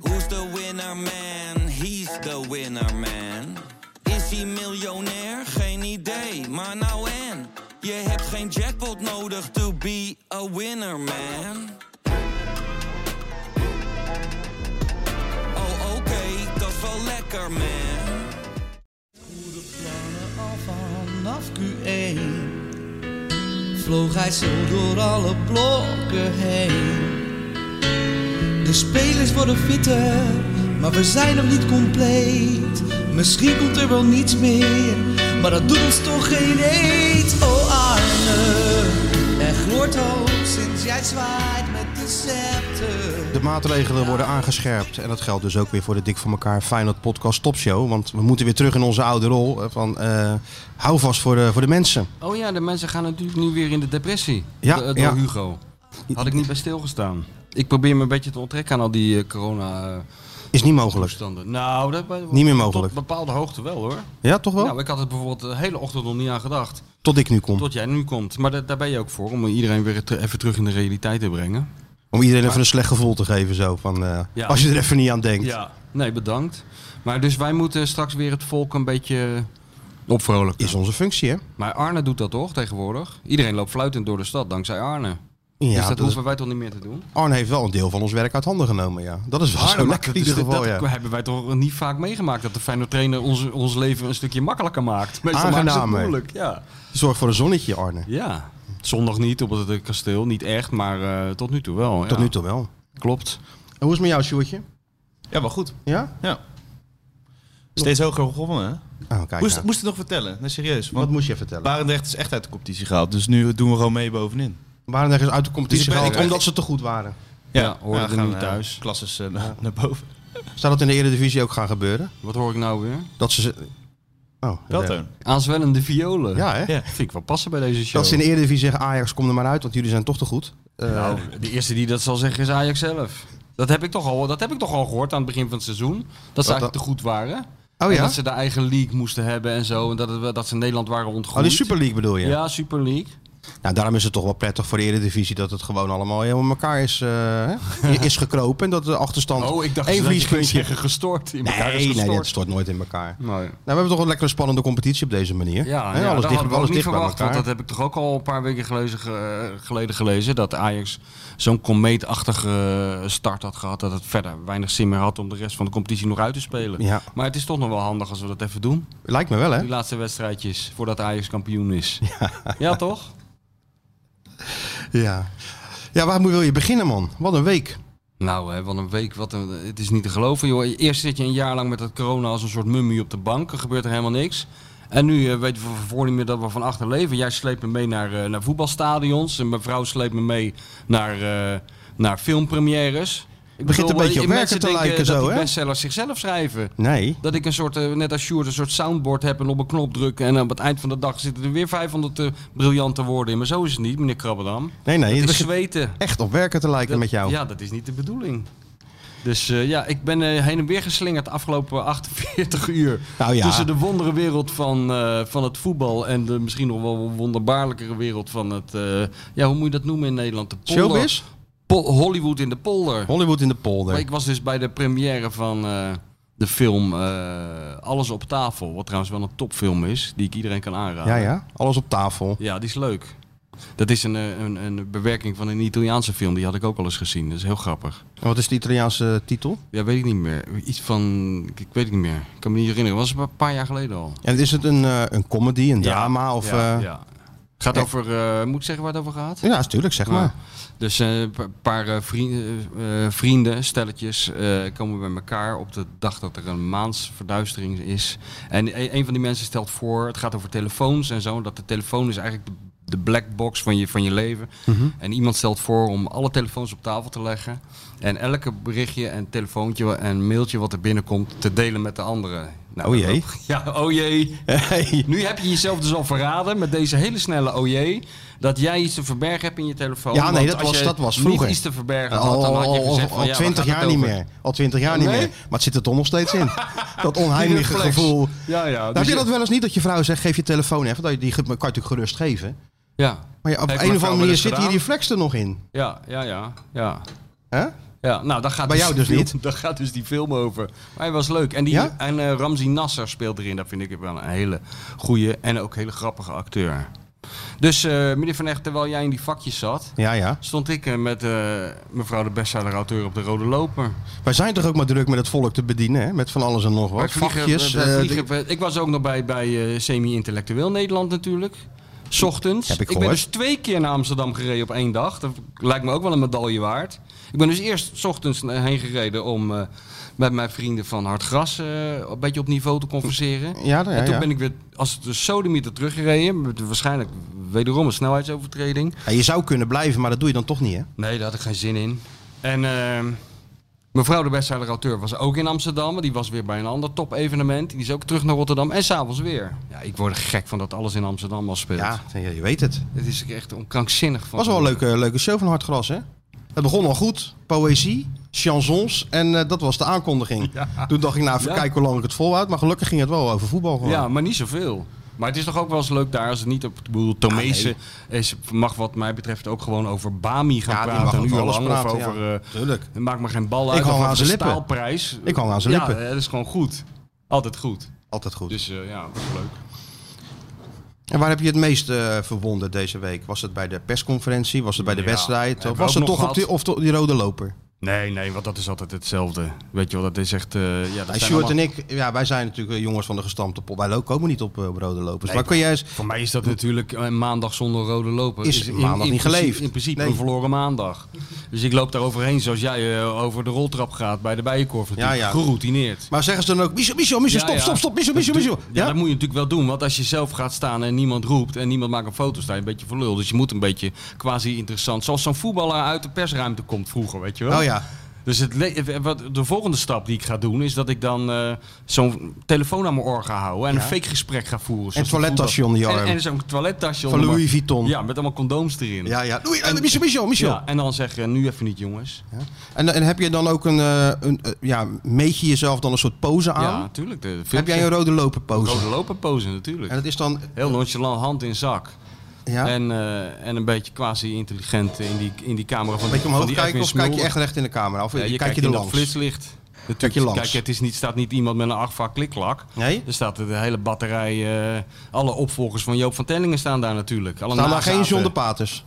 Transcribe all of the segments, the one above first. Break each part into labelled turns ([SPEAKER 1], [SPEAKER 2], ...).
[SPEAKER 1] Who's the winner man? He's the winner man. Is hij miljonair? Geen idee, maar nou en. Je hebt geen jackpot nodig to be a winner man. Oh oké, dat is wel lekker man.
[SPEAKER 2] Goede plannen al vanaf Q1 Vloog hij zo door alle blokken heen De spelers worden fitter, maar we zijn nog niet compleet Misschien komt er wel niets meer, maar dat doet ons toch geen eet Oh Arne, er gloort hoop sinds jij zwaait met de scepter
[SPEAKER 3] De maatregelen worden aangescherpt. En dat geldt dus ook weer voor de Dik voor elkaar Feyenoord Podcast Topshow. Want we moeten weer terug in onze oude rol. eh, Van, eh, hou vast voor de, voor de mensen.
[SPEAKER 4] Oh ja, de mensen gaan natuurlijk nu weer in de depressie.
[SPEAKER 3] Ja,
[SPEAKER 4] Do- door
[SPEAKER 3] ja.
[SPEAKER 4] Hugo. Had ik niet bij stilgestaan. Ik probeer me een beetje te onttrekken aan al die eh, corona
[SPEAKER 3] Is niet mogelijk.
[SPEAKER 4] toestanden. Nou, dat
[SPEAKER 3] Niet meer mogelijk.
[SPEAKER 4] Tot een bepaalde hoogte wel hoor.
[SPEAKER 3] Ja, toch wel?
[SPEAKER 4] Nou, ik had het bijvoorbeeld de hele ochtend nog niet aan gedacht.
[SPEAKER 3] Tot ik nu kom.
[SPEAKER 4] Tot jij nu komt. Maar da- daar ben je ook voor, om iedereen weer te- even terug in de realiteit te brengen.
[SPEAKER 3] Om iedereen even een slecht gevoel te geven. Zo, van, eh,
[SPEAKER 4] Ja.
[SPEAKER 3] Als je er even niet aan denkt.
[SPEAKER 4] Nee, bedankt. Maar dus wij moeten straks weer het volk een beetje opvrolijken.
[SPEAKER 3] Is onze functie, hè?
[SPEAKER 4] Maar Arne doet dat toch tegenwoordig? Iedereen loopt fluitend door de stad dankzij Arne.
[SPEAKER 3] Ja,
[SPEAKER 4] dus dat,
[SPEAKER 3] dat is-
[SPEAKER 4] hoeven wij toch niet meer te doen?
[SPEAKER 3] Arne heeft wel een deel van ons werk uit handen genomen. Ja. Dat is wel zo
[SPEAKER 4] maar
[SPEAKER 3] lekker in
[SPEAKER 4] Dus dat is-
[SPEAKER 3] ieder geval.
[SPEAKER 4] dat
[SPEAKER 3] ja.
[SPEAKER 4] hebben wij toch niet vaak meegemaakt dat de Feyenoord trainer ons, ons leven een stukje makkelijker maakt. Meestal
[SPEAKER 3] Aangenamer.
[SPEAKER 4] maken ze het moeilijk. Ja.
[SPEAKER 3] Zorg voor een zonnetje, Arne.
[SPEAKER 4] ja. Zondag niet op het eh, kasteel, niet echt, maar eh, tot nu toe wel.
[SPEAKER 3] Tot
[SPEAKER 4] ja.
[SPEAKER 3] nu toe wel.
[SPEAKER 4] Klopt.
[SPEAKER 3] En hoe is het met jou, Sjoertje?
[SPEAKER 5] Ja, wel goed.
[SPEAKER 3] Ja?
[SPEAKER 5] Ja. Steeds hoger gewonnen, hè?
[SPEAKER 3] Oh, kijk
[SPEAKER 5] Moest,
[SPEAKER 3] nou.
[SPEAKER 5] moest het nog vertellen? Nee, serieus.
[SPEAKER 3] Wat
[SPEAKER 5] Want
[SPEAKER 3] moest je vertellen?
[SPEAKER 5] Barendrecht is echt uit de competitie gehaald. Dus nu doen we gewoon mee bovenin.
[SPEAKER 3] Waren ergens uit de competitie
[SPEAKER 5] Dus ik ben-
[SPEAKER 3] gehaald
[SPEAKER 5] ik-
[SPEAKER 3] omdat ze te goed waren?
[SPEAKER 4] Ja, hoorde er
[SPEAKER 5] gaan
[SPEAKER 4] nu
[SPEAKER 5] we
[SPEAKER 4] thuis.
[SPEAKER 5] Klasses eh, naar, naar boven.
[SPEAKER 3] Zou dat in de Eredivisie ook gaan gebeuren?
[SPEAKER 4] Wat hoor ik nou weer?
[SPEAKER 3] Dat ze... ze- Oh,
[SPEAKER 5] Weltoon.
[SPEAKER 4] Aanzwellende violen.
[SPEAKER 3] Ja, hè?
[SPEAKER 5] Ja.
[SPEAKER 4] Vind ik wel passen bij deze show.
[SPEAKER 3] Dat ze in de Eredivisie zeggen, Ajax, kom er maar uit, want jullie zijn toch te goed. Eh,
[SPEAKER 4] Nou, de eerste die dat zal zeggen is Ajax zelf. Dat heb ik toch al, dat heb ik toch al gehoord aan het begin van het seizoen. Dat ze eigenlijk
[SPEAKER 3] dat-
[SPEAKER 4] te goed waren.
[SPEAKER 3] oh
[SPEAKER 4] En
[SPEAKER 3] ja?
[SPEAKER 4] dat ze de eigen league moesten hebben en zo. En dat, het, dat ze Nederland waren
[SPEAKER 3] Oh,
[SPEAKER 4] ontgroeid.
[SPEAKER 3] die Super League bedoel je?
[SPEAKER 4] Ja, Super League.
[SPEAKER 3] Nou, daarom is het toch wel prettig voor de Eredivisie dat het gewoon allemaal helemaal elkaar is, eh, hè, is gekropen. En dat de achterstand...
[SPEAKER 4] Oh, ik dacht
[SPEAKER 3] één
[SPEAKER 4] dat je ging
[SPEAKER 3] verliespuntje.
[SPEAKER 4] zeggen gestort. In elkaar is
[SPEAKER 3] Nee, nee,
[SPEAKER 4] gestort.
[SPEAKER 3] dat stort nooit in elkaar. Nou,
[SPEAKER 4] Nee.
[SPEAKER 3] we hebben toch een lekkere spannende competitie op deze manier.
[SPEAKER 4] Ja,
[SPEAKER 3] Hè,
[SPEAKER 4] ja,
[SPEAKER 3] alles
[SPEAKER 4] dat
[SPEAKER 3] dicht,
[SPEAKER 4] had ik
[SPEAKER 3] alles
[SPEAKER 4] ook niet
[SPEAKER 3] dicht bij
[SPEAKER 4] verwacht. Want
[SPEAKER 3] elkaar.
[SPEAKER 4] dat heb ik toch ook al een paar weken gelezen, ge- geleden gelezen. Dat Ajax zo'n komeetachtige start had gehad. Dat het verder weinig zin meer had om de rest van de competitie nog uit te spelen.
[SPEAKER 3] Ja.
[SPEAKER 4] Maar het is toch nog wel handig als we dat even doen.
[SPEAKER 3] Lijkt me wel, hè?
[SPEAKER 4] Die laatste wedstrijdjes voordat Ajax kampioen is. Ja, toch?
[SPEAKER 3] Ja. Ja, waar moet- wil je beginnen, man? Wat een week.
[SPEAKER 4] Nou, hè, wat een week. Wat een, het is niet te geloven, joh. Eerst zit je een jaar lang met dat corona als een soort mummie op de bank. Er gebeurt er helemaal niks. En nu eh, weten we van voor niet meer dat we van achter leven. Jij sleept me mee naar, eh, naar voetbalstadions. En mijn vrouw sleept me mee naar, eh, naar filmpremières. Ik
[SPEAKER 3] Begint een beetje op
[SPEAKER 4] eh,
[SPEAKER 3] werken
[SPEAKER 4] mensen
[SPEAKER 3] te
[SPEAKER 4] denken
[SPEAKER 3] lijken
[SPEAKER 4] dat
[SPEAKER 3] zo,
[SPEAKER 4] die
[SPEAKER 3] hè?
[SPEAKER 4] bestsellers zichzelf schrijven.
[SPEAKER 3] Nee.
[SPEAKER 4] Dat ik een soort, eh, net als Sjoerd, een soort soundboard heb en op een knop drukken. En op het eind van de dag zitten er weer 500 eh, briljante woorden in. Maar zo is het niet, meneer Krabbedam.
[SPEAKER 3] Nee, nee.
[SPEAKER 4] Het
[SPEAKER 3] Het
[SPEAKER 4] is
[SPEAKER 3] begint
[SPEAKER 4] zweten.
[SPEAKER 3] echt op werken te lijken
[SPEAKER 4] Dat-
[SPEAKER 3] met jou.
[SPEAKER 4] Ja, dat is niet de bedoeling. Dus eh, ja, ik ben eh, heen en weer geslingerd de afgelopen 48 uur.
[SPEAKER 3] Nou ja.
[SPEAKER 4] Tussen de wondere wereld van, eh, van het voetbal en de misschien nog wel wonderbaarlijkere wereld van het... eh, ja, hoe moet je dat noemen in Nederland? De polder.
[SPEAKER 3] Showbiz?
[SPEAKER 4] Pol- Hollywood in de polder.
[SPEAKER 3] Hollywood in de polder.
[SPEAKER 4] Maar ik was dus bij de première van eh, de film eh, Alles op tafel. Wat trouwens wel een topfilm is, die ik iedereen kan aanraden.
[SPEAKER 3] Ja, ja. Alles op tafel.
[SPEAKER 4] Ja, die is leuk. Dat is een, eh, een, een bewerking van een Italiaanse film. Die had ik ook al eens gezien. Dat is heel grappig.
[SPEAKER 3] En wat is de Italiaanse titel?
[SPEAKER 4] Ja, weet ik niet meer. Iets van. Ik ik weet het niet meer. Ik kan me niet herinneren. Was een paar jaar geleden al.
[SPEAKER 3] En is het een, eh, een comedy, een drama? of,
[SPEAKER 4] ja,
[SPEAKER 3] eh, ja.
[SPEAKER 4] ja. Gaat over. eh, moet ik zeggen waar het over gaat?
[SPEAKER 3] natuurlijk, zeg
[SPEAKER 4] Nou,
[SPEAKER 3] maar.
[SPEAKER 4] Dus eh, een pa- paar eh, vrienden, eh, vrienden, stelletjes, eh, komen bij elkaar op de dag dat er een maansverduistering is. En e- een van die mensen stelt voor, het gaat over telefoons en zo, dat de telefoon is eigenlijk de, de black box van je, van je leven.
[SPEAKER 3] Mhm.
[SPEAKER 4] En iemand stelt voor om alle telefoons op tafel te leggen en elke berichtje en telefoontje en mailtje wat er binnenkomt te delen met de anderen. Nou,
[SPEAKER 3] Oh jee.
[SPEAKER 4] Ja, oh jee. Nu heb je jezelf dus al verraden met deze hele snelle oh jee, dat jij iets te verbergen hebt in je telefoon.
[SPEAKER 3] Ja, nee,
[SPEAKER 4] Want
[SPEAKER 3] dat
[SPEAKER 4] als
[SPEAKER 3] was-
[SPEAKER 4] je
[SPEAKER 3] dat was vroeger.
[SPEAKER 4] niet iets te verbergen had,
[SPEAKER 3] Al,
[SPEAKER 4] dan had je
[SPEAKER 3] al,
[SPEAKER 4] gezegd
[SPEAKER 3] al,
[SPEAKER 4] van, ja, waar
[SPEAKER 3] twintig
[SPEAKER 4] gaat het
[SPEAKER 3] jaar niet
[SPEAKER 4] over?
[SPEAKER 3] meer. Al twintig jaar niet
[SPEAKER 4] Nee?
[SPEAKER 3] meer. Maar het zit er toch nog steeds in. dat
[SPEAKER 4] Die
[SPEAKER 3] onheimliche
[SPEAKER 4] reflex.
[SPEAKER 3] gevoel.
[SPEAKER 4] Ja, ja.
[SPEAKER 3] heb
[SPEAKER 4] dus
[SPEAKER 3] je dat wel eens niet dat je vrouw zegt, geef je telefoon even. Dat je, die ge- kan je natuurlijk gerust geven.
[SPEAKER 4] Ja.
[SPEAKER 3] Maar ja, op
[SPEAKER 4] Heeft
[SPEAKER 3] een of
[SPEAKER 4] mijn vrouw
[SPEAKER 3] andere
[SPEAKER 4] wel
[SPEAKER 3] manier
[SPEAKER 4] eens
[SPEAKER 3] zit die
[SPEAKER 4] gedaan.
[SPEAKER 3] reflex er nog in.
[SPEAKER 4] Ja, ja, ja, ja.
[SPEAKER 3] Hè?
[SPEAKER 4] Ja, nou, daar gaat
[SPEAKER 3] Bij jou dus
[SPEAKER 4] film-
[SPEAKER 3] niet.
[SPEAKER 4] Daar gaat dus die film over. Maar hij was leuk. En, die,
[SPEAKER 3] Ja?
[SPEAKER 4] en eh, Ramzi Nasser speelt erin. Dat vind ik wel een hele goede en ook hele grappige acteur. Dus eh, meneer Van Echt, terwijl jij in die vakjes zat,
[SPEAKER 3] Ja, ja.
[SPEAKER 4] stond ik eh, met eh, mevrouw de bestseller-auteur op de Rode Loper.
[SPEAKER 3] Wij zijn toch ook maar druk met het volk te bedienen, hè? Met van alles en nog
[SPEAKER 4] Wij
[SPEAKER 3] wat.
[SPEAKER 4] vliegen-
[SPEAKER 3] Vakjes.
[SPEAKER 4] wij
[SPEAKER 3] eh,
[SPEAKER 4] vliegen-
[SPEAKER 3] ding-
[SPEAKER 4] wij- ik was ook nog bij, bij eh, semi-intellectueel Nederland natuurlijk. 's Ochtends.
[SPEAKER 3] Heb ik
[SPEAKER 4] ben
[SPEAKER 3] gehoord.
[SPEAKER 4] dus twee keer naar Amsterdam gereden op één dag. Dat lijkt me ook wel een medaille waard. Ik ben dus eerst 's ochtends heen gereden om eh, met mijn vrienden van Hartgras eh, een beetje op niveau te converseren.
[SPEAKER 3] Ja, ja,
[SPEAKER 4] en toen
[SPEAKER 3] ja.
[SPEAKER 4] ben ik weer als de sodemieter teruggereden. Met waarschijnlijk wederom een snelheidsovertreding.
[SPEAKER 3] Ja, je zou kunnen blijven, maar dat doe je dan toch niet, hè?
[SPEAKER 4] Nee, daar had ik geen zin in. En ehm, mevrouw de bestseller-auteur was ook in Amsterdam. maar Die was weer bij een ander top-evenement. Die is ook terug naar Rotterdam. En s'avonds weer. Ja, ik word er gek van dat alles in Amsterdam al speelt.
[SPEAKER 3] Ja, je weet het.
[SPEAKER 4] Het is echt onkrankzinnig van.
[SPEAKER 3] was wel een leuke, leuke show van Hartgras, hè? Het begon al goed. Poëzie, chansons en eh, dat was de aankondiging. Toen dacht ik, nou, even
[SPEAKER 4] Ja.
[SPEAKER 3] kijken hoe lang ik het volhoud. Maar gelukkig ging het wel over voetbal gewoon.
[SPEAKER 4] Ja, maar niet zoveel. Maar het is toch ook wel eens leuk daar als het niet op. Ik bedoel, Tomese
[SPEAKER 3] Ah,
[SPEAKER 4] is, mag, wat mij betreft, ook gewoon over Bami gaan
[SPEAKER 3] Ja, die mag
[SPEAKER 4] praten. Een
[SPEAKER 3] over
[SPEAKER 4] uur
[SPEAKER 3] alles
[SPEAKER 4] lang.
[SPEAKER 3] praten,
[SPEAKER 4] of
[SPEAKER 3] ja.
[SPEAKER 4] over. eh,
[SPEAKER 3] Tuurlijk.
[SPEAKER 4] maak maar geen bal
[SPEAKER 3] Ik
[SPEAKER 4] uit.
[SPEAKER 3] hang
[SPEAKER 4] of
[SPEAKER 3] aan
[SPEAKER 4] over
[SPEAKER 3] zijn
[SPEAKER 4] de
[SPEAKER 3] lippen.
[SPEAKER 4] staalprijs.
[SPEAKER 3] Ik hang aan zijn
[SPEAKER 4] Ja, eh,
[SPEAKER 3] lippen.
[SPEAKER 4] dat is gewoon goed. Altijd goed.
[SPEAKER 3] Altijd goed.
[SPEAKER 4] Dus eh, ja, dat is leuk.
[SPEAKER 3] En waar heb je het meest eh, verwonderd deze week? Was het bij de persconferentie? Was het bij de
[SPEAKER 4] Ja,
[SPEAKER 3] wedstrijd?
[SPEAKER 4] hebben
[SPEAKER 3] Of
[SPEAKER 4] we
[SPEAKER 3] was
[SPEAKER 4] ook
[SPEAKER 3] het
[SPEAKER 4] nog
[SPEAKER 3] toch op die, of to- die rode loper?
[SPEAKER 4] Nee, nee, want dat is altijd hetzelfde. Weet je wel, dat is echt... eh ja, dat zijn
[SPEAKER 3] Nou, Sjoerd
[SPEAKER 4] allemaal-
[SPEAKER 3] en ik, ja, wij zijn natuurlijk eh, jongens van de gestampte pop. Wij lo- komen niet op eh, op rode lopers.
[SPEAKER 4] Nee,
[SPEAKER 3] maar kun jij eens...
[SPEAKER 4] Voor mij is dat natuurlijk eh, maandag zonder rode loper.
[SPEAKER 3] Is maandag niet
[SPEAKER 4] principe-
[SPEAKER 3] geleefd.
[SPEAKER 4] In principe
[SPEAKER 3] Nee.
[SPEAKER 4] een verloren maandag. Dus ik loop daar overheen zoals jij eh, over de roltrap gaat bij de bijenkorf. natuurlijk.
[SPEAKER 3] Ja, ja.
[SPEAKER 4] Geroutineerd.
[SPEAKER 3] Maar zeggen ze dan ook, Michel, Michel, Michel,
[SPEAKER 4] Ja,
[SPEAKER 3] stop,
[SPEAKER 4] ja.
[SPEAKER 3] stop, stop, Michel,
[SPEAKER 4] Dat
[SPEAKER 3] Michel,
[SPEAKER 4] doe-
[SPEAKER 3] Michel.
[SPEAKER 4] Ja,
[SPEAKER 3] Ja?
[SPEAKER 4] dat moet je natuurlijk wel doen. Want als je zelf gaat staan en niemand roept en niemand maakt een foto, sta je een beetje voor lul. Dus je moet een beetje quasi interessant. Zoals zo'n voetballer uit de persruimte komt vroeger, weet je wel.
[SPEAKER 3] Oh ja.
[SPEAKER 4] Dus het le- wat de volgende stap die ik ga doen is dat ik dan eh, zo'n telefoon aan mijn oor ga houden en een fake gesprek ga voeren. zoals de
[SPEAKER 3] toilettasje
[SPEAKER 4] voetbal-
[SPEAKER 3] onder je arm.
[SPEAKER 4] En, en zo'n toilettasje
[SPEAKER 3] Van
[SPEAKER 4] onder mijn-
[SPEAKER 3] Louis Vuitton.
[SPEAKER 4] Ja, met allemaal condooms erin.
[SPEAKER 3] Ja, ja. Doei, eh, Michel, Michel, Michel.
[SPEAKER 4] Ja, en dan zeggen nu even niet jongens.
[SPEAKER 3] En, en heb je dan ook een, eh, een eh, ja, meet je jezelf dan een soort pose aan?
[SPEAKER 4] Ja, tuurlijk. De filmpje-
[SPEAKER 3] Oh? heb jij een rode loper pose?
[SPEAKER 4] rode lopen pose natuurlijk.
[SPEAKER 3] En dat is dan,
[SPEAKER 4] Heel nonchalant, hand in zak.
[SPEAKER 3] ja,
[SPEAKER 4] En, eh, en een beetje quasi intelligent in die, in die camera van
[SPEAKER 3] een beetje
[SPEAKER 4] van
[SPEAKER 3] omhoog
[SPEAKER 4] die
[SPEAKER 3] kijken of
[SPEAKER 4] Edwin
[SPEAKER 3] kijk je
[SPEAKER 4] Smulder.
[SPEAKER 3] echt recht in de camera? Of
[SPEAKER 4] Ja,
[SPEAKER 3] kijk
[SPEAKER 4] kijkt
[SPEAKER 3] je er
[SPEAKER 4] in dat
[SPEAKER 3] langs?
[SPEAKER 4] flitslicht.
[SPEAKER 3] Kijk je langs.
[SPEAKER 4] Kijk, het is niet, staat niet iemand met een achtvaar kliklak.
[SPEAKER 3] Nee?
[SPEAKER 4] Er staat de hele batterij, eh, alle opvolgers van Joop van Tellingen staan daar natuurlijk. Alle
[SPEAKER 3] Staan daar
[SPEAKER 4] nazaten.
[SPEAKER 3] geen John de Paters?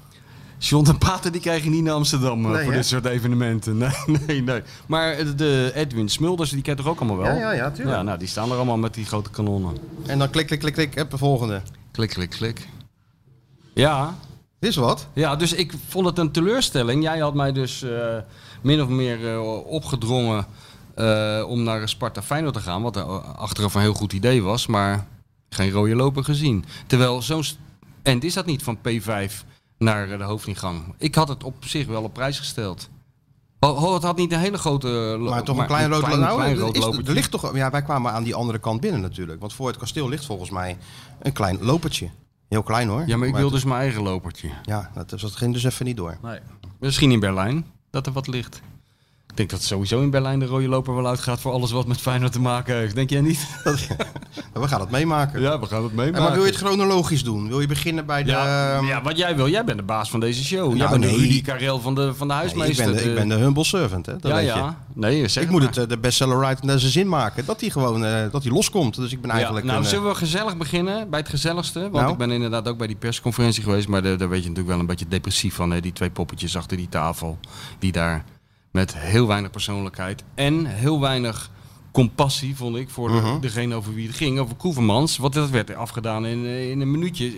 [SPEAKER 4] John de Pater die krijg je niet naar Amsterdam eh,
[SPEAKER 3] Nee,
[SPEAKER 4] voor
[SPEAKER 3] hè?
[SPEAKER 4] dit soort evenementen. Nee, nee, nee. Maar eh, de Edwin Smulders, die kent toch ook allemaal wel?
[SPEAKER 3] Ja, ja, ja, tuurlijk.
[SPEAKER 4] Ja, nou, die staan er allemaal met die grote kanonnen.
[SPEAKER 3] En dan klik, klik, klik, klik, heb de volgende.
[SPEAKER 4] Klik, klik, klik. Ja,
[SPEAKER 3] Dit is wat.
[SPEAKER 4] Ja, dus ik vond het een teleurstelling. Jij had mij dus eh, min of meer eh, opgedrongen eh, om naar Sparta Feyenoord te gaan. Wat er achteraf een heel goed idee was, maar geen rode loper gezien. Terwijl zo'n st- end is dat niet van P5 naar eh, de hoofdingang. Ik had het op zich wel op prijs gesteld. Oh, oh, het had niet een hele grote... eh, lo-
[SPEAKER 3] Maar toch een klein rood
[SPEAKER 4] klein-
[SPEAKER 3] nou,
[SPEAKER 4] klein
[SPEAKER 3] er
[SPEAKER 4] rood
[SPEAKER 3] is-
[SPEAKER 4] lopertje.
[SPEAKER 3] er ligt toch, ja, wij kwamen aan die andere kant binnen natuurlijk. Want voor het kasteel ligt volgens mij een klein lopertje. Heel klein hoor.
[SPEAKER 4] Ja, maar ik wil
[SPEAKER 3] het-
[SPEAKER 4] dus mijn eigen lopertje.
[SPEAKER 3] Ja, dat, dat ging dus even niet door.
[SPEAKER 4] Misschien in Berlijn dat er wat ligt. Ik denk dat sowieso in Berlijn de rode loper wel uitgaat voor alles wat met Feyenoord te maken heeft. Denk jij niet?
[SPEAKER 3] Dat- maar we gaan het meemaken.
[SPEAKER 4] Ja, we gaan het meemaken.
[SPEAKER 3] En maar wil je het chronologisch doen? Wil je beginnen bij de...
[SPEAKER 4] ja,
[SPEAKER 3] ehm,
[SPEAKER 4] ja, wat jij wil. Jij bent de baas van deze show. jij
[SPEAKER 3] Nou,
[SPEAKER 4] bent
[SPEAKER 3] nee.
[SPEAKER 4] de Rudy Karel van de, van de
[SPEAKER 3] Nee, ik,
[SPEAKER 4] huismeester.
[SPEAKER 3] ben de, ik ben de humble servant, hè? Dat
[SPEAKER 4] ja,
[SPEAKER 3] weet je.
[SPEAKER 4] ja. Nee, zeg
[SPEAKER 3] Ik moet
[SPEAKER 4] maar.
[SPEAKER 3] het, eh, de bestseller writer naar zijn zin maken. Dat hij gewoon eh, dat hij loskomt. Dus ik ben eigenlijk.
[SPEAKER 4] Ja, nou,
[SPEAKER 3] een, eh,
[SPEAKER 4] zullen we gezellig beginnen bij het gezelligste? Want
[SPEAKER 3] Nou.
[SPEAKER 4] ik ben inderdaad ook bij die persconferentie geweest. Maar daar daar weet je natuurlijk wel een beetje depressief van. Hè? Die twee poppetjes achter die tafel. Die daar met heel weinig persoonlijkheid en heel weinig compassie, vond ik, voor de-
[SPEAKER 3] Mhm.
[SPEAKER 4] degene over wie het ging. Over Koevermans. Want dat werd afgedaan in, eh, in een minuutje.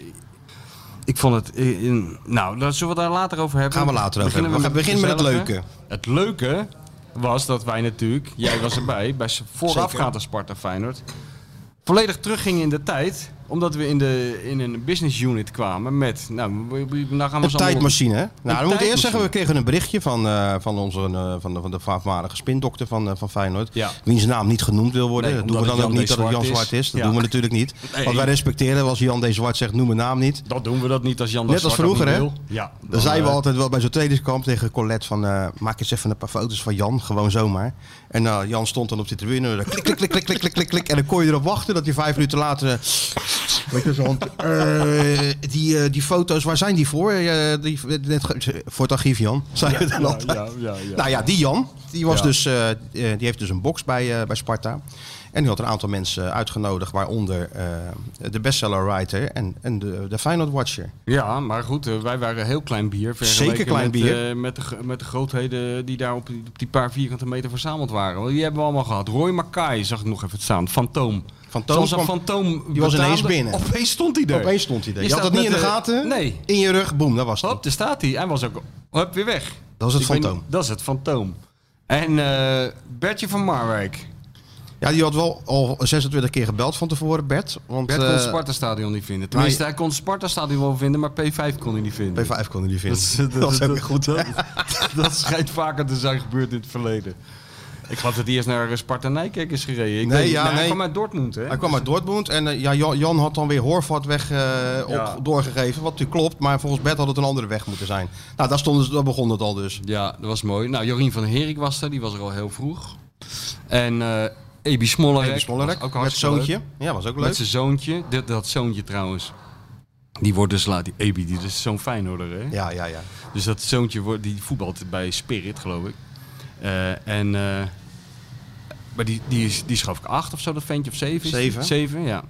[SPEAKER 4] Ik vond het... eh, in- nou, daar zullen we daar later over hebben?
[SPEAKER 3] Gaan we later over
[SPEAKER 4] Beginnen
[SPEAKER 3] hebben. We gaan beginnen met het
[SPEAKER 4] gezellige?
[SPEAKER 3] leuke.
[SPEAKER 4] Het leuke was dat wij natuurlijk, jij was erbij, bij voorafgaand aan Sparta Feyenoord, volledig teruggingen in de tijd. Omdat we in, de, in een business unit kwamen met, nou, we- we- we- nou gaan we
[SPEAKER 3] een
[SPEAKER 4] ze allemaal-
[SPEAKER 3] tijdmachine. hè? Nou, dan moet ik
[SPEAKER 4] tijdmachine.
[SPEAKER 3] eerst zeggen, we kregen een berichtje van, eh, van onze eh, van de, van de voormalige spindokter van, eh, van Feyenoord.
[SPEAKER 4] Ja.
[SPEAKER 3] Wiens naam niet genoemd wil worden.
[SPEAKER 4] Nee,
[SPEAKER 3] dat doen we
[SPEAKER 4] omdat
[SPEAKER 3] dan ook
[SPEAKER 4] het Jan
[SPEAKER 3] niet
[SPEAKER 4] D.
[SPEAKER 3] dat het Jan
[SPEAKER 4] Zwart is.
[SPEAKER 3] Zwart is. Dat
[SPEAKER 4] Ja.
[SPEAKER 3] doen we natuurlijk niet.
[SPEAKER 4] Nee.
[SPEAKER 3] Want wij respecteren als Jan D. Zwart zegt, noem mijn naam niet.
[SPEAKER 4] Dat doen we dat niet als Jan de
[SPEAKER 3] Net als
[SPEAKER 4] Zwart dat
[SPEAKER 3] vroeger,
[SPEAKER 4] niet
[SPEAKER 3] hè?
[SPEAKER 4] wil. Ja.
[SPEAKER 3] Dan zijn we
[SPEAKER 4] eh,
[SPEAKER 3] altijd wel bij zo'n trainingskamp tegen Colette van eh, maak eens even een paar foto's van Jan, gewoon zomaar. En nou, Jan stond dan op die tribune, en dan klik, klik, klik, klik, klik, klik, klik, klik. En dan kon je erop wachten dat hij vijf minuten later eh, Weet je, zo'n- eh, die, eh, die foto's, waar zijn die voor? Eh, die, net ge- voor het archief, Jan. Zijn we dan altijd. Nou ja, die Jan, die, was
[SPEAKER 4] Ja.
[SPEAKER 3] dus, eh, eh, die heeft dus een box bij, eh, bij Sparta. En die had een aantal mensen eh, uitgenodigd, waaronder eh, de bestseller writer en, en de, de Feyenoord Watcher.
[SPEAKER 4] Ja, maar goed, eh, wij waren heel klein bier. vergeleken
[SPEAKER 3] Zeker klein
[SPEAKER 4] met,
[SPEAKER 3] bier.
[SPEAKER 4] eh, met, de, gro- met de grootheden die daar op die, op die paar vierkante meter verzameld waren. Want Die hebben we allemaal gehad. Roy Mackay zag ik nog even staan. Fantoom.
[SPEAKER 3] Fantoom
[SPEAKER 4] Zoals een
[SPEAKER 3] kwam-
[SPEAKER 4] fantoom
[SPEAKER 3] die was
[SPEAKER 4] betaamde,
[SPEAKER 3] ineens binnen.
[SPEAKER 4] Opeens stond hij er.
[SPEAKER 3] Opeens stond hij er. Je, had
[SPEAKER 4] staat
[SPEAKER 3] het niet in de
[SPEAKER 4] met
[SPEAKER 3] gaten.
[SPEAKER 4] Nee.
[SPEAKER 3] In je rug, boem, dat was het.
[SPEAKER 4] Hop, daar staat hij. Hij was ook hop, weer weg.
[SPEAKER 3] Dat is het
[SPEAKER 4] Ik weet
[SPEAKER 3] fantoom.
[SPEAKER 4] niet- dat is het fantoom. En eh Bertje van Marwijk.
[SPEAKER 3] Ja, die had wel al 26 keer gebeld van tevoren, Bert. Want
[SPEAKER 4] Bert kon het
[SPEAKER 3] eh,
[SPEAKER 4] Sparta Stadion niet vinden. Tenminste, hij kon het Sparta Stadion wel vinden, maar P5 kon hij niet vinden.
[SPEAKER 3] P5 kon hij niet
[SPEAKER 4] Dat,
[SPEAKER 3] vinden.
[SPEAKER 4] is-
[SPEAKER 3] Dat, is ook goed.
[SPEAKER 4] Dat, dat schijnt vaker te zijn gebeurd in het verleden. Ik geloof dat hij eerst naar eh, Sparta Nijkerk is gereden. Ik
[SPEAKER 3] Nee,
[SPEAKER 4] weet niet. Nou,
[SPEAKER 3] ja,
[SPEAKER 4] Hij
[SPEAKER 3] nee.
[SPEAKER 4] kwam uit Dortmund, hè?
[SPEAKER 3] Hij kwam uit Dortmund en eh, ja, Jan, Jan had dan weer Horvat weg eh, op,
[SPEAKER 4] Ja.
[SPEAKER 3] doorgegeven. Wat nu klopt, maar volgens Bert had het een andere weg moeten zijn. Nou, daar, stonden, ze- daar begon het al dus.
[SPEAKER 4] Ja, dat was mooi. Nou, Jorien van Herik was er. Die was er al heel vroeg. En eh Ebi Smollerek.
[SPEAKER 3] Ebi Smollerek,
[SPEAKER 4] was ook
[SPEAKER 3] met
[SPEAKER 4] hartstikke
[SPEAKER 3] zoontje.
[SPEAKER 4] leuk.
[SPEAKER 3] Ja, was ook
[SPEAKER 4] Met
[SPEAKER 3] leuk.
[SPEAKER 4] zijn zoontje. Dat, dat zoontje trouwens. Die wordt dus laat, die Ebi, die is zo'n Feyenoorder, hè?
[SPEAKER 3] Ja, ja, ja.
[SPEAKER 4] Dus dat zoontje wordt, die voetbalt bij Spirit, geloof ik. Eh, en, eh, maar die, die, is, die is geloof ik acht of zo, dat ventje, of zeven? is die?
[SPEAKER 3] Zeven.
[SPEAKER 4] Zeven, ja.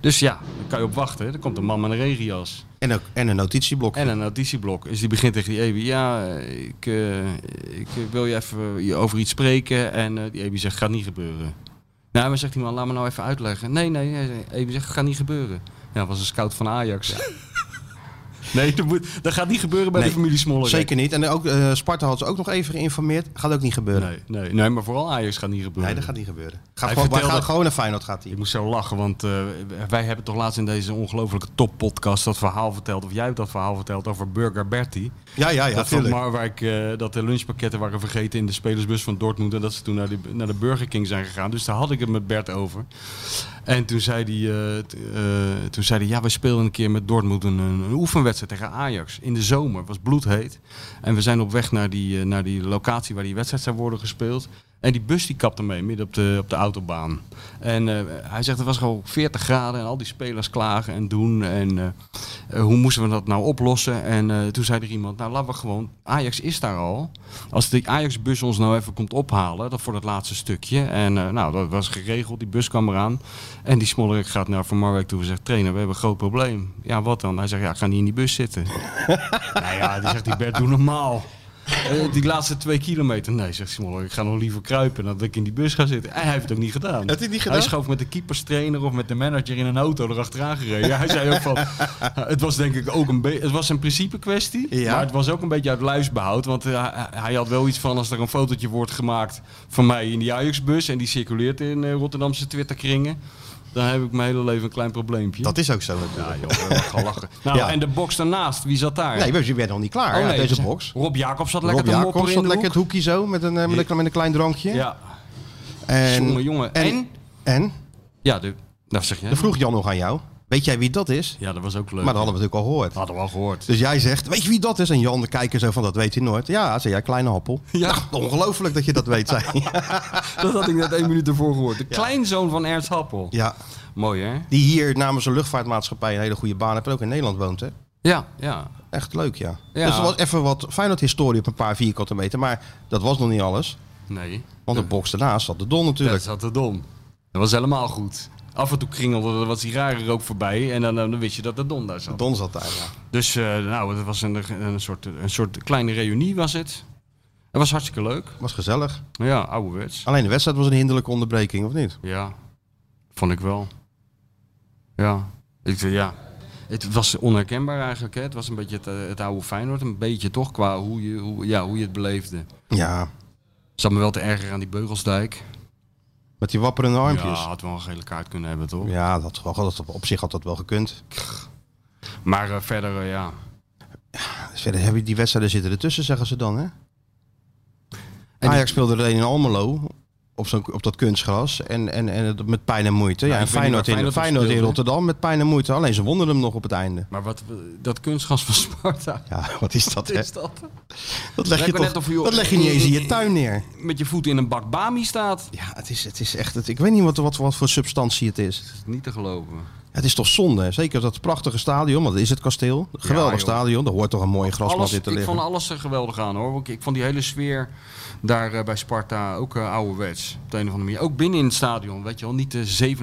[SPEAKER 4] Dus ja, daar kan je op wachten. hè. Er komt een man met een regenjas
[SPEAKER 3] En, ook, en een notitieblok.
[SPEAKER 4] en een auditieblok. Dus die begint tegen die Ebi. Ja, eh, ik, eh, ik wil je even je over iets spreken. En eh, die Ebi zegt, gaat niet gebeuren. Nou, maar zegt die man, laat me nou even uitleggen. Nee, nee, nee. Ebi zegt, gaat niet gebeuren. Ja, dat was een scout van Ajax. Nee, dat, moet, dat gaat niet gebeuren bij
[SPEAKER 3] Nee,
[SPEAKER 4] de familie Smoller.
[SPEAKER 3] Zeker niet. En ook, eh, Sparta had ze ook nog even geïnformeerd. Gaat ook niet gebeuren. Nee,
[SPEAKER 4] Nee, nee, nee, maar vooral Ajax gaat niet gebeuren.
[SPEAKER 3] dat gaat niet gebeuren. Gaat
[SPEAKER 4] Hij
[SPEAKER 3] gewoon, wij
[SPEAKER 4] vertelde-
[SPEAKER 3] gaan gewoon naar Feyenoord gaat hij.
[SPEAKER 4] Ik moest zo lachen, want eh, wij hebben toch laatst in deze ongelofelijke toppodcast dat verhaal verteld, of jij hebt dat verhaal verteld over Burger Bertie.
[SPEAKER 3] Ja, ja, ja,
[SPEAKER 4] dat van
[SPEAKER 3] tuurlijk.
[SPEAKER 4] Marwijk, eh, dat de lunchpakketten waren vergeten in de spelersbus van Dortmund en dat ze toen naar, die, naar de Burger King zijn gegaan. Dus daar had ik het met Bert over. En toen zei die, eh, t- eh, toen zei die, ja, we speelden een keer met Dortmund een, een, een oefenwedstrijd tegen Ajax in de zomer. Het was bloedheet. En we zijn op weg naar die, eh, naar die locatie waar die wedstrijd zou worden gespeeld. En die bus die kapte mee midden op de, op de autobaan. En eh, hij zegt het was gewoon 40 graden en al die spelers klagen en doen. En eh, eh, hoe moesten we dat nou oplossen? En eh, toen zei er iemand, nou laten we gewoon, Ajax is daar al. Als die Ajax-bus ons nou even komt ophalen, dat voor dat laatste stukje. En eh, nou, dat was geregeld, die bus kwam eraan. En die Smollerik gaat naar Van Marwijk toe en zegt, trainer, we hebben een groot probleem. Ja, wat dan? Hij zegt, ja, ik ga niet in die bus zitten. Nou ja, die zegt die Bert, doe normaal. Eh, die laatste twee kilometer. Nee, zegt Smoller, ik ga nog liever kruipen dan dat ik in die bus ga zitten. En hij heeft het ook niet gedaan.
[SPEAKER 3] Heeft hij het niet gedaan?
[SPEAKER 4] Hij schoof met de keeperstrainer of met de manager in een auto erachteraan gereden. Ja, hij zei ook van, het was denk ik ook een beetje, het was een principe kwestie.
[SPEAKER 3] Ja.
[SPEAKER 4] Maar het was ook een beetje uit luisbehoud. Want eh, hij- hij had wel iets van, als er een fotootje wordt gemaakt van mij in die Ajax-bus. En die circuleert in eh, Rotterdamse Twitterkringen. Dan heb ik mijn hele leven een klein probleempje.
[SPEAKER 3] Dat is ook zo natuurlijk.
[SPEAKER 4] Ja joh, we gaan lachen. Nou,
[SPEAKER 3] Ja.
[SPEAKER 4] en de box daarnaast, wie zat daar?
[SPEAKER 3] Nee, we zijn nog niet klaar
[SPEAKER 4] Oh,
[SPEAKER 3] ja,
[SPEAKER 4] nee,
[SPEAKER 3] deze
[SPEAKER 4] dus-
[SPEAKER 3] box.
[SPEAKER 4] Rob Jacobs zat lekker
[SPEAKER 3] Rob
[SPEAKER 4] te mopperen
[SPEAKER 3] Jacobs
[SPEAKER 4] in
[SPEAKER 3] zat
[SPEAKER 4] de
[SPEAKER 3] lekker het
[SPEAKER 4] hoek.
[SPEAKER 3] hoekje zo met een, eh, met een, met een klein drankje.
[SPEAKER 4] Ja,
[SPEAKER 3] En,
[SPEAKER 4] jongen, jongen. En?
[SPEAKER 3] En, en?
[SPEAKER 4] Ja, de, nou zeg jij.
[SPEAKER 3] Dan vroeg Jan nog aan jou. Weet jij wie dat is?
[SPEAKER 4] Ja, dat was ook leuk.
[SPEAKER 3] Maar dat hadden we natuurlijk al gehoord.
[SPEAKER 4] Hadden we al gehoord.
[SPEAKER 3] Dus jij zegt, weet je wie dat is? En Jan de kijker zo van, dat weet hij nooit. Ja, zei jij, kleine appel.
[SPEAKER 4] Ja.
[SPEAKER 3] Nou, ongelooflijk dat je dat weet, zei hij.
[SPEAKER 4] Dat had ik net één minuut ervoor gehoord. De kleinzoon van Ernst Happel.
[SPEAKER 3] Ja,
[SPEAKER 4] Mooi hè?
[SPEAKER 3] die hier namens een luchtvaartmaatschappij een hele goede baan heeft. En ook in Nederland woont, hè?
[SPEAKER 4] Ja, ja.
[SPEAKER 3] Echt leuk, ja.
[SPEAKER 4] Ja.
[SPEAKER 3] Dus er was even wat Feyenoord-historie op een paar vierkante meter. Maar dat was nog niet alles.
[SPEAKER 4] Nee.
[SPEAKER 3] Want de box daarnaast zat de Don
[SPEAKER 4] Dat
[SPEAKER 3] natuurlijk.
[SPEAKER 4] zat te dom. Dat was helemaal goed. Af en toe kringelde er wat sigaren ook voorbij en dan, eh, dan wist je dat de don daar
[SPEAKER 3] De
[SPEAKER 4] zat.
[SPEAKER 3] Don zat daar, ja.
[SPEAKER 4] Dus eh, nou, het was een, een, soort, een soort kleine reunie was het. Het was hartstikke leuk.
[SPEAKER 3] Was gezellig.
[SPEAKER 4] Ja, ouderwets.
[SPEAKER 3] Alleen de wedstrijd was een hinderlijke onderbreking, of niet?
[SPEAKER 4] Ja, vond ik wel. Ja, ik, ja. het was onherkenbaar eigenlijk. Hè? Het was een beetje het, eh, het oude Feyenoord. Een beetje toch qua hoe je, hoe, ja, hoe je het beleefde.
[SPEAKER 3] Ja,
[SPEAKER 4] Het zat me wel te erger aan die Beugelsdijk.
[SPEAKER 3] met die wapperende armpjes.
[SPEAKER 4] Ja,
[SPEAKER 3] Ja,
[SPEAKER 4] had wel een gele kaart kunnen hebben toch?
[SPEAKER 3] dat, wel- dat, op zich had dat wel gekund.
[SPEAKER 4] Maar eh, verder, eh, ja.
[SPEAKER 3] Dus verder heb je die wedstrijden zitten ertussen, zeggen ze dan, hè?
[SPEAKER 4] die-
[SPEAKER 3] Ajax speelde er een in Almelo op, zo'n, op dat kunstgras en, en, en het met pijn en moeite.
[SPEAKER 4] Nou,
[SPEAKER 3] ja, en
[SPEAKER 4] ik weet niet waar
[SPEAKER 3] Feyenoord, in,
[SPEAKER 4] Feyenoord op
[SPEAKER 3] Feyenoord in
[SPEAKER 4] speelde.
[SPEAKER 3] Rotterdam met pijn en moeite. Alleen ze wonnen hem nog op het einde.
[SPEAKER 4] Maar wat, eh, dat kunstgas van Sparta.
[SPEAKER 3] Ja, wat is dat,
[SPEAKER 4] Wat
[SPEAKER 3] hè?
[SPEAKER 4] is dat?
[SPEAKER 3] Dat leg je,
[SPEAKER 4] Lijkt me
[SPEAKER 3] toch,
[SPEAKER 4] net of je-
[SPEAKER 3] dat leg je niet eens in je tuin neer.
[SPEAKER 4] Met je voet in een bak Bami staat.
[SPEAKER 3] Ja, het is, het is echt... Het, ik weet niet wat, wat, wat voor substantie het is.
[SPEAKER 4] Dat is niet te geloven.
[SPEAKER 3] Ja, Het is toch zonde, zeker dat prachtige stadion, want dat is het kasteel. Geweldig
[SPEAKER 4] joh.
[SPEAKER 3] stadion, daar hoort toch een mooie grasmat
[SPEAKER 4] Alles,
[SPEAKER 3] in te
[SPEAKER 4] ik
[SPEAKER 3] liggen.
[SPEAKER 4] vond alles er geweldig aan hoor. Ik, ik vond die hele sfeer daar eh, bij Sparta ook eh, ouderwets. Op de een of andere manier. Ook binnen in het stadion. Weet je wel, niet de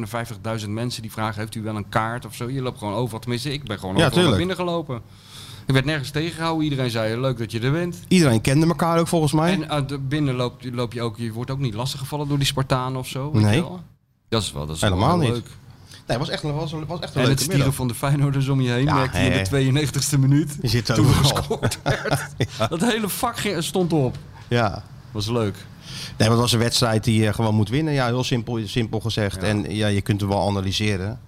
[SPEAKER 4] 57.000 mensen die vragen: heeft u wel een kaart of zo? Je loopt gewoon overal. Tenminste, ik ben gewoon
[SPEAKER 3] Ja,
[SPEAKER 4] overal naar
[SPEAKER 3] tuurlijk.
[SPEAKER 4] binnen gelopen. Ik werd nergens tegengehouden. Iedereen zei: eh, leuk dat je er bent.
[SPEAKER 3] Iedereen kende elkaar ook volgens mij.
[SPEAKER 4] En eh, de- binnen loop, loop je ook, je wordt ook niet lastiggevallen door die Spartanen of zo. Weet
[SPEAKER 3] Nee.
[SPEAKER 4] Je wel? Dat is wel, dat is wel
[SPEAKER 3] Helemaal
[SPEAKER 4] heel
[SPEAKER 3] niet.
[SPEAKER 4] leuk.
[SPEAKER 3] Nee, was echt, een- was, was echt een
[SPEAKER 4] En het
[SPEAKER 3] leuke
[SPEAKER 4] stieren
[SPEAKER 3] middag.
[SPEAKER 4] van de Feyenoorders om je heen
[SPEAKER 3] Ja,
[SPEAKER 4] merkte je
[SPEAKER 3] hè.
[SPEAKER 4] in de 92e minuut.
[SPEAKER 3] Je zit
[SPEAKER 4] Toen er
[SPEAKER 3] overal.
[SPEAKER 4] gescoord werd. Dat hele vak ging- stond op.
[SPEAKER 3] Ja.
[SPEAKER 4] Was leuk.
[SPEAKER 3] Nee, maar het was een wedstrijd die je gewoon moet winnen. Ja, heel simpel, simpel gezegd. En ja, je kunt er wel analyseren.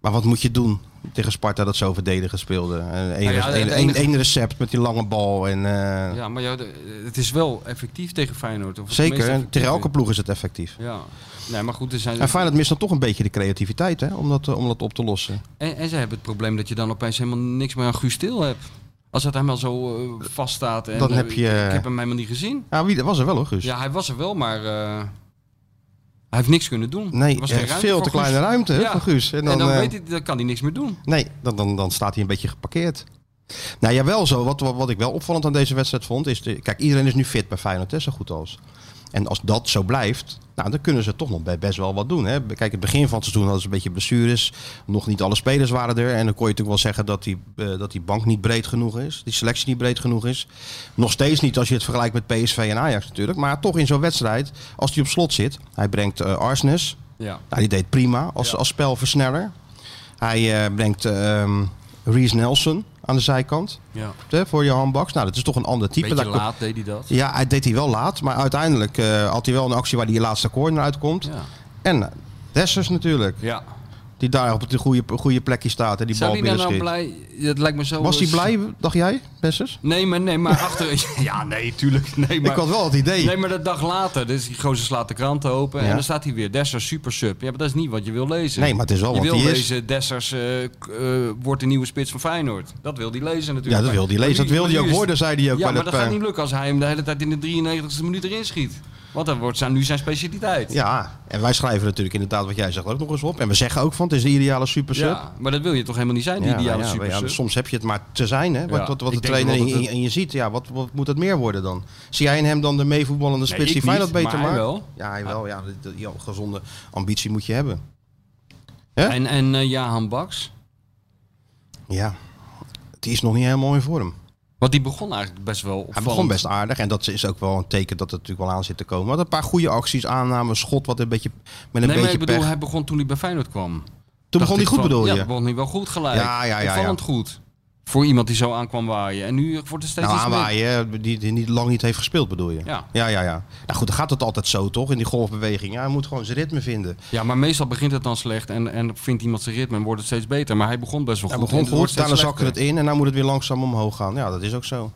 [SPEAKER 3] Maar wat moet je doen tegen Sparta dat zo verdedigen speelde? Eh, Eén
[SPEAKER 4] Nou ja, het enige-
[SPEAKER 3] recept met die lange bal. En, eh,
[SPEAKER 4] Ja, maar ja, de- het is wel effectief tegen Feyenoord. Of
[SPEAKER 3] zeker,
[SPEAKER 4] het tenminste
[SPEAKER 3] en
[SPEAKER 4] effectief
[SPEAKER 3] tegen elke
[SPEAKER 4] is.
[SPEAKER 3] ploeg is het effectief.
[SPEAKER 4] Ja, nee, maar goed, er zijn...
[SPEAKER 3] En Feyenoord mist dan toch een beetje de creativiteit hè, om, dat, eh, om dat op te lossen.
[SPEAKER 4] En, en ze hebben het probleem dat je dan opeens helemaal niks meer aan Guus Til hebt. Als het helemaal zo eh, vast staat. En,
[SPEAKER 3] Dan
[SPEAKER 4] eh,
[SPEAKER 3] heb je- Dus-
[SPEAKER 4] Ik heb hem helemaal niet gezien.
[SPEAKER 3] Ja, wie, dat was er wel hoor, Guus.
[SPEAKER 4] Ja, hij was er wel, maar eh, hij heeft niks kunnen doen.
[SPEAKER 3] Nee,
[SPEAKER 4] Er was
[SPEAKER 3] eh,
[SPEAKER 4] geen ruimte
[SPEAKER 3] veel
[SPEAKER 4] voor
[SPEAKER 3] te
[SPEAKER 4] Guus.
[SPEAKER 3] kleine ruimte hè,
[SPEAKER 4] Ja.
[SPEAKER 3] van Guus.
[SPEAKER 4] En dan,
[SPEAKER 3] eh,
[SPEAKER 4] weet hij, dan kan hij niks meer doen.
[SPEAKER 3] Nee, dan, dan, dan staat hij een beetje geparkeerd. Nou ja, wel zo. Wat, wat, wat ik wel opvallend aan deze wedstrijd vond, is... De, kijk, iedereen is nu fit bij Feyenoord, hè, zo goed als. En als dat zo blijft, nou, dan kunnen ze toch nog be- best wel wat doen. Hè. Kijk, het begin van het seizoen hadden ze een beetje blessures. Nog niet alle spelers waren er. En dan kon je natuurlijk wel zeggen dat die, eh, dat die bank niet breed genoeg is. Die selectie niet breed genoeg is. Nog steeds niet als je het vergelijkt met PSV en Ajax natuurlijk. Maar toch in zo'n wedstrijd, als die op slot zit... Hij brengt eh Arsenis,
[SPEAKER 4] Ja.
[SPEAKER 3] nou, die deed prima als,
[SPEAKER 4] Ja.
[SPEAKER 3] als spelversneller. Hij eh, brengt ehm Reese Nelson aan de zijkant
[SPEAKER 4] ja.
[SPEAKER 3] hè, voor Johan Baks. Nou, dat is toch een ander type.
[SPEAKER 4] Beetje
[SPEAKER 3] Daar-
[SPEAKER 4] laat deed hij dat.
[SPEAKER 3] Ja, hij deed hij wel laat. Maar uiteindelijk eh, had hij wel een actie waar die laatste corner uitkomt.
[SPEAKER 4] Ja.
[SPEAKER 3] En eh, Dessers natuurlijk.
[SPEAKER 4] ja.
[SPEAKER 3] Die daar op het goede, goede plekje staat en die
[SPEAKER 4] Zou
[SPEAKER 3] bal
[SPEAKER 4] hij daar
[SPEAKER 3] binnen
[SPEAKER 4] nou
[SPEAKER 3] schiet.
[SPEAKER 4] blij... Dat lijkt me zo...
[SPEAKER 3] Was hij blij, dacht jij, Dessers?
[SPEAKER 4] Nee, maar, nee, maar achter... Ja, nee, tuurlijk. Nee, maar...
[SPEAKER 3] Ik had wel het idee.
[SPEAKER 4] Nee, maar de dag later, dus die gozer slaat de krant open
[SPEAKER 3] Ja.
[SPEAKER 4] en dan staat hij weer Dessers super sub. Ja, maar dat is niet wat je wil lezen.
[SPEAKER 3] Nee, maar het is wel
[SPEAKER 4] je
[SPEAKER 3] wat
[SPEAKER 4] wil
[SPEAKER 3] hij is.
[SPEAKER 4] lezen, Dessers eh, k- eh, wordt de nieuwe spits van Feyenoord. Dat wil hij lezen natuurlijk.
[SPEAKER 3] Ja, dat wil hij lezen. Dat wil
[SPEAKER 4] wilde
[SPEAKER 3] hij ook worden, zei hij ook bij
[SPEAKER 4] Ja, maar
[SPEAKER 3] dat,
[SPEAKER 4] dat gaat
[SPEAKER 3] eh,
[SPEAKER 4] niet lukken als hij hem de hele tijd in de 93e minuut erin schiet. Want dat wordt zijn, nu zijn specialiteit.
[SPEAKER 3] Ja, en wij schrijven natuurlijk inderdaad wat jij zegt ook nog eens op. En we zeggen ook van het is de ideale supersub.
[SPEAKER 4] Ja, maar dat wil je toch helemaal niet zijn, die
[SPEAKER 3] Ja,
[SPEAKER 4] ideale
[SPEAKER 3] ja,
[SPEAKER 4] super
[SPEAKER 3] ja,
[SPEAKER 4] sub.
[SPEAKER 3] soms heb je het maar te zijn, hè? Wat,
[SPEAKER 4] Ja.
[SPEAKER 3] wat, wat de
[SPEAKER 4] Ik denk wel
[SPEAKER 3] trainer in,
[SPEAKER 4] dat het-
[SPEAKER 3] in- in je ziet. Ja, wat, wat moet het meer worden dan? Zie jij in hem dan de meevoetballende spits
[SPEAKER 4] ik
[SPEAKER 3] die Feyenoord
[SPEAKER 4] niet,
[SPEAKER 3] beter
[SPEAKER 4] maar hij
[SPEAKER 3] maakt?
[SPEAKER 4] wel.
[SPEAKER 3] Ja, hij wel. Ja, dat- dat- ja, gezonde ambitie moet je hebben. hè?
[SPEAKER 4] En, en eh, Jahan Baks,
[SPEAKER 3] Ja, die is nog niet helemaal in vorm.
[SPEAKER 4] want die begon eigenlijk best wel opvallend.
[SPEAKER 3] Hij begon best aardig en dat is ook wel een teken dat het natuurlijk wel aan zit te komen. Wat een paar goede acties, aannames, schot, wat een beetje met een
[SPEAKER 4] nee, maar
[SPEAKER 3] beetje
[SPEAKER 4] ik bedoel,
[SPEAKER 3] pech.
[SPEAKER 4] hij begon toen hij bij Feyenoord kwam.
[SPEAKER 3] Toen
[SPEAKER 4] Dacht
[SPEAKER 3] begon hij
[SPEAKER 4] ik
[SPEAKER 3] goed,
[SPEAKER 4] van,
[SPEAKER 3] bedoel
[SPEAKER 4] ja,
[SPEAKER 3] je?
[SPEAKER 4] Ja, begon hij wel goed gelijk.
[SPEAKER 3] Ja, ja, ja, ja.
[SPEAKER 4] Opvallend goed. Voor iemand die zo aan kwam waaien. En nu wordt er steeds
[SPEAKER 3] Nou,
[SPEAKER 4] iets meer.
[SPEAKER 3] aanwaaien, hè, die, die niet, lang niet heeft gespeeld, bedoel je?
[SPEAKER 4] Ja.
[SPEAKER 3] ja, ja. ja. Nou goed, dan gaat het altijd zo, toch? In die golfbeweging. Ja, hij moet gewoon zijn ritme vinden.
[SPEAKER 4] Ja, maar meestal begint het dan slecht en, en vindt iemand zijn ritme en wordt het steeds beter. Maar hij begon best wel
[SPEAKER 3] Hij
[SPEAKER 4] goed.
[SPEAKER 3] begon
[SPEAKER 4] en het wordt
[SPEAKER 3] goed, daarna
[SPEAKER 4] steeds
[SPEAKER 3] zakken het
[SPEAKER 4] slechter.
[SPEAKER 3] in en dan moet het weer langzaam omhoog gaan. Ja, dat is ook zo.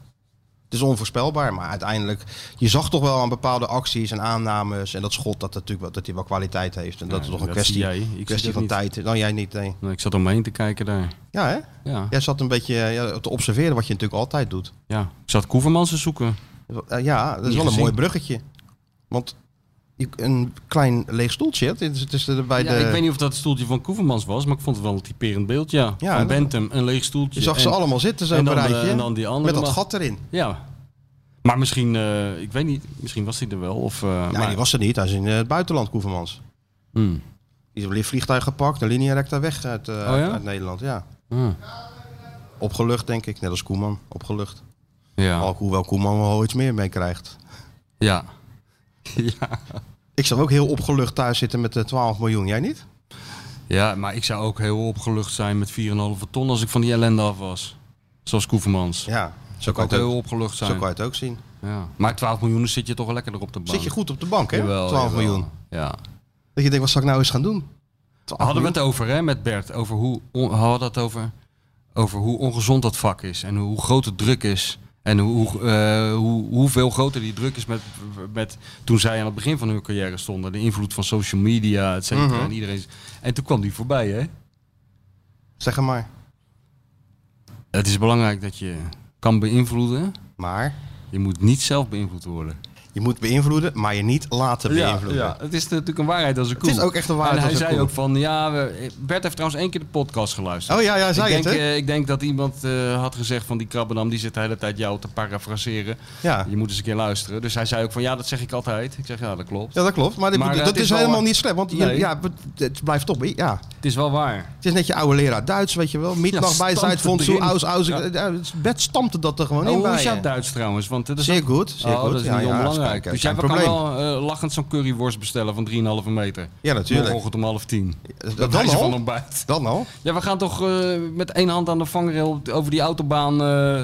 [SPEAKER 3] Het is onvoorspelbaar, maar uiteindelijk... Je zag toch wel aan bepaalde acties en aannames en dat schot dat, natuurlijk, wel- dat hij wel kwaliteit heeft. En dat
[SPEAKER 4] Ja,
[SPEAKER 3] is toch een
[SPEAKER 4] dat
[SPEAKER 3] kwestie,
[SPEAKER 4] zie jij. Ik zie
[SPEAKER 3] kwestie
[SPEAKER 4] dat
[SPEAKER 3] van
[SPEAKER 4] niet.
[SPEAKER 3] tijd. Nou, jij niet, nee.
[SPEAKER 4] Nee, Ik zat om me heen te kijken daar.
[SPEAKER 3] Ja, hè?
[SPEAKER 4] Ja, ja.
[SPEAKER 3] Jij zat een beetje eh, ja, te observeren wat je natuurlijk altijd doet.
[SPEAKER 4] Ik zat Koevermans te zoeken.
[SPEAKER 3] Eh, Ja, dat is
[SPEAKER 4] Niet
[SPEAKER 3] wel een
[SPEAKER 4] gezien.
[SPEAKER 3] mooi bruggetje. Want je- een klein leeg stoeltje hebt. Het is- Het is er bij
[SPEAKER 4] Ja,
[SPEAKER 3] de...
[SPEAKER 4] Ik weet niet of dat het stoeltje van Koevermans was, maar ik vond het wel een typerend beeld. Ja,
[SPEAKER 3] Ja,
[SPEAKER 4] van
[SPEAKER 3] dat-
[SPEAKER 4] Bentham, een leeg stoeltje.
[SPEAKER 3] Je zag ze
[SPEAKER 4] en-
[SPEAKER 3] allemaal zitten, zo'n
[SPEAKER 4] en dan de-
[SPEAKER 3] rijtje.
[SPEAKER 4] en dan die andere
[SPEAKER 3] met dat
[SPEAKER 4] man.
[SPEAKER 3] gat erin.
[SPEAKER 4] Ja. Maar misschien, eh, ik weet niet, misschien was hij er wel. Of, eh,
[SPEAKER 3] Nee,
[SPEAKER 4] maar-
[SPEAKER 3] die was er niet. Hij is in eh, het buitenland, Koevermans.
[SPEAKER 4] Hmm.
[SPEAKER 3] Die is op een vliegtuig gepakt, een linia recta weg uit, eh, uit-
[SPEAKER 4] Oh ja?
[SPEAKER 3] uit Nederland. Ja.
[SPEAKER 4] Ah.
[SPEAKER 3] Opgelucht, denk ik. Net als Koeman, opgelucht.
[SPEAKER 4] Ja.
[SPEAKER 3] Al, hoewel Koeman wel iets meer mee krijgt.
[SPEAKER 4] Ja. ja.
[SPEAKER 3] Ik zou ook heel opgelucht thuis zitten met eh, 12 miljoen. Jij niet?
[SPEAKER 4] Ja, maar ik zou ook heel opgelucht zijn met 4,5 ton als ik van die ellende af was. Zoals Koevermans.
[SPEAKER 3] Ja, zo
[SPEAKER 4] Zou ik
[SPEAKER 3] kan,
[SPEAKER 4] ook
[SPEAKER 3] het ook,
[SPEAKER 4] heel opgelucht
[SPEAKER 3] zo
[SPEAKER 4] zijn.
[SPEAKER 3] kan je het ook zien.
[SPEAKER 4] Ja. Maar 12 miljoen zit je toch wel lekker op de bank.
[SPEAKER 3] Zit je goed op de bank, hè?
[SPEAKER 4] Jawel,
[SPEAKER 3] 12
[SPEAKER 4] jawel.
[SPEAKER 3] miljoen.
[SPEAKER 4] Ja.
[SPEAKER 3] Dat je denkt, wat zou ik nou eens gaan doen?
[SPEAKER 4] Hadden we het over, hè, met Bert, over hoe, on- hadden we het over, over hoe ongezond dat vak is en hoe groot de druk is. En hoe, eh, hoe, hoeveel groter die druk is met, met toen zij aan het begin van hun carrière stonden. De invloed van social media, et cetera.
[SPEAKER 3] Mhm.
[SPEAKER 4] En, iedereen, en toen kwam die voorbij, hè?
[SPEAKER 3] Zeg het maar.
[SPEAKER 4] Het is belangrijk dat je kan beïnvloeden.
[SPEAKER 3] Maar,
[SPEAKER 4] Je moet niet zelf beïnvloed worden.
[SPEAKER 3] Je moet beïnvloeden, maar je niet laten
[SPEAKER 4] Ja,
[SPEAKER 3] beïnvloeden.
[SPEAKER 4] ja, het is natuurlijk een waarheid als een koe.
[SPEAKER 3] is ook echt een waarheid
[SPEAKER 4] En hij
[SPEAKER 3] als een
[SPEAKER 4] zei
[SPEAKER 3] koe.
[SPEAKER 4] ook van, ja, we- Bert heeft trouwens één keer de podcast geluisterd.
[SPEAKER 3] Oh ja, ja, hij zei
[SPEAKER 4] ik denk,
[SPEAKER 3] het, hè?
[SPEAKER 4] eh, ik denk dat iemand eh, had gezegd van die krabbenam, die zit de hele tijd jou te parafraseren.
[SPEAKER 3] Ja.
[SPEAKER 4] Je moet eens een keer luisteren. Dus hij zei ook van, ja, dat zeg ik altijd. Ik zeg, ja, dat klopt.
[SPEAKER 3] Ja, dat klopt. Maar, dit-
[SPEAKER 4] Maar, eh,
[SPEAKER 3] dat
[SPEAKER 4] het
[SPEAKER 3] is,
[SPEAKER 4] is wel
[SPEAKER 3] helemaal
[SPEAKER 4] waar.
[SPEAKER 3] niet slecht. Want je-
[SPEAKER 4] Nee.
[SPEAKER 3] ja, het- het blijft toch... Ja.
[SPEAKER 4] Het is wel waar.
[SPEAKER 3] Het is net je oude leraar Duits, weet je wel. Middag bij
[SPEAKER 4] stampt
[SPEAKER 3] Zuid van
[SPEAKER 4] het
[SPEAKER 3] zo
[SPEAKER 4] erin.
[SPEAKER 3] aus, aus.
[SPEAKER 4] Ja.
[SPEAKER 3] eh, Ja. het Bed stampte dat er gewoon
[SPEAKER 4] Oh,
[SPEAKER 3] in
[SPEAKER 4] hoe
[SPEAKER 3] bij
[SPEAKER 4] is jouw
[SPEAKER 3] je.
[SPEAKER 4] Duits trouwens? Want dat is
[SPEAKER 3] Zeer
[SPEAKER 4] ook-
[SPEAKER 3] goed, zeer
[SPEAKER 4] oh,
[SPEAKER 3] goed.
[SPEAKER 4] dat is
[SPEAKER 3] Ja,
[SPEAKER 4] niet
[SPEAKER 3] ja,
[SPEAKER 4] onbelangrijk.
[SPEAKER 3] is geen-
[SPEAKER 4] dus jij
[SPEAKER 3] geen
[SPEAKER 4] kan
[SPEAKER 3] probleem.
[SPEAKER 4] wel eh, lachend zo'n curryworst bestellen van 3,5 meter.
[SPEAKER 3] Ja, natuurlijk.
[SPEAKER 4] Morgenochtend om half tien.
[SPEAKER 3] Dat dan
[SPEAKER 4] is van
[SPEAKER 3] al?
[SPEAKER 4] ontbijt.
[SPEAKER 3] Dan al?
[SPEAKER 4] Ja, we gaan toch eh, met één hand aan de vangrail op- over die autobaan. eh,
[SPEAKER 3] We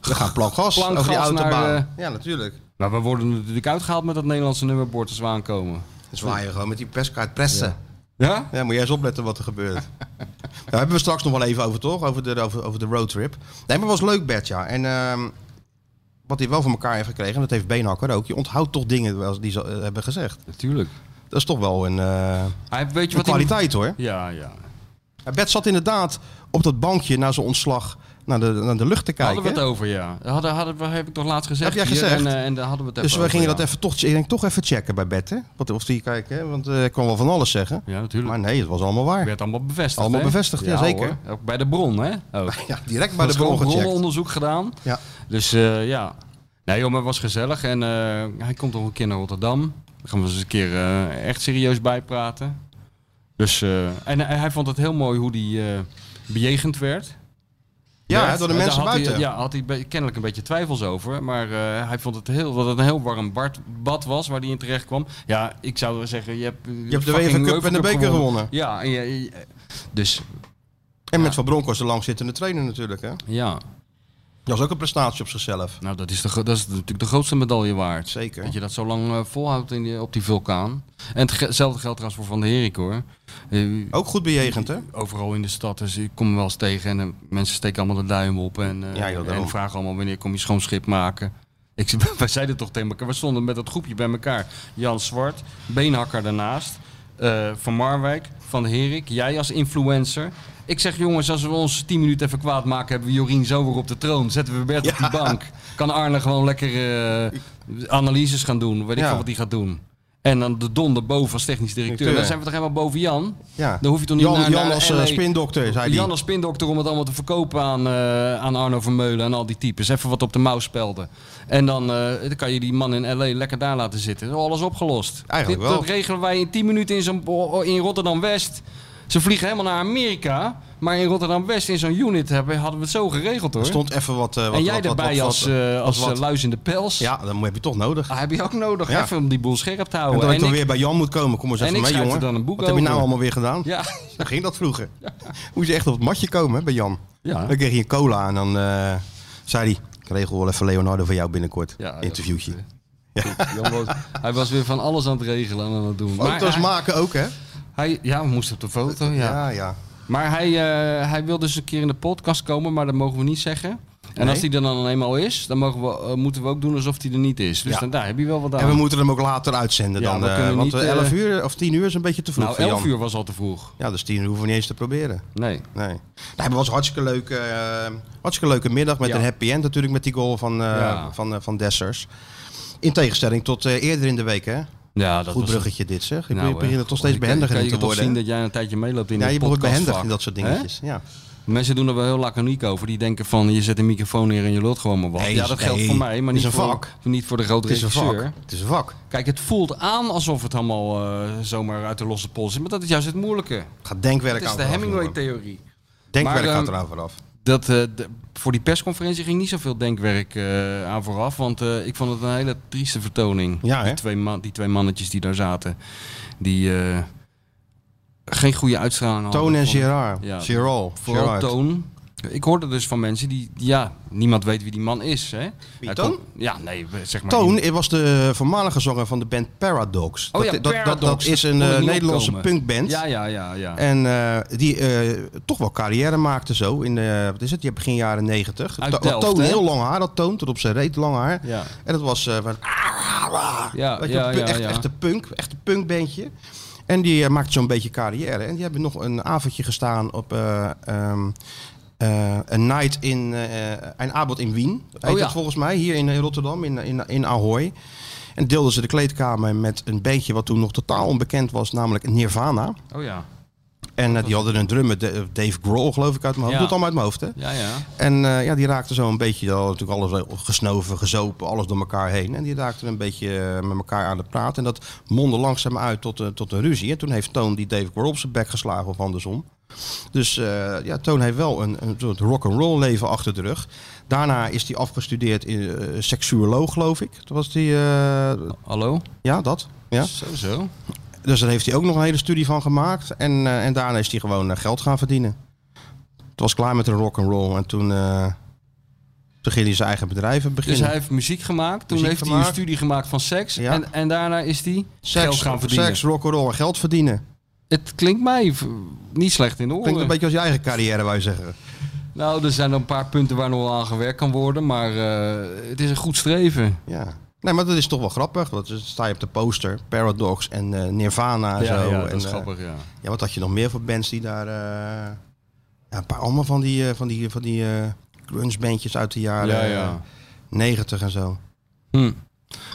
[SPEAKER 3] gaan plank gas
[SPEAKER 4] Plank
[SPEAKER 3] over die
[SPEAKER 4] gas
[SPEAKER 3] autobaan.
[SPEAKER 4] naar, eh,
[SPEAKER 3] Ja, natuurlijk.
[SPEAKER 4] Maar we worden natuurlijk uitgehaald met dat Nederlandse nummerbord als we aankomen.
[SPEAKER 3] Dan zwaai je gewoon met die perskaart pressen. Ja.
[SPEAKER 4] Ja?
[SPEAKER 3] moet jij eens opletten wat er gebeurt. Daar hebben we straks nog wel even over, toch? Over de, over, over de roadtrip. Nee, maar het was leuk, Bert, ja. En ehm, wat hij wel voor elkaar heeft gekregen, en dat heeft Beenhakker ook. Je onthoudt toch dingen wel- die ze eh, hebben gezegd.
[SPEAKER 4] Natuurlijk.
[SPEAKER 3] Dat is toch wel een, eh,
[SPEAKER 4] Hij, weet je
[SPEAKER 3] een
[SPEAKER 4] wat hij-
[SPEAKER 3] kwaliteit, hoor.
[SPEAKER 4] Ja, ja.
[SPEAKER 3] Ja, Bert zat inderdaad op dat bankje na zijn ontslag naar de, naar de lucht te kijken.
[SPEAKER 4] Hadden we het over, ja. Hadden, hadden, we- heb ik toch laatst gezegd?
[SPEAKER 3] Heb jij
[SPEAKER 4] hier,
[SPEAKER 3] gezegd?
[SPEAKER 4] En, eh, en daar hadden we het
[SPEAKER 3] dus
[SPEAKER 4] even
[SPEAKER 3] we
[SPEAKER 4] over,
[SPEAKER 3] gingen
[SPEAKER 4] ja.
[SPEAKER 3] dat even toch, ik denk, toch even checken bij Bert. Hè? Wat, of die kijken, hè? want eh ik kon wel van alles zeggen.
[SPEAKER 4] Ja, natuurlijk.
[SPEAKER 3] Maar nee, het was allemaal waar.
[SPEAKER 4] werd allemaal bevestigd.
[SPEAKER 3] Allemaal
[SPEAKER 4] hè?
[SPEAKER 3] bevestigd, ja, zeker.
[SPEAKER 4] hoor. Ook bij de bron, hè? Ook.
[SPEAKER 3] Ja, direct bij de bron
[SPEAKER 4] Er was gewoon
[SPEAKER 3] gecheckt.
[SPEAKER 4] bronnenonderzoek gedaan.
[SPEAKER 3] Ja.
[SPEAKER 4] Dus eh, ja. Nee joh, maar het was gezellig. En eh, hij komt nog een keer naar Rotterdam. Daar gaan we eens een keer eh, echt serieus bijpraten. Dus, eh, en hij- hij vond het heel mooi hoe die eh, bejegend werd.
[SPEAKER 3] Ja,
[SPEAKER 4] Werd.
[SPEAKER 3] door de
[SPEAKER 4] En daar
[SPEAKER 3] mensen
[SPEAKER 4] had hij-
[SPEAKER 3] buiten.
[SPEAKER 4] ja, had hij be- kennelijk een beetje twijfels over. Maar eh, hij vond het heel, dat het een heel warm bart- bad was waar hij in terecht kwam. Ja, ik zou zeggen, je hebt, eh,
[SPEAKER 3] Je hebt de UEFA Cup en de beker gewonnen.
[SPEAKER 4] Ja, en je- je- dus
[SPEAKER 3] En met Van Bronckhorst de langzittende trainer natuurlijk. Hè?
[SPEAKER 4] ja,
[SPEAKER 3] Dat was ook een prestatie op zichzelf.
[SPEAKER 4] Nou, dat is, de, gro- dat is natuurlijk de grootste medaille waard.
[SPEAKER 3] Zeker.
[SPEAKER 4] Dat je dat zo lang eh, volhoudt in die, op die vulkaan. En het ge- hetzelfde geldt trouwens voor Van der Herik hoor. Eh,
[SPEAKER 3] Ook goed bejegend, hè?
[SPEAKER 4] Overal in de stad, dus ik kom hem wel eens tegen en eh, mensen steken allemaal de duim op. En, eh,
[SPEAKER 3] Ja, joh, daarom.
[SPEAKER 4] en vragen allemaal wanneer kom je schoon schip maken. Ik, zei, wij zeiden toch tegen elkaar, we stonden met dat groepje bij elkaar. Jan Zwart, Beenhakker daarnaast, eh, Van Marwijk, Van der Herik, jij als influencer. Ik zeg jongens, als we ons 10 minuten even kwaad maken, hebben we Jorien zo weer op de troon. Zetten we Bert op die bank. Kan Arne gewoon lekker eh, analyses gaan doen, weet ik
[SPEAKER 3] Ja.
[SPEAKER 4] veel wat hij gaat doen. En dan de donder boven als technisch directeur.
[SPEAKER 3] Directeur.
[SPEAKER 4] Dan zijn we toch helemaal boven Jan?
[SPEAKER 3] Ja.
[SPEAKER 4] Dan hoef je toch niet
[SPEAKER 3] Jan,
[SPEAKER 4] naar,
[SPEAKER 3] Jan
[SPEAKER 4] naar
[SPEAKER 3] als
[SPEAKER 4] LA.
[SPEAKER 3] eh, spindokter, zei hij.
[SPEAKER 4] Jan als spindokter om het allemaal te verkopen aan, eh, aan Arno Vermeulen en al die types. Even wat op de mouw spelden. En dan, eh, dan kan je die man in L.A. lekker daar laten zitten. Dan is Alles opgelost.
[SPEAKER 3] Eigenlijk
[SPEAKER 4] Dit,
[SPEAKER 3] wel.
[SPEAKER 4] Dat regelen wij in 10 minuten in, zo'n- oh, in Rotterdam-West. Ze vliegen helemaal naar Amerika. Maar in Rotterdam-West in zo'n unit hebben, hadden we het zo geregeld hoor.
[SPEAKER 3] Er stond even wat... eh, wat
[SPEAKER 4] en jij
[SPEAKER 3] wat- wat-
[SPEAKER 4] daarbij
[SPEAKER 3] wat-
[SPEAKER 4] als,
[SPEAKER 3] wat-
[SPEAKER 4] eh, als
[SPEAKER 3] wat-
[SPEAKER 4] eh, luis in de pels.
[SPEAKER 3] Ja, dat heb je toch nodig.
[SPEAKER 4] Ah, heb je ook nodig.
[SPEAKER 3] Ja.
[SPEAKER 4] Even om die boel scherp te
[SPEAKER 3] En
[SPEAKER 4] houden.
[SPEAKER 3] dat ik
[SPEAKER 4] Oh, En
[SPEAKER 3] dan
[SPEAKER 4] ik-
[SPEAKER 3] weer bij Jan moet komen. Kom eens
[SPEAKER 4] en
[SPEAKER 3] even
[SPEAKER 4] ik
[SPEAKER 3] mee,
[SPEAKER 4] schrijf
[SPEAKER 3] jongen.
[SPEAKER 4] er dan een boek
[SPEAKER 3] Wat heb je nou
[SPEAKER 4] over.
[SPEAKER 3] allemaal weer gedaan?
[SPEAKER 4] Ja.
[SPEAKER 3] Zo ging dat vroeger. Moest je echt op het matje komen hè, bij Jan.
[SPEAKER 4] Ja.
[SPEAKER 3] Dan kreeg je een cola en dan eh, zei hij... Ik regel wel even Leonardo van jou binnenkort.
[SPEAKER 4] Ja,
[SPEAKER 3] Interviewtje.
[SPEAKER 4] dat- Jan was- hij was weer van alles aan het regelen en aan het doen. Maar
[SPEAKER 3] Foto's
[SPEAKER 4] hij,
[SPEAKER 3] maken ook, hè?
[SPEAKER 4] hij- ja, we moesten op de foto. Ja.
[SPEAKER 3] ja. ja.
[SPEAKER 4] Maar hij, eh, hij wil dus een keer in de podcast komen, maar dat mogen we niet zeggen. En
[SPEAKER 3] Nee.
[SPEAKER 4] als hij er dan eenmaal is, dan mogen we, eh, moeten we ook doen alsof hij er niet is. Dus
[SPEAKER 3] Ja.
[SPEAKER 4] dan, daar heb je wel wat aan.
[SPEAKER 3] En we moeten hem ook later uitzenden
[SPEAKER 4] Ja,
[SPEAKER 3] dan.
[SPEAKER 4] we
[SPEAKER 3] eh,
[SPEAKER 4] kunnen
[SPEAKER 3] want
[SPEAKER 4] niet,
[SPEAKER 3] eh, 11
[SPEAKER 4] eh,
[SPEAKER 3] uur of 10 uur is een beetje te vroeg
[SPEAKER 4] nou,
[SPEAKER 3] voor
[SPEAKER 4] 11
[SPEAKER 3] Jan.
[SPEAKER 4] uur was al te vroeg.
[SPEAKER 3] Ja, dus 10 uur hoeven we niet eens te proberen.
[SPEAKER 4] Nee.
[SPEAKER 3] Nee. nee maar het was een hartstikke leuke, eh, hartstikke leuke middag met
[SPEAKER 4] Ja.
[SPEAKER 3] een happy end natuurlijk met die goal van, eh,
[SPEAKER 4] Ja.
[SPEAKER 3] van, eh, van Dessers. In tegenstelling tot eh, eerder in de week, hè?
[SPEAKER 4] Ja, dat
[SPEAKER 3] Goed
[SPEAKER 4] was
[SPEAKER 3] bruggetje dit, zeg. Ik
[SPEAKER 4] Nou,
[SPEAKER 3] begin
[SPEAKER 4] eh,
[SPEAKER 3] er toch steeds
[SPEAKER 4] ik- ik-
[SPEAKER 3] behendiger in
[SPEAKER 4] kan je
[SPEAKER 3] te
[SPEAKER 4] toch
[SPEAKER 3] worden.
[SPEAKER 4] zien dat jij een tijdje meeloopt in
[SPEAKER 3] ja,
[SPEAKER 4] de
[SPEAKER 3] je wordt behendig in
[SPEAKER 4] podcastvak,
[SPEAKER 3] dat soort
[SPEAKER 4] hè?
[SPEAKER 3] dingetjes. Ja.
[SPEAKER 4] Mensen doen er wel heel laconiek over. Die denken van, je zet een microfoon neer en je lult gewoon maar wat.
[SPEAKER 3] Nee,
[SPEAKER 4] ja, dat
[SPEAKER 3] nee.
[SPEAKER 4] geldt voor mij, maar
[SPEAKER 3] Het is
[SPEAKER 4] niet
[SPEAKER 3] een
[SPEAKER 4] voor,
[SPEAKER 3] vak.
[SPEAKER 4] niet voor de grote
[SPEAKER 3] Het is een
[SPEAKER 4] regisseur.
[SPEAKER 3] vak. Het is een vak.
[SPEAKER 4] Kijk, het voelt aan alsof het allemaal eh, zomaar uit de losse pols is. Maar dat is juist het moeilijke.
[SPEAKER 3] Het gaat denkwerk
[SPEAKER 4] Het is
[SPEAKER 3] aan
[SPEAKER 4] de
[SPEAKER 3] vooraf, jongen.
[SPEAKER 4] Hemingway-theorie.
[SPEAKER 3] Denkwerk
[SPEAKER 4] Maar,
[SPEAKER 3] gaat
[SPEAKER 4] ehm,
[SPEAKER 3] eraan vooraf.
[SPEAKER 4] Dat, eh, de- voor die persconferentie ging niet zoveel denkwerk eh, aan vooraf. Want eh, ik vond het een hele trieste vertoning.
[SPEAKER 3] Ja, hè?
[SPEAKER 4] die, twee man, die twee mannetjes die daar zaten. Die eh, geen goede uitstraling hadden.
[SPEAKER 3] Toon en
[SPEAKER 4] Vond ik-
[SPEAKER 3] Gerard.
[SPEAKER 4] Ja.
[SPEAKER 3] Gerard.
[SPEAKER 4] Vooral
[SPEAKER 3] Gerard.
[SPEAKER 4] Toon. Ik hoorde dus van mensen die, die- ja, niemand weet wie die man is. Hè? Hij
[SPEAKER 3] Toon?
[SPEAKER 4] kon- ja, nee, zeg maar.
[SPEAKER 3] Toon eh, was de voormalige zanger van de band Paradox.
[SPEAKER 4] Oh ja,
[SPEAKER 3] dat, dat, dat, dat
[SPEAKER 4] Paradox.
[SPEAKER 3] is een
[SPEAKER 4] Kon er
[SPEAKER 3] eh,
[SPEAKER 4] niet
[SPEAKER 3] Nederlandse
[SPEAKER 4] opkomen.
[SPEAKER 3] punkband.
[SPEAKER 4] Ja, ja, ja, ja.
[SPEAKER 3] En eh, die eh, toch wel carrière maakte zo. In de, wat is het? Ja, begin jaren negentig.
[SPEAKER 4] Uit
[SPEAKER 3] To-
[SPEAKER 4] Delft,
[SPEAKER 3] Toon,
[SPEAKER 4] hè?
[SPEAKER 3] heel lang haar. Dat Toon, tot op zijn reet lang haar.
[SPEAKER 4] Ja.
[SPEAKER 3] En dat was eh, van... ah.
[SPEAKER 4] Ja,
[SPEAKER 3] weet je,
[SPEAKER 4] ja,
[SPEAKER 3] pu-
[SPEAKER 4] ja,
[SPEAKER 3] echt,
[SPEAKER 4] ja.
[SPEAKER 3] echt een punk. Echt een punkbandje. En die eh, maakte zo'n beetje carrière. En die hebben nog een avondje gestaan op... eh, ehm, eh, een night in eh, een avond in Wien, heet
[SPEAKER 4] Oh ja.
[SPEAKER 3] dat volgens mij, hier in eh, Rotterdam, in, in, in Ahoy. En deelden ze de kleedkamer met een beetje wat toen nog totaal onbekend was, namelijk Nirvana.
[SPEAKER 4] Oh ja.
[SPEAKER 3] En eh, die hadden een drummer, De- Dave Grohl geloof ik uit mijn hoofd.
[SPEAKER 4] Ja.
[SPEAKER 3] Dat doet allemaal uit mijn hoofd hè.
[SPEAKER 4] Ja, ja.
[SPEAKER 3] En eh, ja, die raakte zo een beetje, al natuurlijk alles gesnoven, gezopen, alles door elkaar heen. En die raakten een beetje eh, met elkaar aan de praat. En dat mondde langzaam uit tot, eh, tot een ruzie. En toen heeft Toon die Dave Grohl op zijn bek geslagen of andersom. Dus eh, ja, Toon heeft wel een, een soort rock'n'roll leven achter de rug. Daarna is hij afgestudeerd in eh, seksuoloog, geloof ik. Dat was die, eh,
[SPEAKER 4] Hallo?
[SPEAKER 3] ja, dat. Ja.
[SPEAKER 4] Zo, zo.
[SPEAKER 3] Dus daar heeft hij ook nog een hele studie van gemaakt. En, eh, en daarna is hij gewoon eh, geld gaan verdienen. Het was klaar met de rock'n'roll. En toen eh toen ging hij zijn eigen bedrijven
[SPEAKER 4] Dus
[SPEAKER 3] beginnen.
[SPEAKER 4] hij heeft muziek gemaakt. Toen
[SPEAKER 3] Muziek
[SPEAKER 4] heeft hij
[SPEAKER 3] gemaakt.
[SPEAKER 4] een studie gemaakt van seks.
[SPEAKER 3] Ja.
[SPEAKER 4] En, en daarna is hij geld gaan verdienen.
[SPEAKER 3] Seks, rock'n'roll en geld verdienen.
[SPEAKER 4] Het klinkt mij v- niet slecht in de oren.
[SPEAKER 3] Klinkt een beetje als je eigen carrière, wou je zeggen.
[SPEAKER 4] Nou, er zijn een paar punten waar nog wel aan gewerkt kan worden. Maar eh, het is een goed streven.
[SPEAKER 3] Ja. Nee, maar dat is toch wel grappig. Dat is, sta je op de poster, Paradox en eh, Nirvana en zo.
[SPEAKER 4] dat
[SPEAKER 3] en,
[SPEAKER 4] is
[SPEAKER 3] eh,
[SPEAKER 4] grappig, ja.
[SPEAKER 3] ja, wat had je nog meer voor bands die daar... eh, ja, een paar allemaal van die, eh, van die, van die eh, grunge-bandjes uit de jaren
[SPEAKER 4] ja,
[SPEAKER 3] eh,
[SPEAKER 4] ja.
[SPEAKER 3] 90 en zo.
[SPEAKER 4] Hm.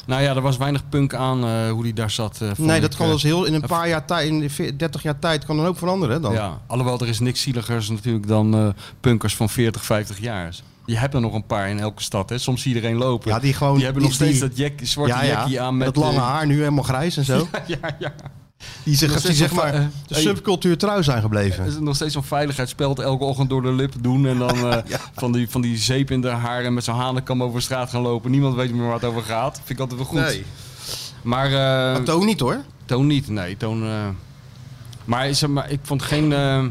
[SPEAKER 4] Nou ja, er was weinig punk aan eh, hoe die daar zat. eh, vond
[SPEAKER 3] Nee,
[SPEAKER 4] ik,
[SPEAKER 3] dat kan
[SPEAKER 4] eh,
[SPEAKER 3] dus heel in een
[SPEAKER 4] eh,
[SPEAKER 3] paar jaar tijd, in de ve- 30 jaar tijd, kan er ook veranderen hè, dan.
[SPEAKER 4] Ja, alhoewel er is niks zieligers natuurlijk dan eh, punkers van 40, 50 jaar. Je hebt er nog een paar in elke stad. Hè. Soms zie je iedereen lopen.
[SPEAKER 3] Ja, die gewoon-
[SPEAKER 4] die hebben nog
[SPEAKER 3] die-
[SPEAKER 4] steeds dat jack, zwarte
[SPEAKER 3] Ja, ja.
[SPEAKER 4] jackie aan met
[SPEAKER 3] dat lange
[SPEAKER 4] eh,
[SPEAKER 3] haar nu helemaal grijs en zo.
[SPEAKER 4] ja, ja.
[SPEAKER 3] Die
[SPEAKER 4] Nog
[SPEAKER 3] zich, die
[SPEAKER 4] steeds
[SPEAKER 3] zeg
[SPEAKER 4] nog
[SPEAKER 3] maar
[SPEAKER 4] va- eh,
[SPEAKER 3] de
[SPEAKER 4] hey.
[SPEAKER 3] subcultuur trouw zijn
[SPEAKER 4] Is
[SPEAKER 3] gebleven.
[SPEAKER 4] het nog steeds zo'n veiligheidsspeld elke ochtend door de lip doen en dan eh, van, die, van die zeep in de haar en met zo'n hanenkam over straat gaan lopen. Niemand weet meer waar het over gaat. Vind ik altijd wel goed. Maar eh,
[SPEAKER 3] Maar Toon niet hoor.
[SPEAKER 4] Toon niet, nee. Toon, eh, maar, zeg maar ik vond geen, eh,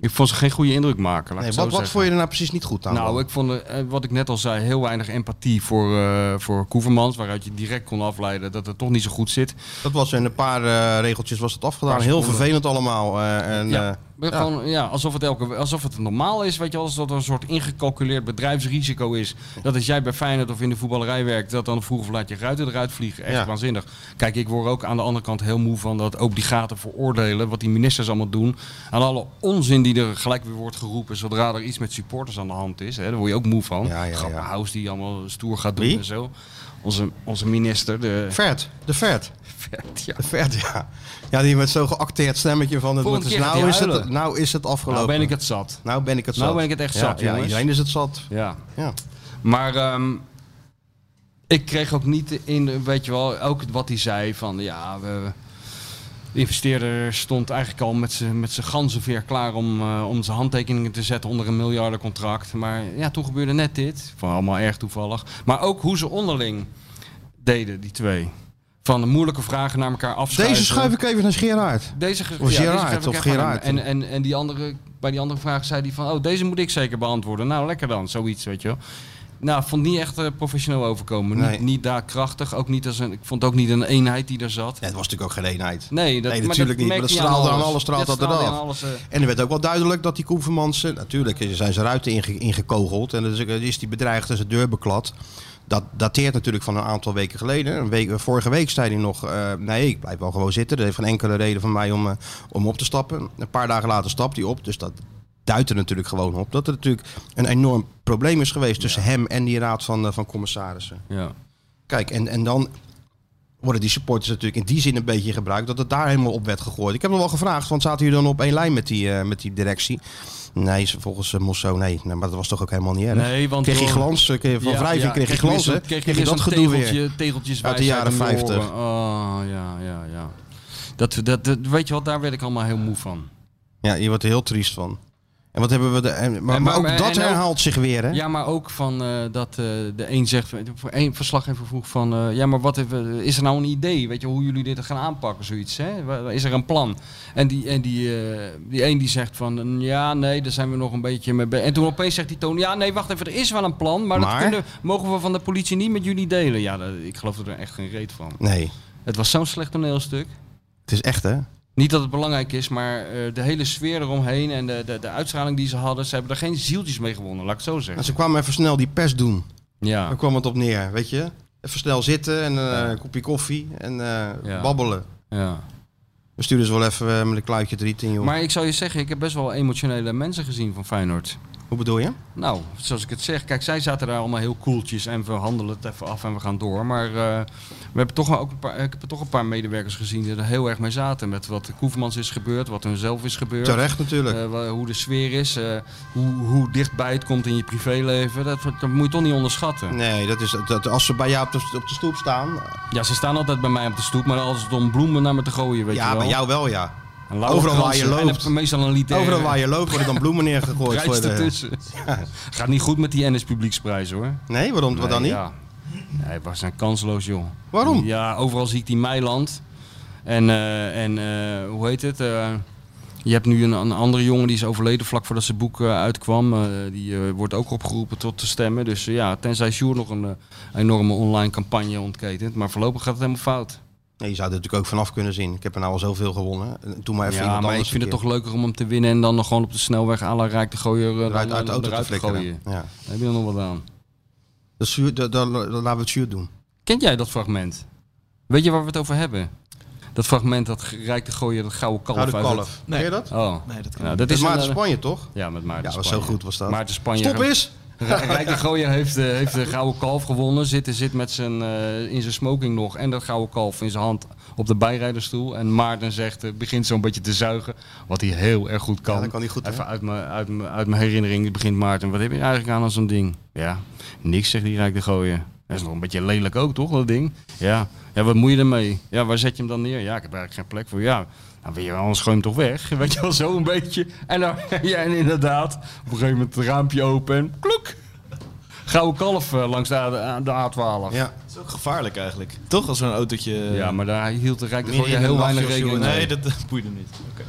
[SPEAKER 4] ik vond ze geen goede indruk maken. Laat
[SPEAKER 3] Nee,
[SPEAKER 4] ik het
[SPEAKER 3] wat,
[SPEAKER 4] zo
[SPEAKER 3] wat
[SPEAKER 4] zeggen.
[SPEAKER 3] vond je er nou precies niet goed aan?
[SPEAKER 4] Nou,
[SPEAKER 3] dan?
[SPEAKER 4] ik vond, eh, wat ik net al zei, heel weinig empathie voor, eh, voor Koevermans. Waaruit je direct kon afleiden dat het toch niet zo goed zit.
[SPEAKER 3] Dat was in een paar eh, regeltjes was dat afgedaan.
[SPEAKER 4] Paar
[SPEAKER 3] Heel
[SPEAKER 4] seconden.
[SPEAKER 3] vervelend allemaal. eh, en,
[SPEAKER 4] Ja,
[SPEAKER 3] eh,
[SPEAKER 4] maar
[SPEAKER 3] ja.
[SPEAKER 4] Gewoon, ja alsof, het elke, alsof het normaal is, weet je, wel, alsof dat er een soort ingecalculeerd bedrijfsrisico is. Dat als jij bij Feyenoord of in de voetballerij werkt, dat dan vroeg of laat je ruiten eruit vliegen. Echt
[SPEAKER 3] Ja.
[SPEAKER 4] waanzinnig. Kijk, ik word ook aan de andere kant heel moe van dat obligaten veroordelen, wat die ministers allemaal doen. Aan alle onzin die er gelijk weer wordt geroepen, zodra er iets met supporters aan de hand is. Hè, daar word je ook moe van.
[SPEAKER 3] Ja, ja, ja.
[SPEAKER 4] Grappenhuis die allemaal stoer gaat doen
[SPEAKER 3] Wie?
[SPEAKER 4] en zo. Onze, onze minister, de...
[SPEAKER 3] Vert, de Vert.
[SPEAKER 4] Vert, ja.
[SPEAKER 3] De Vert, ja. Ja, die met zo'n geacteerd stemmetje van... Het,
[SPEAKER 4] Volgende
[SPEAKER 3] wordt dus
[SPEAKER 4] keer gaat
[SPEAKER 3] nou,
[SPEAKER 4] hij
[SPEAKER 3] is het,
[SPEAKER 4] huilen.
[SPEAKER 3] nou is het afgelopen.
[SPEAKER 4] Nou ben ik het zat.
[SPEAKER 3] Nou ben ik het zat.
[SPEAKER 4] Nou ben ik het echt
[SPEAKER 3] Ja,
[SPEAKER 4] zat,
[SPEAKER 3] ja,
[SPEAKER 4] jongens.
[SPEAKER 3] iedereen is het zat.
[SPEAKER 4] Ja.
[SPEAKER 3] Ja.
[SPEAKER 4] Maar ehm, ik kreeg ook niet in, weet je wel, ook wat hij zei van ja, we, de investeerder stond eigenlijk al met zijn met zijn ganzenveer klaar om, eh, om zijn handtekeningen te zetten onder een miljardencontract. Maar ja, toen gebeurde net dit. Van allemaal erg toevallig. Maar ook hoe ze onderling deden, die twee. Van de moeilijke vragen naar elkaar afschuiven.
[SPEAKER 3] Deze schuif ik even naar Gerard.
[SPEAKER 4] Deze ge-
[SPEAKER 3] Of
[SPEAKER 4] ja, deze
[SPEAKER 3] Gerard,
[SPEAKER 4] geef ik
[SPEAKER 3] of
[SPEAKER 4] even aan hem.
[SPEAKER 3] Gerard.
[SPEAKER 4] En, en, en die andere, bij die andere vraag zei hij van, oh, deze moet ik zeker beantwoorden. Nou, lekker dan, zoiets, weet je wel. Nou, vond niet echt eh, professioneel overkomen.
[SPEAKER 3] Nee.
[SPEAKER 4] Niet, niet daar krachtig, ook niet als een, ik vond ook niet een eenheid die daar zat.
[SPEAKER 3] Ja, het was natuurlijk ook geen eenheid.
[SPEAKER 4] Nee, dat,
[SPEAKER 3] Nee,
[SPEAKER 4] maar
[SPEAKER 3] natuurlijk niet,
[SPEAKER 4] merk
[SPEAKER 3] maar dat
[SPEAKER 4] je
[SPEAKER 3] straalde aan alles, straalde dat
[SPEAKER 4] straalde
[SPEAKER 3] eraf.
[SPEAKER 4] aan alles, eh.
[SPEAKER 3] En er werd ook wel duidelijk dat die Koevermansen, natuurlijk eh, zijn ze ruiten inge- ingekogeld en dus is die bedreigd en zijn deur beklad. Dat dateert natuurlijk van een aantal weken geleden. Een week, vorige week zei hij nog, eh, nee, ik blijf wel gewoon zitten. Er heeft geen enkele reden van mij om, eh, om op te stappen. Een paar dagen later stapt hij op, dus dat duidt er natuurlijk gewoon op. Dat er natuurlijk een enorm probleem is geweest tussen hem en die raad van, eh, van commissarissen.
[SPEAKER 4] ja.
[SPEAKER 3] Kijk, en, en dan worden die supporters natuurlijk in die zin een beetje gebruikt dat het daar helemaal op werd gegooid. Ik heb hem wel gevraagd, want zaten jullie dan op één lijn met die, eh, met die directie? Nee, ze- volgens uh, Mosso, nee. nee. Maar dat was toch ook helemaal niet erg?
[SPEAKER 4] Nee, want
[SPEAKER 3] kreeg je
[SPEAKER 4] door-
[SPEAKER 3] glans, eh, kreeg je van
[SPEAKER 4] Ja,
[SPEAKER 3] wrijving
[SPEAKER 4] ja,
[SPEAKER 3] kreeg je glans,
[SPEAKER 4] weer
[SPEAKER 3] hè?
[SPEAKER 4] zo'n-
[SPEAKER 3] Kreeg
[SPEAKER 4] weer
[SPEAKER 3] je dat
[SPEAKER 4] zo'n
[SPEAKER 3] gedoe weer?
[SPEAKER 4] tegeltje, tegeltjes
[SPEAKER 3] Uit de jaren
[SPEAKER 4] wijsheid om je
[SPEAKER 3] 50.
[SPEAKER 4] oren. Oh, ja, ja, ja. Dat, dat, dat, weet je wat, daar werd ik allemaal heel moe van.
[SPEAKER 3] Ja, je wordt er heel triest van. En wat hebben we... De, en, maar, maar
[SPEAKER 4] En maar-
[SPEAKER 3] ook
[SPEAKER 4] maar-
[SPEAKER 3] dat
[SPEAKER 4] en ook-
[SPEAKER 3] herhaalt zich weer, hè?
[SPEAKER 4] Ja, maar ook van eh, dat eh, de een zegt, voor één verslaggever vroeg van, eh, ja, maar wat heeft, eh, is er nou een idee, weet je, hoe jullie dit gaan aanpakken, zoiets, hè? Wa- Is er een plan? En die, en die, eh, die een die zegt van, mm, ja, nee, daar zijn we nog een beetje mee be- En toen opeens zegt die toon, ja, nee, wacht even, er is wel een plan, maar,
[SPEAKER 3] Maar?
[SPEAKER 4] dat kunnen, mogen we van de politie niet met jullie delen. Ja, dat- ik geloof er echt geen reet van.
[SPEAKER 3] Nee,
[SPEAKER 4] Het was zo'n slecht toneelstuk.
[SPEAKER 3] het is echt, hè?
[SPEAKER 4] Niet dat het belangrijk is, maar eh, de hele sfeer eromheen en de, de, de uitstraling die ze hadden, ze hebben er geen zieltjes mee gewonnen, laat ik het zo
[SPEAKER 3] Nou,
[SPEAKER 4] zeggen.
[SPEAKER 3] ze kwamen even snel die pers doen.
[SPEAKER 4] Ja.
[SPEAKER 3] Daar kwam het op neer, weet je? Even snel zitten en eh, een kopje koffie en eh,
[SPEAKER 4] Ja.
[SPEAKER 3] babbelen.
[SPEAKER 4] Ja.
[SPEAKER 3] We sturen ze wel even eh, met een kluitje driet in, joh.
[SPEAKER 4] Maar ik zou je zeggen, ik heb best wel emotionele mensen gezien van Feyenoord.
[SPEAKER 3] Hoe bedoel je?
[SPEAKER 4] Nou, zoals ik het zeg, kijk, zij zaten daar allemaal heel koeltjes en we handelen het even af en we gaan door. Maar eh, we hebben toch wel ook een paar, ik heb er toch een paar medewerkers gezien die er heel erg mee zaten. Met wat Koefmans is gebeurd, wat hun zelf is gebeurd.
[SPEAKER 3] Terecht natuurlijk.
[SPEAKER 4] Eh, wa- hoe de sfeer is, eh, hoe, hoe dichtbij het komt in je privéleven. Dat, wordt- dat moet je toch niet onderschatten.
[SPEAKER 3] Nee, dat is, dat, als ze bij jou op de, op de stoep staan. eh,
[SPEAKER 4] Ja, ze staan altijd bij mij op de stoep, maar als het om bloemen naar me te gooien, weet
[SPEAKER 3] ja,
[SPEAKER 4] je wel.
[SPEAKER 3] bij jou wel, ja.
[SPEAKER 4] En lauwe
[SPEAKER 3] overal waar je
[SPEAKER 4] kransen. En
[SPEAKER 3] loopt.
[SPEAKER 4] dan heb ik meestal een lied
[SPEAKER 3] Overal waar je loopt worden dan bloemen neergegooid.
[SPEAKER 4] prijs
[SPEAKER 3] Voor de...
[SPEAKER 4] ertussen. Gaat niet goed met die NS Publieksprijs hoor.
[SPEAKER 3] Nee, waarom wat dan
[SPEAKER 4] Nee,
[SPEAKER 3] niet?
[SPEAKER 4] Ja. Nee, we zijn kansloos, joh.
[SPEAKER 3] Waarom?
[SPEAKER 4] Ja, overal zie ik die Meiland. En, eh, en eh, hoe heet het? Eh, je hebt nu een, een andere jongen die is overleden vlak voordat zijn boek eh, uitkwam. Eh, die eh, wordt ook opgeroepen tot te stemmen. Dus eh, ja, tenzij Sjoerd nog een eh, enorme online campagne ontketent. Maar voorlopig gaat het helemaal fout.
[SPEAKER 3] Nee, je zou er natuurlijk ook vanaf kunnen zien. Ik heb er nou al zoveel gewonnen. Eh, Doe maar even
[SPEAKER 4] ja,
[SPEAKER 3] iemand
[SPEAKER 4] maar ik
[SPEAKER 3] anders
[SPEAKER 4] vind het
[SPEAKER 3] een
[SPEAKER 4] toch leuker om hem te winnen en dan nog gewoon op de snelweg à la Rijk de gooier eh,
[SPEAKER 3] keer eruit
[SPEAKER 4] dan,
[SPEAKER 3] uit de
[SPEAKER 4] eh,
[SPEAKER 3] auto te
[SPEAKER 4] eruit te
[SPEAKER 3] flikkeren.
[SPEAKER 4] gooien.
[SPEAKER 3] Ja.
[SPEAKER 4] Daar heb je nog wat aan.
[SPEAKER 3] Dat, zuur, dat, dat- dat laten we het zuur doen.
[SPEAKER 4] Kent jij dat fragment? Weet je waar we het over hebben? Dat fragment dat ge- Rijk de Gooier dat gouden kalf
[SPEAKER 3] Gouden
[SPEAKER 4] uit het-
[SPEAKER 3] kalf. Ken je dat?
[SPEAKER 4] Oh.
[SPEAKER 5] Nee, dat kan
[SPEAKER 4] Nou, dat
[SPEAKER 5] niet.
[SPEAKER 3] Dat
[SPEAKER 4] is
[SPEAKER 3] is Maarten
[SPEAKER 4] een-
[SPEAKER 3] Spanje, toch?
[SPEAKER 4] Ja, met Maarten
[SPEAKER 3] Ja, was
[SPEAKER 4] Spanje.
[SPEAKER 3] zo goed was dat.
[SPEAKER 4] Maarten Spanje.
[SPEAKER 3] Stop eens!
[SPEAKER 4] Rijk de Gooier heeft, eh, heeft de gouden kalf gewonnen. Zit, zit met zijn, eh, in zijn smoking nog en dat gouden kalf in zijn hand op de bijrijdersstoel. En Maarten zegt, eh, begint zo'n beetje te zuigen. Wat hij heel erg goed kan.
[SPEAKER 3] Ja, dat kan hij goed, hè?
[SPEAKER 4] Even uit mijn, uit, mijn, uit mijn herinnering begint Maarten. Wat heb je eigenlijk aan aan zo'n ding? Ja, niks zegt die Rijk de Gooier. Dat is nog een beetje lelijk ook, toch, dat ding? Ja. ja, wat moet je ermee? Ja, waar zet je hem dan neer? Ja, ik heb eigenlijk geen plek voor. Ja, dan wil je wel, anders gooi je hem toch weg. Weet je wel, zo een beetje. En, dan, ja, en inderdaad, op een gegeven moment het raampje open en kloek. Gouden kalf eh, langs de, A- de A12. Ja.
[SPEAKER 3] Ja.
[SPEAKER 5] Dat is ook gevaarlijk eigenlijk. Toch als zo'n autootje... eh,
[SPEAKER 4] maar daar hield de Rijk de
[SPEAKER 3] Meer
[SPEAKER 4] Gooier
[SPEAKER 3] in de
[SPEAKER 4] heel
[SPEAKER 3] nacht,
[SPEAKER 4] weinig
[SPEAKER 3] joh,
[SPEAKER 4] rekening mee.
[SPEAKER 5] Nee, dat dat boeit hem niet. Oké.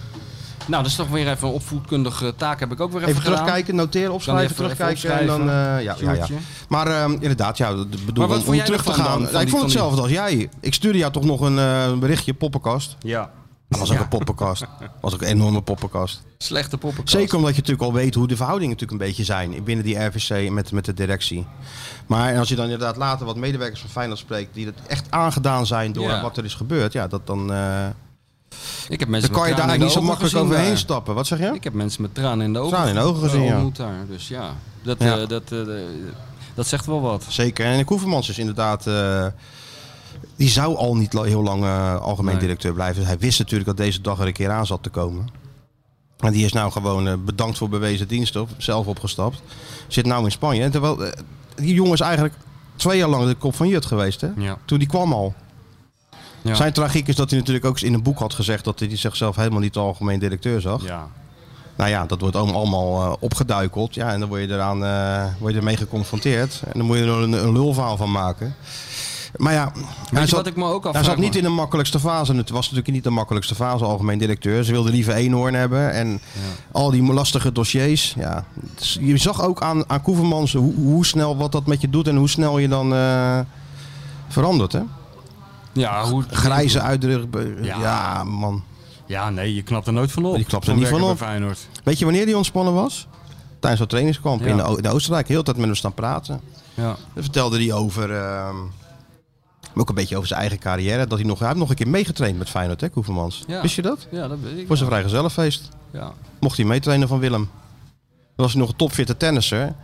[SPEAKER 4] Nou, dat is toch weer even een opvoedkundige taak. Heb ik ook weer even,
[SPEAKER 3] Even
[SPEAKER 4] gedaan.
[SPEAKER 3] terugkijken, noteren, opschrijven,
[SPEAKER 4] even- even
[SPEAKER 3] terugkijken en dan... eh, ja, ja, ja.
[SPEAKER 4] Sjoerdje.
[SPEAKER 3] Maar eh, inderdaad, ja, dat bedoel,
[SPEAKER 4] wat
[SPEAKER 3] om- om,
[SPEAKER 4] vond jij
[SPEAKER 3] terug te
[SPEAKER 4] ervan
[SPEAKER 3] gaan.
[SPEAKER 4] dan,
[SPEAKER 3] Ja,
[SPEAKER 4] van
[SPEAKER 3] ik
[SPEAKER 4] die-
[SPEAKER 3] vond
[SPEAKER 4] van die-
[SPEAKER 3] hetzelfde als jij. Ik stuurde jou toch nog een eh, berichtje, poppenkast.
[SPEAKER 4] Ja.
[SPEAKER 3] Dat was ook een poppenkast. Dat was ook een enorme poppenkast.
[SPEAKER 4] Slechte poppenkast.
[SPEAKER 3] Zeker omdat je natuurlijk al weet hoe de verhoudingen natuurlijk een beetje zijn binnen die RVC met, met de directie. Maar als je dan inderdaad later wat medewerkers van Feyenoord spreekt die dat echt aangedaan zijn door
[SPEAKER 4] Ja.
[SPEAKER 3] wat er is gebeurd, ja, dat dan, eh,
[SPEAKER 4] Ik
[SPEAKER 3] dan kan je
[SPEAKER 4] heb mensen met
[SPEAKER 3] daar
[SPEAKER 4] tranen in de
[SPEAKER 3] eigenlijk niet zo
[SPEAKER 4] ogen
[SPEAKER 3] makkelijk
[SPEAKER 4] gezien
[SPEAKER 3] overheen
[SPEAKER 4] daar.
[SPEAKER 3] stappen. Wat zeg je?
[SPEAKER 4] Ik heb mensen met tranen in de ogen,
[SPEAKER 3] Tranen in de ogen gezien, ja.
[SPEAKER 4] ontmoet daar. Dus ja, dat,
[SPEAKER 3] Ja.
[SPEAKER 4] eh, dat, eh, dat zegt wel wat.
[SPEAKER 3] Zeker. En Koevermans is inderdaad. eh, die zou al niet la- heel lang eh, algemeen
[SPEAKER 4] Nee.
[SPEAKER 3] directeur blijven. Dus hij wist natuurlijk dat deze dag er een keer aan zat te komen. En die is nou gewoon eh, bedankt voor bewezen dienst op, zelf opgestapt. Zit nou in Spanje. En terwijl eh, die jongen is eigenlijk twee jaar lang de kop van Jut geweest. Hè?
[SPEAKER 4] Ja.
[SPEAKER 3] Toen die kwam al.
[SPEAKER 4] Ja.
[SPEAKER 3] Zijn tragiek is dat hij natuurlijk ook in een boek had gezegd dat hij zichzelf helemaal niet de algemeen directeur zag.
[SPEAKER 4] Ja.
[SPEAKER 3] Nou ja, dat wordt allemaal- allemaal eh, opgeduikeld. Ja, en dan word je, eraan, eh, word je ermee geconfronteerd. En dan moet je er een, een lulverhaal van maken. Maar ja,
[SPEAKER 4] Weet
[SPEAKER 3] hij
[SPEAKER 4] je
[SPEAKER 3] zat,
[SPEAKER 4] wat ik me ook afvraag?
[SPEAKER 3] hij zat niet
[SPEAKER 4] man?
[SPEAKER 3] in de makkelijkste fase. En het was natuurlijk niet de makkelijkste fase, algemeen directeur. Ze wilden liever eenhoorn hebben. En al die lastige dossiers. Ja. Dus je zag ook aan, aan Koevermans hoe, hoe snel wat dat met je doet. En hoe snel je dan eh, verandert. Hè?
[SPEAKER 4] ja, hoe,
[SPEAKER 3] Grijze uitdruk. Ja.
[SPEAKER 4] Ja.
[SPEAKER 3] man.
[SPEAKER 4] Ja, nee, je knapt er nooit van op.
[SPEAKER 3] Je knapt er niet
[SPEAKER 4] werken
[SPEAKER 3] van
[SPEAKER 4] bij
[SPEAKER 3] op.
[SPEAKER 4] Feyenoord.
[SPEAKER 3] Weet je wanneer die ontspannen was? Tijdens dat trainingskamp
[SPEAKER 4] Ja.
[SPEAKER 3] in, de, O- in Oostenrijk. Heel de tijd met hem staan praten.
[SPEAKER 4] Ja.
[SPEAKER 3] Daar vertelde hij over. ehm, maar ook een beetje over zijn eigen carrière. Dat hij nog, hij heeft nog een keer meegetraind met Feyenoord, hè, Koevermans.
[SPEAKER 4] Ja.
[SPEAKER 3] Wist je dat?
[SPEAKER 4] ja, dat weet ik.
[SPEAKER 3] Voor
[SPEAKER 4] ja.
[SPEAKER 3] zijn vrijgezellenfeest.
[SPEAKER 4] Ja.
[SPEAKER 3] Mocht hij meetrainen van Willem. Dan was hij nog een topfitte tennisser.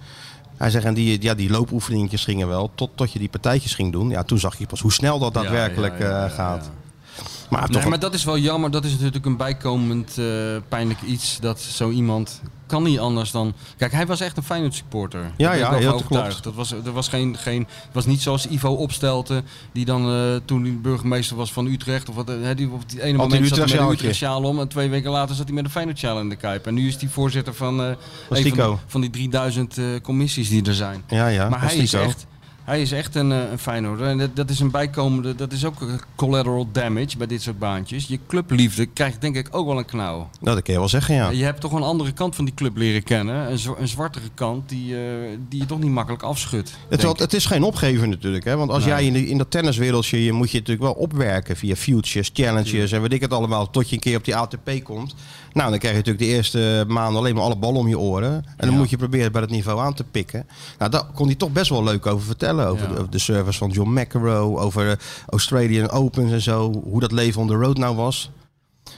[SPEAKER 3] Hij zegt, en die, ja, die loopoefeningetjes gingen wel, tot, tot je die partijtjes ging doen. Ja, toen zag je pas hoe snel dat daadwerkelijk
[SPEAKER 4] Ja, ja, ja, ja,
[SPEAKER 3] eh, gaat.
[SPEAKER 4] ja.
[SPEAKER 3] Maar, hij heeft
[SPEAKER 4] Nee,
[SPEAKER 3] toch
[SPEAKER 4] maar dat is wel jammer. Dat is natuurlijk een bijkomend eh, pijnlijk iets. Dat zo iemand kan niet anders dan. Kijk, hij was echt een Feyenoord supporter. Daar ben ik
[SPEAKER 3] ja,
[SPEAKER 4] wel
[SPEAKER 3] ja,
[SPEAKER 4] van
[SPEAKER 3] dat
[SPEAKER 4] overtuigd.
[SPEAKER 3] klopt.
[SPEAKER 4] Dat was, dat was geen, geen. het was niet zoals Ivo opstelte. Die dan eh, toen hij burgemeester was van Utrecht. Of wat, eh, die op die ene
[SPEAKER 3] Had hij
[SPEAKER 4] moment zat hij met een
[SPEAKER 3] Utrechtsjaaltje.
[SPEAKER 4] Utrecht sjaal om. En twee weken later zat hij met een Feyenoord sjaal in de kuip. En nu is hij voorzitter van. eh,
[SPEAKER 3] Was
[SPEAKER 4] een van,
[SPEAKER 3] Tico.
[SPEAKER 4] die, van die 3000 eh, commissies die er zijn.
[SPEAKER 3] ja, ja,
[SPEAKER 4] Maar
[SPEAKER 3] was
[SPEAKER 4] hij is,
[SPEAKER 3] Tico.
[SPEAKER 4] echt, hij is echt een, eh, een Feyenoorder. En dat, dat is een bijkomende, dat is ook eh, collateral damage bij dit soort baantjes. Je clubliefde krijgt denk ik ook wel een knauw.
[SPEAKER 3] Nou, dat kun je wel zeggen, ja.
[SPEAKER 4] Je hebt toch een andere kant van die club leren kennen. Een, zwa- een zwartere kant die, eh, die je toch niet makkelijk afschudt.
[SPEAKER 3] Het,
[SPEAKER 4] denk
[SPEAKER 3] wel- het is geen opgeven natuurlijk, hè? want als
[SPEAKER 4] Nee.
[SPEAKER 3] jij in, de- in dat tenniswereldje, je moet je natuurlijk wel opwerken via futures, challenges en weet ik het allemaal, tot je een keer op die ATP komt. Nou, dan krijg je natuurlijk de eerste maanden alleen maar alle ballen om je oren. En dan
[SPEAKER 4] Ja.
[SPEAKER 3] moet je proberen bij dat niveau aan te pikken. Nou, daar kon hij toch best wel leuk over vertellen, over,
[SPEAKER 4] Ja.
[SPEAKER 3] de, over de service van John McEnroe, over eh, Australian Opens en zo, hoe dat leven on the road nou was.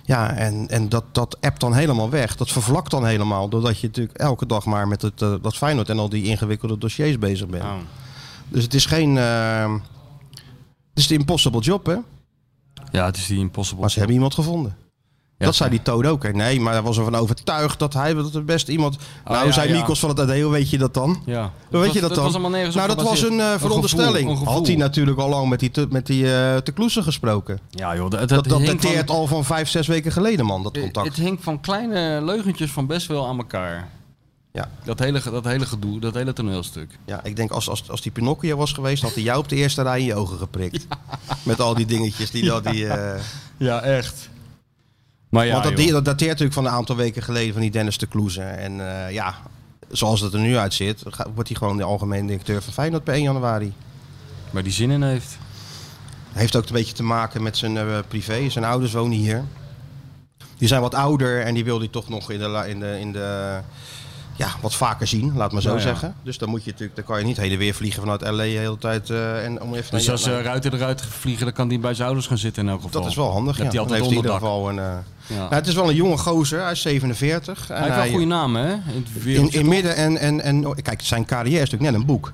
[SPEAKER 3] Ja, en, en dat, dat app dan helemaal weg. Dat vervlakt dan helemaal. Doordat je natuurlijk elke dag maar met het, eh, dat Feyenoord en al die ingewikkelde dossiers bezig bent.
[SPEAKER 4] Oh.
[SPEAKER 3] Dus het is geen... eh, het is de impossible job, hè?
[SPEAKER 4] Ja, het is die impossible.
[SPEAKER 3] Maar ze hebben iemand gevonden.
[SPEAKER 4] Ja,
[SPEAKER 3] dat zei die Toon ook. hè. Nee, maar hij was ervan overtuigd dat hij dat het best iemand... nou,
[SPEAKER 4] Oh, ja,
[SPEAKER 3] zei
[SPEAKER 4] ja.
[SPEAKER 3] Mikos van het AD, hoe weet je dat dan?
[SPEAKER 4] Ja.
[SPEAKER 3] Hoe weet je dat
[SPEAKER 4] was-
[SPEAKER 3] dan?
[SPEAKER 4] was allemaal nergens op
[SPEAKER 3] nou, dat was
[SPEAKER 4] gebaseerd.
[SPEAKER 3] een eh, veronderstelling.
[SPEAKER 4] gevoel, een gevoel.
[SPEAKER 3] Had hij natuurlijk al lang met die, te, met die eh, te kloesen gesproken.
[SPEAKER 4] Ja, joh, dat, dat,
[SPEAKER 3] Dat, dat
[SPEAKER 4] hinkt van- Eh,
[SPEAKER 3] dateert al van vijf, zes weken geleden, man, dat contact.
[SPEAKER 4] Het hing van kleine leugentjes van best wel aan elkaar.
[SPEAKER 3] Ja.
[SPEAKER 4] Dat hele, ge- dat hele gedoe, dat hele toneelstuk.
[SPEAKER 3] Ja, ik denk als, als, als die Pinocchio was geweest, had hij jou op de eerste rij in je ogen geprikt. Met al die dingetjes die dat die. eh,
[SPEAKER 4] Ja, echt. Maar ja,
[SPEAKER 3] want dat,
[SPEAKER 4] joh.
[SPEAKER 3] die- dat dateert natuurlijk van een aantal weken geleden van die Dennis de Kloezen. En eh, ja, zoals het er nu uitziet, ga- wordt hij gewoon de algemene directeur van Feyenoord per 1 januari.
[SPEAKER 4] maar die zin in heeft.
[SPEAKER 3] Heeft ook een beetje te maken met zijn eh, privé. Zijn ouders wonen hier. Die zijn wat ouder en die wil hij toch nog in de, la- in de, in de ja, wat vaker zien, laat maar zo
[SPEAKER 4] Nou ja.
[SPEAKER 3] zeggen. Dus dan moet je natuurlijk, dan kan je niet heen en weer vliegen vanuit LA de hele tijd. eh, en om even
[SPEAKER 4] Dus
[SPEAKER 3] naar-
[SPEAKER 4] als eh, Ruiter eruit vliegen, dan kan die bij zijn ouders gaan zitten in elk geval.
[SPEAKER 3] Dat is wel handig.
[SPEAKER 4] Dan
[SPEAKER 3] Ja.
[SPEAKER 4] heeft
[SPEAKER 3] Dan
[SPEAKER 4] hij
[SPEAKER 3] heeft
[SPEAKER 4] altijd
[SPEAKER 3] hij in ieder
[SPEAKER 4] onderdak.
[SPEAKER 3] geval een. eh,
[SPEAKER 4] Ja.
[SPEAKER 3] nou, het is wel een jonge gozer. Hij is 47. En
[SPEAKER 4] hij heeft wel een goede naam, hè? In het
[SPEAKER 3] in,
[SPEAKER 4] wereldje.
[SPEAKER 3] in midden en, en, en oh, kijk, zijn carrière is natuurlijk net een boek.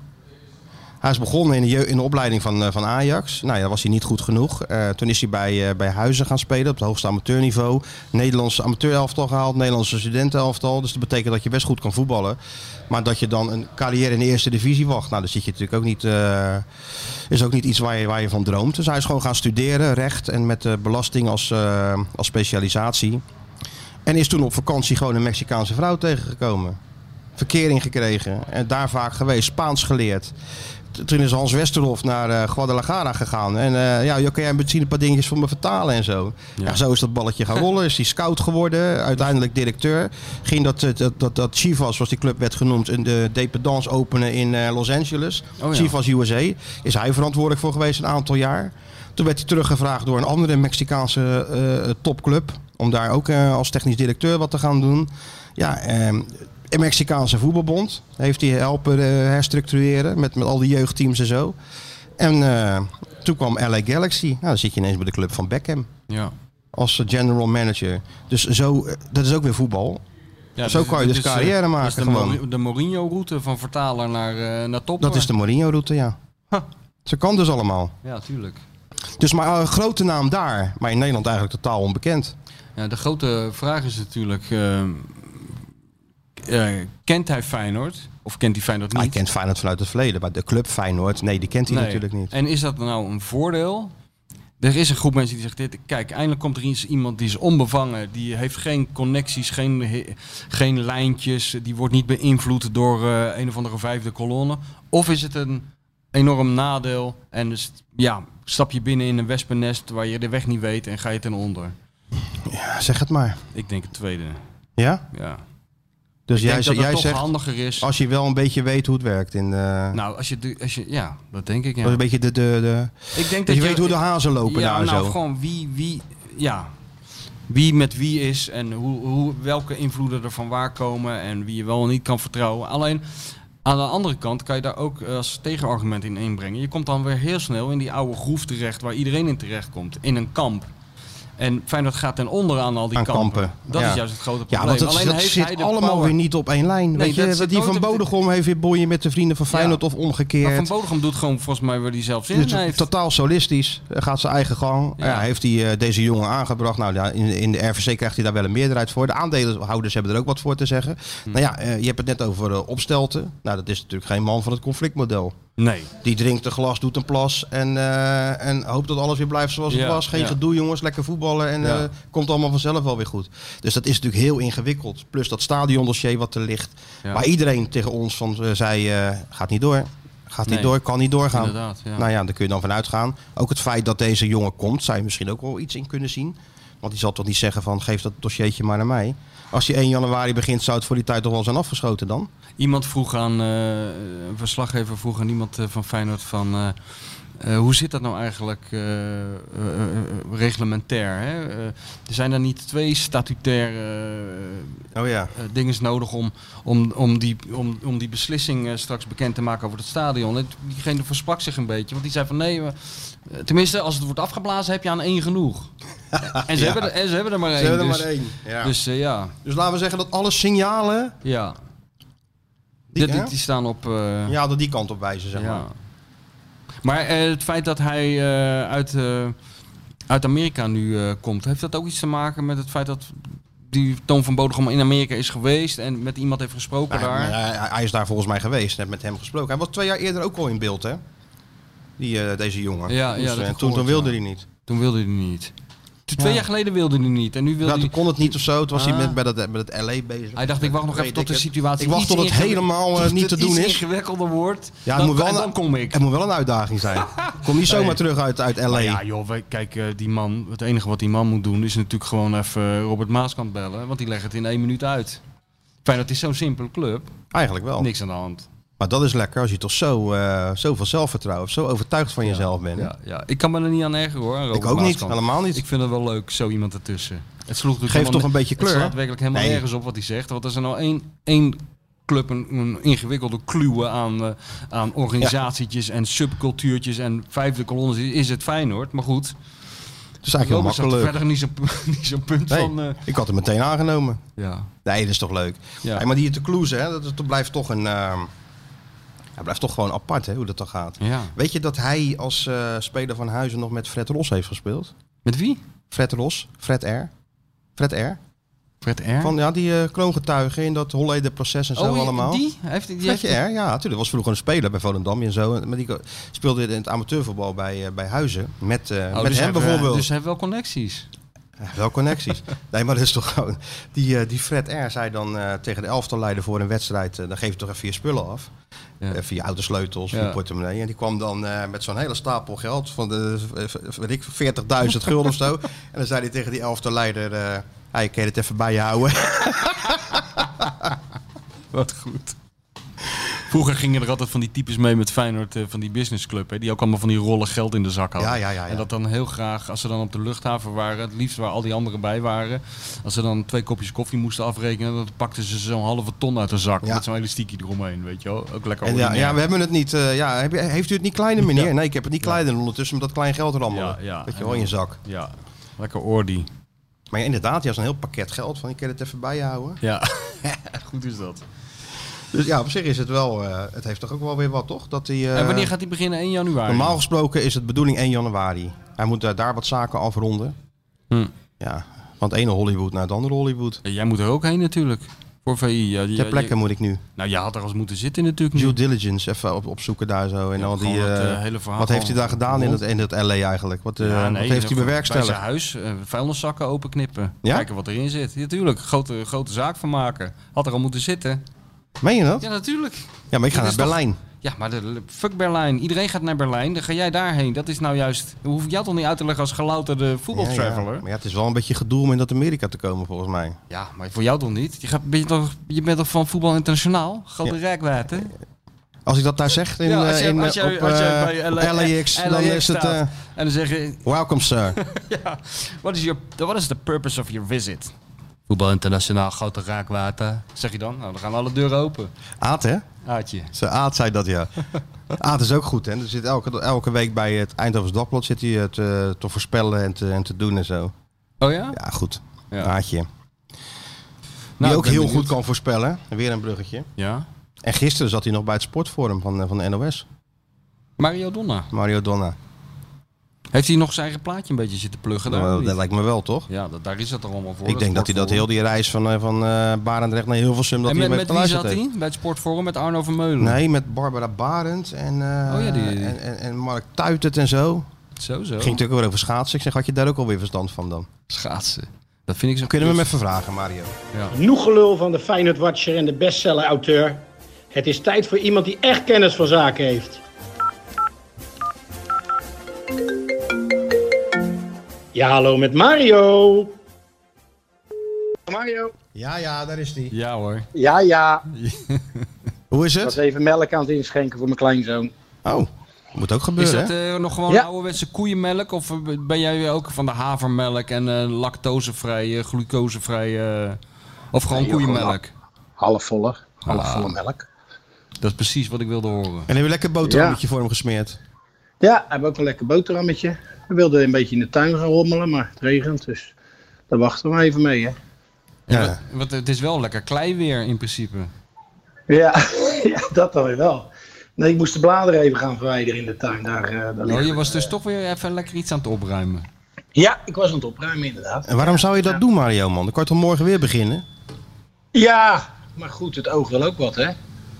[SPEAKER 3] Hij is begonnen in de, jeu- in de opleiding van, eh, van Ajax. Nou ja, was hij niet goed genoeg. Eh, toen is hij bij, eh, bij Huizen gaan spelen op het hoogste amateurniveau. Nederlandse amateurelftal gehaald, Nederlandse studentenelftal. Dus dat betekent dat je best goed kan voetballen. Maar dat je dan een carrière in de eerste divisie wacht. Nou, dat zit je natuurlijk ook niet. eh, is ook niet iets waar je, waar je van droomt. Dus hij is gewoon gaan studeren, recht en met eh, belasting als, eh, als specialisatie. En is toen op vakantie gewoon een Mexicaanse vrouw tegengekomen. Verkering gekregen en daar vaak geweest, Spaans geleerd. T- Toen is Hans Westerhof naar eh, Guadalajara gegaan. En eh, ja, joh, kan jij misschien een paar dingetjes voor me vertalen en zo. Ja.
[SPEAKER 4] Ja.
[SPEAKER 3] zo is dat balletje gaan rollen. Is hij scout geworden, uiteindelijk directeur. Ging dat, eh, dat, dat, dat Chivas, zoals die club werd genoemd, een de dependance openen in eh, Los Angeles.
[SPEAKER 4] Oh ja.
[SPEAKER 3] Chivas USA. Is hij verantwoordelijk voor geweest een aantal jaar. Toen werd hij teruggevraagd door een andere Mexicaanse eh, topclub. Om daar ook eh, als technisch directeur wat te gaan doen. Ja, ehm, een Mexicaanse voetbalbond. Heeft hij helpen eh, herstructureren met, met al die jeugdteams en zo. En eh, toen kwam LA Galaxy. Nou, dan zit je ineens bij de club van Beckham.
[SPEAKER 4] Ja.
[SPEAKER 3] Als eh, general manager. Dus zo, eh, dat is ook weer voetbal.
[SPEAKER 4] Ja,
[SPEAKER 3] Zo kan je
[SPEAKER 4] dit
[SPEAKER 3] dus
[SPEAKER 4] eh,
[SPEAKER 3] carrière
[SPEAKER 4] dit is
[SPEAKER 3] maken
[SPEAKER 4] de
[SPEAKER 3] gewoon.
[SPEAKER 4] Mourinho- De Mourinho-route van vertaler naar, eh, naar topper.
[SPEAKER 3] Dat is de Mourinho-route, ja.
[SPEAKER 4] Ha.
[SPEAKER 3] Ze kan dus allemaal.
[SPEAKER 4] Ja, tuurlijk.
[SPEAKER 3] Dus maar een grote naam daar. Maar in Nederland eigenlijk totaal onbekend. Ah,
[SPEAKER 4] Ja, de grote vraag is natuurlijk... eh, eh, kent hij Feyenoord? Of kent hij Feyenoord niet?
[SPEAKER 3] Hij kent Feyenoord vanuit het verleden, maar de club Feyenoord, nee, die kent hij
[SPEAKER 4] Nee.
[SPEAKER 3] natuurlijk niet.
[SPEAKER 4] En is dat nou een voordeel? Er is een groep mensen die zegt dit. Kijk, eindelijk komt er eens iemand die is onbevangen. Die heeft geen connecties, geen, he- geen lijntjes. Die wordt niet beïnvloed door eh, een of andere vijfde kolonne. Of is het een enorm nadeel? En dus, ja, stap je binnen in een wespennest waar je de weg niet weet en ga je ten onder.
[SPEAKER 3] Ja, Ah, zeg het maar.
[SPEAKER 4] Ik denk het tweede.
[SPEAKER 3] Ja?
[SPEAKER 4] Ja.
[SPEAKER 3] Dus
[SPEAKER 4] Ik
[SPEAKER 3] jij,
[SPEAKER 4] denk dat
[SPEAKER 3] ze-
[SPEAKER 4] het
[SPEAKER 3] jij
[SPEAKER 4] toch
[SPEAKER 3] zegt, Oh,
[SPEAKER 4] handiger is.
[SPEAKER 3] als je wel een beetje weet hoe het werkt. In de,
[SPEAKER 4] Nou, als je, de- als je, ja, dat denk ik.
[SPEAKER 3] dat is
[SPEAKER 4] Ja.
[SPEAKER 3] een beetje de, de, de,
[SPEAKER 4] Ik denk
[SPEAKER 3] dat Oh, je weet hoe de hazen lopen
[SPEAKER 4] ja,
[SPEAKER 3] daar en
[SPEAKER 4] nou,
[SPEAKER 3] zo.
[SPEAKER 4] gewoon wie, wie, ja, wie met wie is en hoe, hoe, welke invloeden er van waar komen en wie je wel en niet kan vertrouwen. Alleen aan de andere kant kan je daar ook eh, als tegenargument in inbrengen. Je komt dan weer heel snel in die oude groef terecht waar iedereen in terecht komt, in een kamp. En Feyenoord gaat ten onder aan al die
[SPEAKER 3] Aan
[SPEAKER 4] kampen.
[SPEAKER 3] kampen,
[SPEAKER 4] Dat
[SPEAKER 3] ja.
[SPEAKER 4] is juist het grote probleem.
[SPEAKER 3] Ja, want dat,
[SPEAKER 4] Alleen
[SPEAKER 3] dat
[SPEAKER 4] heeft hij
[SPEAKER 3] zit
[SPEAKER 4] de
[SPEAKER 3] allemaal
[SPEAKER 4] power.
[SPEAKER 3] weer niet op één lijn. weet
[SPEAKER 4] dat
[SPEAKER 3] je,
[SPEAKER 4] zit
[SPEAKER 3] die
[SPEAKER 4] nooit
[SPEAKER 3] van
[SPEAKER 4] op de-
[SPEAKER 3] Bodegom heeft weer boeien met de vrienden van Feyenoord of
[SPEAKER 4] Maar Van
[SPEAKER 3] omgekeerd.
[SPEAKER 4] Bodegom doet gewoon volgens mij waar hij zelf zin
[SPEAKER 3] Dus
[SPEAKER 4] in heeft.
[SPEAKER 3] totaal solistisch. Hij Gaat zijn eigen gang. Ja.
[SPEAKER 4] Ja.
[SPEAKER 3] heeft hij eh, deze jongen aangebracht. Nou, ja, in, in de RVC krijgt hij daar wel een meerderheid voor. De aandeelhouders hebben er ook wat voor te zeggen.
[SPEAKER 4] Hm.
[SPEAKER 3] Nou ja, eh, je hebt het net over eh, opstelten. Nou, dat is natuurlijk geen man van het conflictmodel.
[SPEAKER 4] Nee.
[SPEAKER 3] Die drinkt een glas, doet een plas en, eh, en hoopt dat alles weer blijft zoals het
[SPEAKER 4] Ja,
[SPEAKER 3] was. Geen
[SPEAKER 4] ja.
[SPEAKER 3] gedoe jongens, lekker voetballen en
[SPEAKER 4] Ja.
[SPEAKER 3] eh, komt allemaal vanzelf wel weer goed. Dus dat is natuurlijk heel ingewikkeld. Plus dat stadiondossier wat er ligt.
[SPEAKER 4] Ja.
[SPEAKER 3] Waar iedereen tegen ons van eh, zei, eh, gaat niet door. Gaat niet
[SPEAKER 4] Nee.
[SPEAKER 3] door, kan niet doorgaan.
[SPEAKER 4] Inderdaad, ja.
[SPEAKER 3] Nou ja, daar kun je dan van uitgaan. Ook het feit dat deze jongen komt, zou je misschien ook wel iets in kunnen zien. Want die zal toch niet zeggen van, geef dat dossiertje maar naar mij. Als je 1 januari begint, zou het voor die tijd toch wel zijn afgeschoten dan?
[SPEAKER 4] Iemand vroeg aan, eh, een verslaggever vroeg aan iemand eh, van Feyenoord van... eh, Eh, hoe zit dat nou eigenlijk eh, eh, eh, eh, reglementair? Hè? Eh, er zijn er niet twee statutaire eh,
[SPEAKER 3] Oh ja.
[SPEAKER 4] eh, dingen nodig om, om, om, die, om, om die beslissing eh, straks bekend te maken over het stadion. En diegene versprak zich een beetje, want die zei van nee, we- eh, tenminste als het wordt afgeblazen heb je aan één genoeg. en, ze
[SPEAKER 3] Ja.
[SPEAKER 4] hebben er, en ze hebben er maar één.
[SPEAKER 3] Ze hebben er
[SPEAKER 4] dus,
[SPEAKER 3] maar één. Ja. Dus,
[SPEAKER 4] Dus eh, ja,
[SPEAKER 3] laten we zeggen dat alle signalen
[SPEAKER 4] ja.
[SPEAKER 3] Die-
[SPEAKER 4] Die, die,
[SPEAKER 3] hè?
[SPEAKER 4] die staan op... eh,
[SPEAKER 3] ja, dat die kant op wijzen, zeg maar.
[SPEAKER 4] ja. Maar eh, het feit dat hij eh, uit, eh, uit Amerika nu eh, komt, heeft dat ook iets te maken met het feit dat die Toon van Bodegom in Amerika is geweest en met iemand heeft gesproken
[SPEAKER 3] Nou,
[SPEAKER 4] daar?
[SPEAKER 3] hij- hij, hij is daar volgens mij geweest, net met hem gesproken. Hij was twee jaar eerder ook al in beeld, hè? Die, eh, deze jongen.
[SPEAKER 4] Ja, ja,
[SPEAKER 3] Dus,
[SPEAKER 4] dat
[SPEAKER 3] eh,
[SPEAKER 4] heb
[SPEAKER 3] toen,
[SPEAKER 4] ik
[SPEAKER 3] toen
[SPEAKER 4] gehoord,
[SPEAKER 3] wilde
[SPEAKER 4] ja.
[SPEAKER 3] hij niet.
[SPEAKER 4] Toen wilde hij niet. Toen- Twee
[SPEAKER 3] Ja.
[SPEAKER 4] jaar geleden wilde hij niet. En nu wil
[SPEAKER 3] Ja,
[SPEAKER 4] hij...
[SPEAKER 3] Nou, toen kon het niet of zo. Toen was hij
[SPEAKER 4] Ah.
[SPEAKER 3] met, bij, dat, bij dat LA bezig.
[SPEAKER 4] Hij dacht, ik wacht nog even
[SPEAKER 3] Weet
[SPEAKER 4] tot de
[SPEAKER 3] ik het.
[SPEAKER 4] situatie
[SPEAKER 3] Ik wacht
[SPEAKER 4] iets
[SPEAKER 3] tot het
[SPEAKER 4] ingewi-
[SPEAKER 3] helemaal eh,
[SPEAKER 4] tot
[SPEAKER 3] niet
[SPEAKER 4] het
[SPEAKER 3] te doen
[SPEAKER 4] iets
[SPEAKER 3] is.
[SPEAKER 4] ingewikkelder wordt.
[SPEAKER 3] Ja,
[SPEAKER 4] dan,
[SPEAKER 3] moet wel
[SPEAKER 4] en
[SPEAKER 3] een-
[SPEAKER 4] dan kom ik.
[SPEAKER 3] Het moet wel een uitdaging zijn. Kom niet zomaar
[SPEAKER 4] Nee.
[SPEAKER 3] terug uit, uit LA.
[SPEAKER 4] Maar ja, joh, wij- kijk, eh, die man, het enige wat die man moet doen is natuurlijk gewoon even eh, Robert Maaskant bellen, want die legt het in één minuut uit. Fijn, dat is zo'n simpele club.
[SPEAKER 3] Eigenlijk wel.
[SPEAKER 4] Niks aan de hand.
[SPEAKER 3] Maar dat is lekker als je toch zo, eh zoveel zelfvertrouwen, zo overtuigd van jezelf bent.
[SPEAKER 4] Ja, ja. Ik kan me er niet aan ergeren hoor. aan Robert
[SPEAKER 3] Ik ook niet,
[SPEAKER 4] Maaskant.
[SPEAKER 3] helemaal niet.
[SPEAKER 4] Ik vind het wel leuk, zo iemand ertussen. Het sloeg natuurlijk
[SPEAKER 3] Geeft
[SPEAKER 4] helemaal
[SPEAKER 3] toch een beetje kleur,
[SPEAKER 4] Het slaat
[SPEAKER 3] hè?
[SPEAKER 4] werkelijk helemaal
[SPEAKER 3] Nee.
[SPEAKER 4] nergens op wat hij zegt. Want als er nou één, één club een, een ingewikkelde kluwen aan, eh, aan organisatietjes en subcultuurtjes en vijfde kolonnes is, is het Feyenoord. Maar goed,
[SPEAKER 3] Het is eigenlijk
[SPEAKER 4] Robert
[SPEAKER 3] heel
[SPEAKER 4] zat er
[SPEAKER 3] makkelijk.
[SPEAKER 4] verder niet zo'n niet zo'n punt
[SPEAKER 3] Nee,
[SPEAKER 4] van... eh,
[SPEAKER 3] ik had hem meteen aangenomen.
[SPEAKER 4] ja.
[SPEAKER 3] Nee, dat is toch leuk.
[SPEAKER 4] Ja.
[SPEAKER 3] Hey, maar die te kloezen, hè, dat, dat blijft toch een... ehm ja, blijft toch gewoon apart, hè, hoe dat dan gaat.
[SPEAKER 4] ja.
[SPEAKER 3] Weet je dat hij als eh, speler van Huizen nog met Fred Ros heeft gespeeld?
[SPEAKER 4] Met wie?
[SPEAKER 3] Fred Ros, Fred R. Fred R.
[SPEAKER 4] Fred R.
[SPEAKER 3] Van ja, die eh, kroongetuigen in dat Holleder proces en zo
[SPEAKER 4] Oh, die-
[SPEAKER 3] allemaal.
[SPEAKER 4] Die? Hij Heeft, die
[SPEAKER 3] Fredje
[SPEAKER 4] heeft-
[SPEAKER 3] R, ja, natuurlijk. Was vroeger een speler bij Volendam en zo. Maar die ko- speelde in het amateurvoetbal bij, eh, bij Huizen. Met, eh,
[SPEAKER 4] Oh,
[SPEAKER 3] met
[SPEAKER 4] dus
[SPEAKER 3] hem
[SPEAKER 4] hij-
[SPEAKER 3] bijvoorbeeld.
[SPEAKER 4] Dus hij heeft wel connecties.
[SPEAKER 3] Ja, Wel connecties. nee, maar dat is toch gewoon... Die, eh, die Fred R. zei dan eh, tegen de elftalleider voor een wedstrijd... eh, dan geef je toch even je spullen af.
[SPEAKER 4] Ja.
[SPEAKER 3] Eh, via oude sleutels, via
[SPEAKER 4] Ja.
[SPEAKER 3] portemonnee. En die kwam dan eh, met zo'n hele stapel geld van de, eh, v- weet ik, 40.000 gulden of zo. En dan zei hij tegen die elftalleider... eh hey, kan je het even bij je houden?
[SPEAKER 4] Wat goed. Vroeger gingen er altijd van die types mee met Feyenoord, eh, van die businessclub, hè, die ook allemaal van die rollen geld in de zak hadden.
[SPEAKER 3] Ja, ja, ja, ja.
[SPEAKER 4] En dat dan heel graag, als ze dan op de luchthaven waren, het liefst waar al die anderen bij waren, als ze dan twee kopjes koffie moesten afrekenen, dan pakten ze zo'n halve ton uit de zak
[SPEAKER 3] Ja.
[SPEAKER 4] met zo'n elastiekje eromheen, weet je wel. Ook lekker
[SPEAKER 3] En ja,
[SPEAKER 4] ordinair.
[SPEAKER 3] ja, we hebben het niet. eh, ja, heb je- heeft u het niet kleiner, meneer? Nee, ik heb het niet kleiner ondertussen, maar dat klein geld er allemaal.
[SPEAKER 4] Ja, ja.
[SPEAKER 3] Weet je wel in je zak.
[SPEAKER 4] Ja, lekker ordi.
[SPEAKER 3] Maar ja, inderdaad, je had een heel pakket geld van ik kan het even bij je houden.
[SPEAKER 4] Ja, goed is dat.
[SPEAKER 3] Dus ja, op zich is het wel. eh, het heeft toch ook wel weer wat, toch? Dat die, eh,
[SPEAKER 4] en wanneer gaat die beginnen? 1 januari?
[SPEAKER 3] Normaal gesproken is het bedoeling 1 januari. Hij moet eh, daar wat zaken afronden.
[SPEAKER 4] Hm.
[SPEAKER 3] Ja, van het ene Hollywood naar het andere Hollywood.
[SPEAKER 4] Ja, Jij moet er ook heen natuurlijk. Voor VI. Ja,
[SPEAKER 3] Ter plekke moet ik nu.
[SPEAKER 4] nou, je had er als moeten zitten natuurlijk.
[SPEAKER 3] Due
[SPEAKER 4] niet.
[SPEAKER 3] diligence even op, opzoeken daar zo. En
[SPEAKER 4] Ja,
[SPEAKER 3] al die,
[SPEAKER 4] gewoon dat,
[SPEAKER 3] eh,
[SPEAKER 4] eh, hele verhaal
[SPEAKER 3] wat heeft hij daar
[SPEAKER 4] gewoon
[SPEAKER 3] gedaan in dat,
[SPEAKER 4] rond.
[SPEAKER 3] in dat LA eigenlijk? Wat, eh,
[SPEAKER 4] Ja, nee,
[SPEAKER 3] wat heeft hij
[SPEAKER 4] bij- Bij
[SPEAKER 3] bewerkstelligd?
[SPEAKER 4] zijn huis, eh, vuilniszakken openknippen.
[SPEAKER 3] Ja?
[SPEAKER 4] Kijken wat erin zit. Ja, natuurlijk, grote, grote zaak van maken. Had er al moeten zitten.
[SPEAKER 3] Meen je dat? Ja,
[SPEAKER 4] Ja, natuurlijk.
[SPEAKER 3] maar ik ga
[SPEAKER 4] dit
[SPEAKER 3] naar
[SPEAKER 4] is toch-
[SPEAKER 3] Berlijn.
[SPEAKER 4] Ja, maar de, fuck Berlijn. Iedereen gaat naar Berlijn. Dan ga jij daarheen. Dat is nou juist... Dat hoef ik jou toch niet uit te leggen als gelouterde voetbaltraveler?
[SPEAKER 3] Ja, ja.
[SPEAKER 4] Ja,
[SPEAKER 3] Maar ja, het is wel een beetje gedoe om in dat Amerika te komen, volgens mij.
[SPEAKER 4] maar voor jou toch niet? Je, gaat, ben je, toch, je bent toch van voetbal internationaal? Grote rijkwijde.
[SPEAKER 3] Als ik dat daar zeg in,
[SPEAKER 4] Ja, als
[SPEAKER 3] eh,
[SPEAKER 4] jij-
[SPEAKER 3] in, eh,
[SPEAKER 4] als jij-
[SPEAKER 3] op
[SPEAKER 4] als jij
[SPEAKER 3] eh,
[SPEAKER 4] bij
[SPEAKER 3] op
[SPEAKER 4] LA
[SPEAKER 3] LAX, dan is het...
[SPEAKER 4] staat
[SPEAKER 3] eh,
[SPEAKER 4] En dan zeg je...
[SPEAKER 3] welcome, sir.
[SPEAKER 4] Ja, what is, your, what is the purpose of your visit? Voetbal internationaal, grote raakwater. Zeg je dan? Nou, dan gaan alle deuren open.
[SPEAKER 3] Aad, hè?
[SPEAKER 4] Aatje.
[SPEAKER 3] Ze Aad zei dat, ja. Aad is ook goed, hè? Er zit elke, elke week bij het Eindhoven's Dagblad zit hij eh, te, te voorspellen en te, en te doen en zo.
[SPEAKER 4] Oh ja?
[SPEAKER 3] Ja, goed.
[SPEAKER 4] Ja.
[SPEAKER 3] Aadje. Die
[SPEAKER 4] Nou, ik
[SPEAKER 3] ook
[SPEAKER 4] ben
[SPEAKER 3] heel
[SPEAKER 4] benieuwd.
[SPEAKER 3] goed kan voorspellen. Weer een bruggetje.
[SPEAKER 4] Ja.
[SPEAKER 3] En gisteren zat hij nog bij het sportforum van, eh, van de NOS.
[SPEAKER 4] Mario Donna.
[SPEAKER 3] Mario Donna.
[SPEAKER 4] Heeft hij nog zijn eigen plaatje een beetje zitten pluggen? Daar,
[SPEAKER 3] Nou,
[SPEAKER 4] of
[SPEAKER 3] dat
[SPEAKER 4] niet?
[SPEAKER 3] lijkt me wel, toch?
[SPEAKER 4] ja, dat, daar is dat er allemaal voor.
[SPEAKER 3] Ik denk dat hij dat heel die reis van, eh, van eh Barendrecht naar Hilversum... Dat
[SPEAKER 4] En
[SPEAKER 3] hij
[SPEAKER 4] met,
[SPEAKER 3] hem
[SPEAKER 4] met
[SPEAKER 3] heeft
[SPEAKER 4] wie
[SPEAKER 3] geluisterd
[SPEAKER 4] zat
[SPEAKER 3] heeft.
[SPEAKER 4] hij? Bij het sportforum met Arno Vermeulen.
[SPEAKER 3] Nee, met Barbara Barend en, eh,
[SPEAKER 4] Oh ja, die- die-
[SPEAKER 3] en, en, en Mark Tuitert en zo.
[SPEAKER 4] Zo, zo.
[SPEAKER 3] Ging natuurlijk weer over schaatsen. Ik zeg, had je daar ook alweer verstand van dan?
[SPEAKER 4] Schaatsen. Dat vind ik zo...
[SPEAKER 3] Kunnen we hem even vragen, Mario?
[SPEAKER 4] Ja.
[SPEAKER 6] Genoeg gelul van de Feyenoord Watcher en de bestseller auteur. Het is tijd voor iemand die echt kennis van zaken heeft. Ja, hallo met Mario. Mario.
[SPEAKER 3] Ja, ja, daar is hij.
[SPEAKER 4] Ja hoor.
[SPEAKER 6] Ja, ja.
[SPEAKER 3] Hoe is
[SPEAKER 6] Ik was
[SPEAKER 3] het?
[SPEAKER 6] even melk aan het inschenken voor mijn kleinzoon.
[SPEAKER 3] Oh, Moet ook
[SPEAKER 4] Is
[SPEAKER 3] gebeuren,
[SPEAKER 4] dat
[SPEAKER 3] hè?
[SPEAKER 4] eh, nog gewoon
[SPEAKER 6] Ja.
[SPEAKER 4] ouderwetse koeienmelk? Of eh, ben jij ook van de havermelk en eh, lactosevrije, glucosevrije... of gewoon
[SPEAKER 7] Nee, joh,
[SPEAKER 4] koeienmelk?
[SPEAKER 7] Halfvolle,
[SPEAKER 4] Ah.
[SPEAKER 7] halfvolle melk.
[SPEAKER 4] Dat is precies wat ik wilde horen.
[SPEAKER 3] En heb je lekker boterhammetje voor hem gesmeerd.
[SPEAKER 7] Ja, hebben ook een lekker boterhammetje. We wilden een beetje in de tuin gaan rommelen, maar het regent, dus daar wachten we even mee, hè.
[SPEAKER 3] Ja.
[SPEAKER 4] Want, want het is wel lekker klei weer in principe.
[SPEAKER 7] Ja, ja dat dan weer wel. Nee, ik moest de bladeren even gaan verwijderen in de tuin. Daar, eh, daar
[SPEAKER 4] Oh,
[SPEAKER 7] liggen
[SPEAKER 4] je
[SPEAKER 7] we.
[SPEAKER 4] was dus toch weer even lekker iets aan het opruimen.
[SPEAKER 7] Ja, ik was aan het opruimen, inderdaad.
[SPEAKER 3] En waarom zou je dat doen, Mario, man? Dan kan je toch morgen weer beginnen?
[SPEAKER 7] Ja, maar goed, het oog wil ook wat, hè.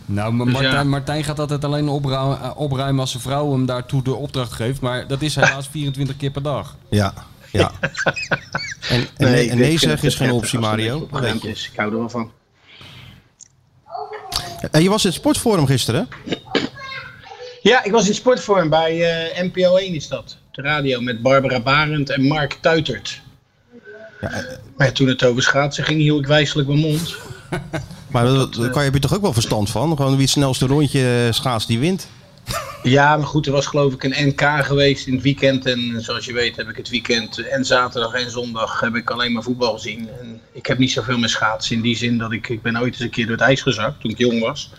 [SPEAKER 4] Nou, maar
[SPEAKER 7] Dus
[SPEAKER 4] Martijn,
[SPEAKER 7] ja.
[SPEAKER 4] Martijn gaat altijd alleen opruim- eh, opruimen als zijn vrouw hem daartoe de opdracht geeft. Maar dat is helaas 24 keer per dag.
[SPEAKER 3] Ja. ja. en en nee, en
[SPEAKER 7] ik
[SPEAKER 3] nee
[SPEAKER 7] vind
[SPEAKER 3] zeg
[SPEAKER 7] het
[SPEAKER 3] is geen
[SPEAKER 7] prettig
[SPEAKER 3] optie,
[SPEAKER 7] als er
[SPEAKER 3] Mario.
[SPEAKER 7] een beetje opgeruimd is. Ik hou er wel van.
[SPEAKER 3] En je was in het sportforum gisteren, hè?
[SPEAKER 7] Ja, ik was in sportvorm bij eh, NPO 1 is dat. Op de radio met Barbara Barend en Mark Tuitert. Maar toen het over schaatsen ging, hield ik wijselijk mijn mond.
[SPEAKER 3] Maar daar
[SPEAKER 7] eh,
[SPEAKER 3] daar kan je- heb je toch ook wel verstand van? Gewoon wie het snelste rondje schaats die wint.
[SPEAKER 7] Ja, maar goed, er was geloof ik een NK geweest in het weekend. En eh, zoals je weet heb ik het weekend eh, en zaterdag en zondag heb ik alleen maar voetbal gezien. En ik heb niet zoveel meer schaatsen in die zin dat ik, ik ben ooit eens een keer door het ijs gezakt toen ik jong was.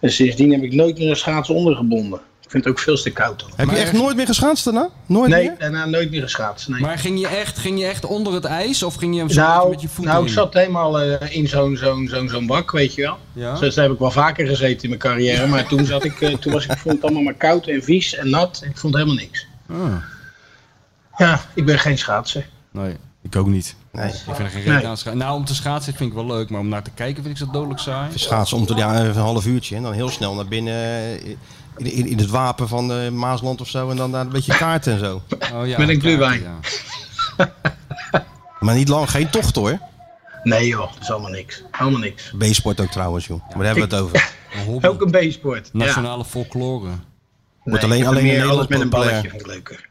[SPEAKER 7] En sindsdien heb ik nooit meer een schaats ondergebonden. Ik vind het ook veel te koud dan.
[SPEAKER 3] Heb
[SPEAKER 4] Maar
[SPEAKER 3] je echt
[SPEAKER 4] echt-
[SPEAKER 3] nooit meer geschaatst daarna? Nooit
[SPEAKER 7] Nee,
[SPEAKER 3] meer?
[SPEAKER 7] daarna nooit meer geschaatst. Nee.
[SPEAKER 4] Maar ging je echt, ging je echt onder het ijs of ging je hem zo
[SPEAKER 7] Nou,
[SPEAKER 4] met je voeten
[SPEAKER 7] nou, ik
[SPEAKER 4] in?
[SPEAKER 7] zat helemaal eh, in zo'n zo'n zo'n zo'n bak, weet je wel.
[SPEAKER 4] Ja?
[SPEAKER 7] Dus daar heb ik wel vaker gezeten in mijn carrière. Maar toen, zat ik, eh, toen was ik, ik vond het allemaal maar koud en vies en nat. Ik vond helemaal niks.
[SPEAKER 4] Ah,
[SPEAKER 7] Ja, ik ben geen schaatser.
[SPEAKER 4] nee, ik ook niet.
[SPEAKER 3] Nee.
[SPEAKER 4] Ik vind er geen
[SPEAKER 7] Nee.
[SPEAKER 4] reet aan scha- Nou, om te schaatsen vind ik wel leuk, maar om naar te kijken vind ik zo dodelijk saai.
[SPEAKER 3] Schaatsen om te, ja, even een half uurtje en dan heel snel naar binnen eh, in, in, in het wapen van eh, Maasland of zo. En dan daar een beetje kaarten en zo.
[SPEAKER 4] Oh, ja,
[SPEAKER 7] Met een gluwijn.
[SPEAKER 4] Ja.
[SPEAKER 3] Maar niet lang, geen tocht hoor.
[SPEAKER 7] Nee joh, dat is allemaal niks. Allemaal niks.
[SPEAKER 3] B-sport ook trouwens, joh. Maar daar hebben we het over.
[SPEAKER 4] Een hobby.
[SPEAKER 7] Ook een B-sport. ja.
[SPEAKER 4] Nationale folklore.
[SPEAKER 7] Nee,
[SPEAKER 3] alleen-
[SPEAKER 7] ik vind
[SPEAKER 3] alleen in
[SPEAKER 7] meer
[SPEAKER 3] Nederland
[SPEAKER 7] alles met een
[SPEAKER 3] populair.
[SPEAKER 7] balletje vind ik leuker.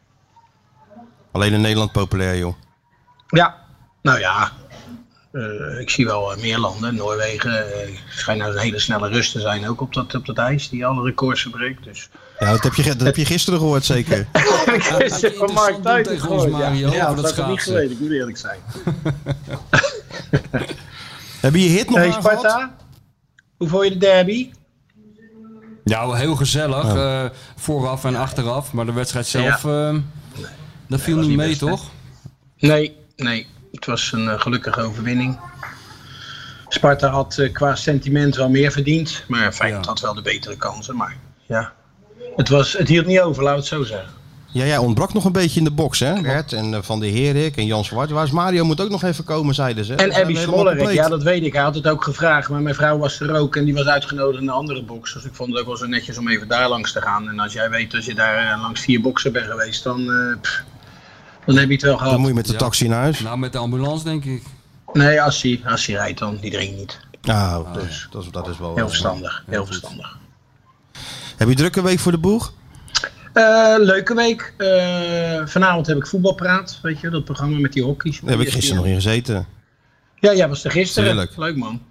[SPEAKER 3] Alleen in Nederland populair, joh.
[SPEAKER 7] Ja, nou ja. eh, ik zie wel eh, meer landen. Noorwegen eh, schijnt nou een hele snelle rust te zijn. Ook op dat, op dat ijs die alle records verbreekt. Dus.
[SPEAKER 3] Ja, dat heb je, ge- dat heb je gisteren gehoord, zeker.
[SPEAKER 7] ik
[SPEAKER 4] je van Mark interessant Tuit doen tegen gegooid, ons, ja. Mario, Ja, over dat dat had ik niet
[SPEAKER 7] ik niet
[SPEAKER 4] schaatsen. geweten,
[SPEAKER 7] geleden. Ik moet eerlijk zijn.
[SPEAKER 3] heb je je hit nog
[SPEAKER 7] Hey,
[SPEAKER 3] aangehad?
[SPEAKER 7] Sparta, hoe vond je de derby?
[SPEAKER 4] Ja, heel gezellig. eh, vooraf en achteraf. Maar de wedstrijd zelf, eh, dat viel niet
[SPEAKER 7] niet
[SPEAKER 4] mee,
[SPEAKER 7] best, hè?
[SPEAKER 4] toch?
[SPEAKER 7] Nee, nee. Het was een eh, gelukkige overwinning. Sparta had eh, qua sentiment wel meer verdiend. Maar Feyenoord
[SPEAKER 4] Ja.
[SPEAKER 7] had wel de betere kansen. Maar ja, het, was, het hield niet over, laat het zo zeggen.
[SPEAKER 3] Ja, jij ontbrak nog een beetje in de box, hè? Bert en eh, Van de Herik en Jan Zwart. Waar is Mario? Moet ook nog even komen, zeiden ze.
[SPEAKER 7] En Abby Smollerik,
[SPEAKER 3] Smollerik,
[SPEAKER 7] ja dat weet ik. Hij had het ook gevraagd. Maar mijn vrouw was er ook en die was uitgenodigd in de andere box. Dus ik vond het ook wel zo netjes om even daar langs te gaan. En als jij weet dat je daar eh, langs vier boxen bent geweest, dan, eh, pff, dan heb je het wel
[SPEAKER 3] Dan
[SPEAKER 7] gehad.
[SPEAKER 3] moet je met de
[SPEAKER 4] Ja.
[SPEAKER 3] taxi naar huis.
[SPEAKER 4] Nou, met de ambulance, denk ik.
[SPEAKER 7] Nee, als hij, als hij rijdt dan, die drinkt niet.
[SPEAKER 3] Nou, dat is- dat, is, dat is wel...
[SPEAKER 7] Heel verstandig, heel
[SPEAKER 4] goed.
[SPEAKER 7] verstandig.
[SPEAKER 3] Heb je drukke week voor de boeg?
[SPEAKER 7] Eh, leuke week. Eh, vanavond heb ik voetbalpraat, weet je, dat programma met die hockey's.
[SPEAKER 3] Daar heb ik gisteren nog in gezeten.
[SPEAKER 7] Ja, jij was er gisteren.
[SPEAKER 3] Tuurlijk.
[SPEAKER 7] Leuk man.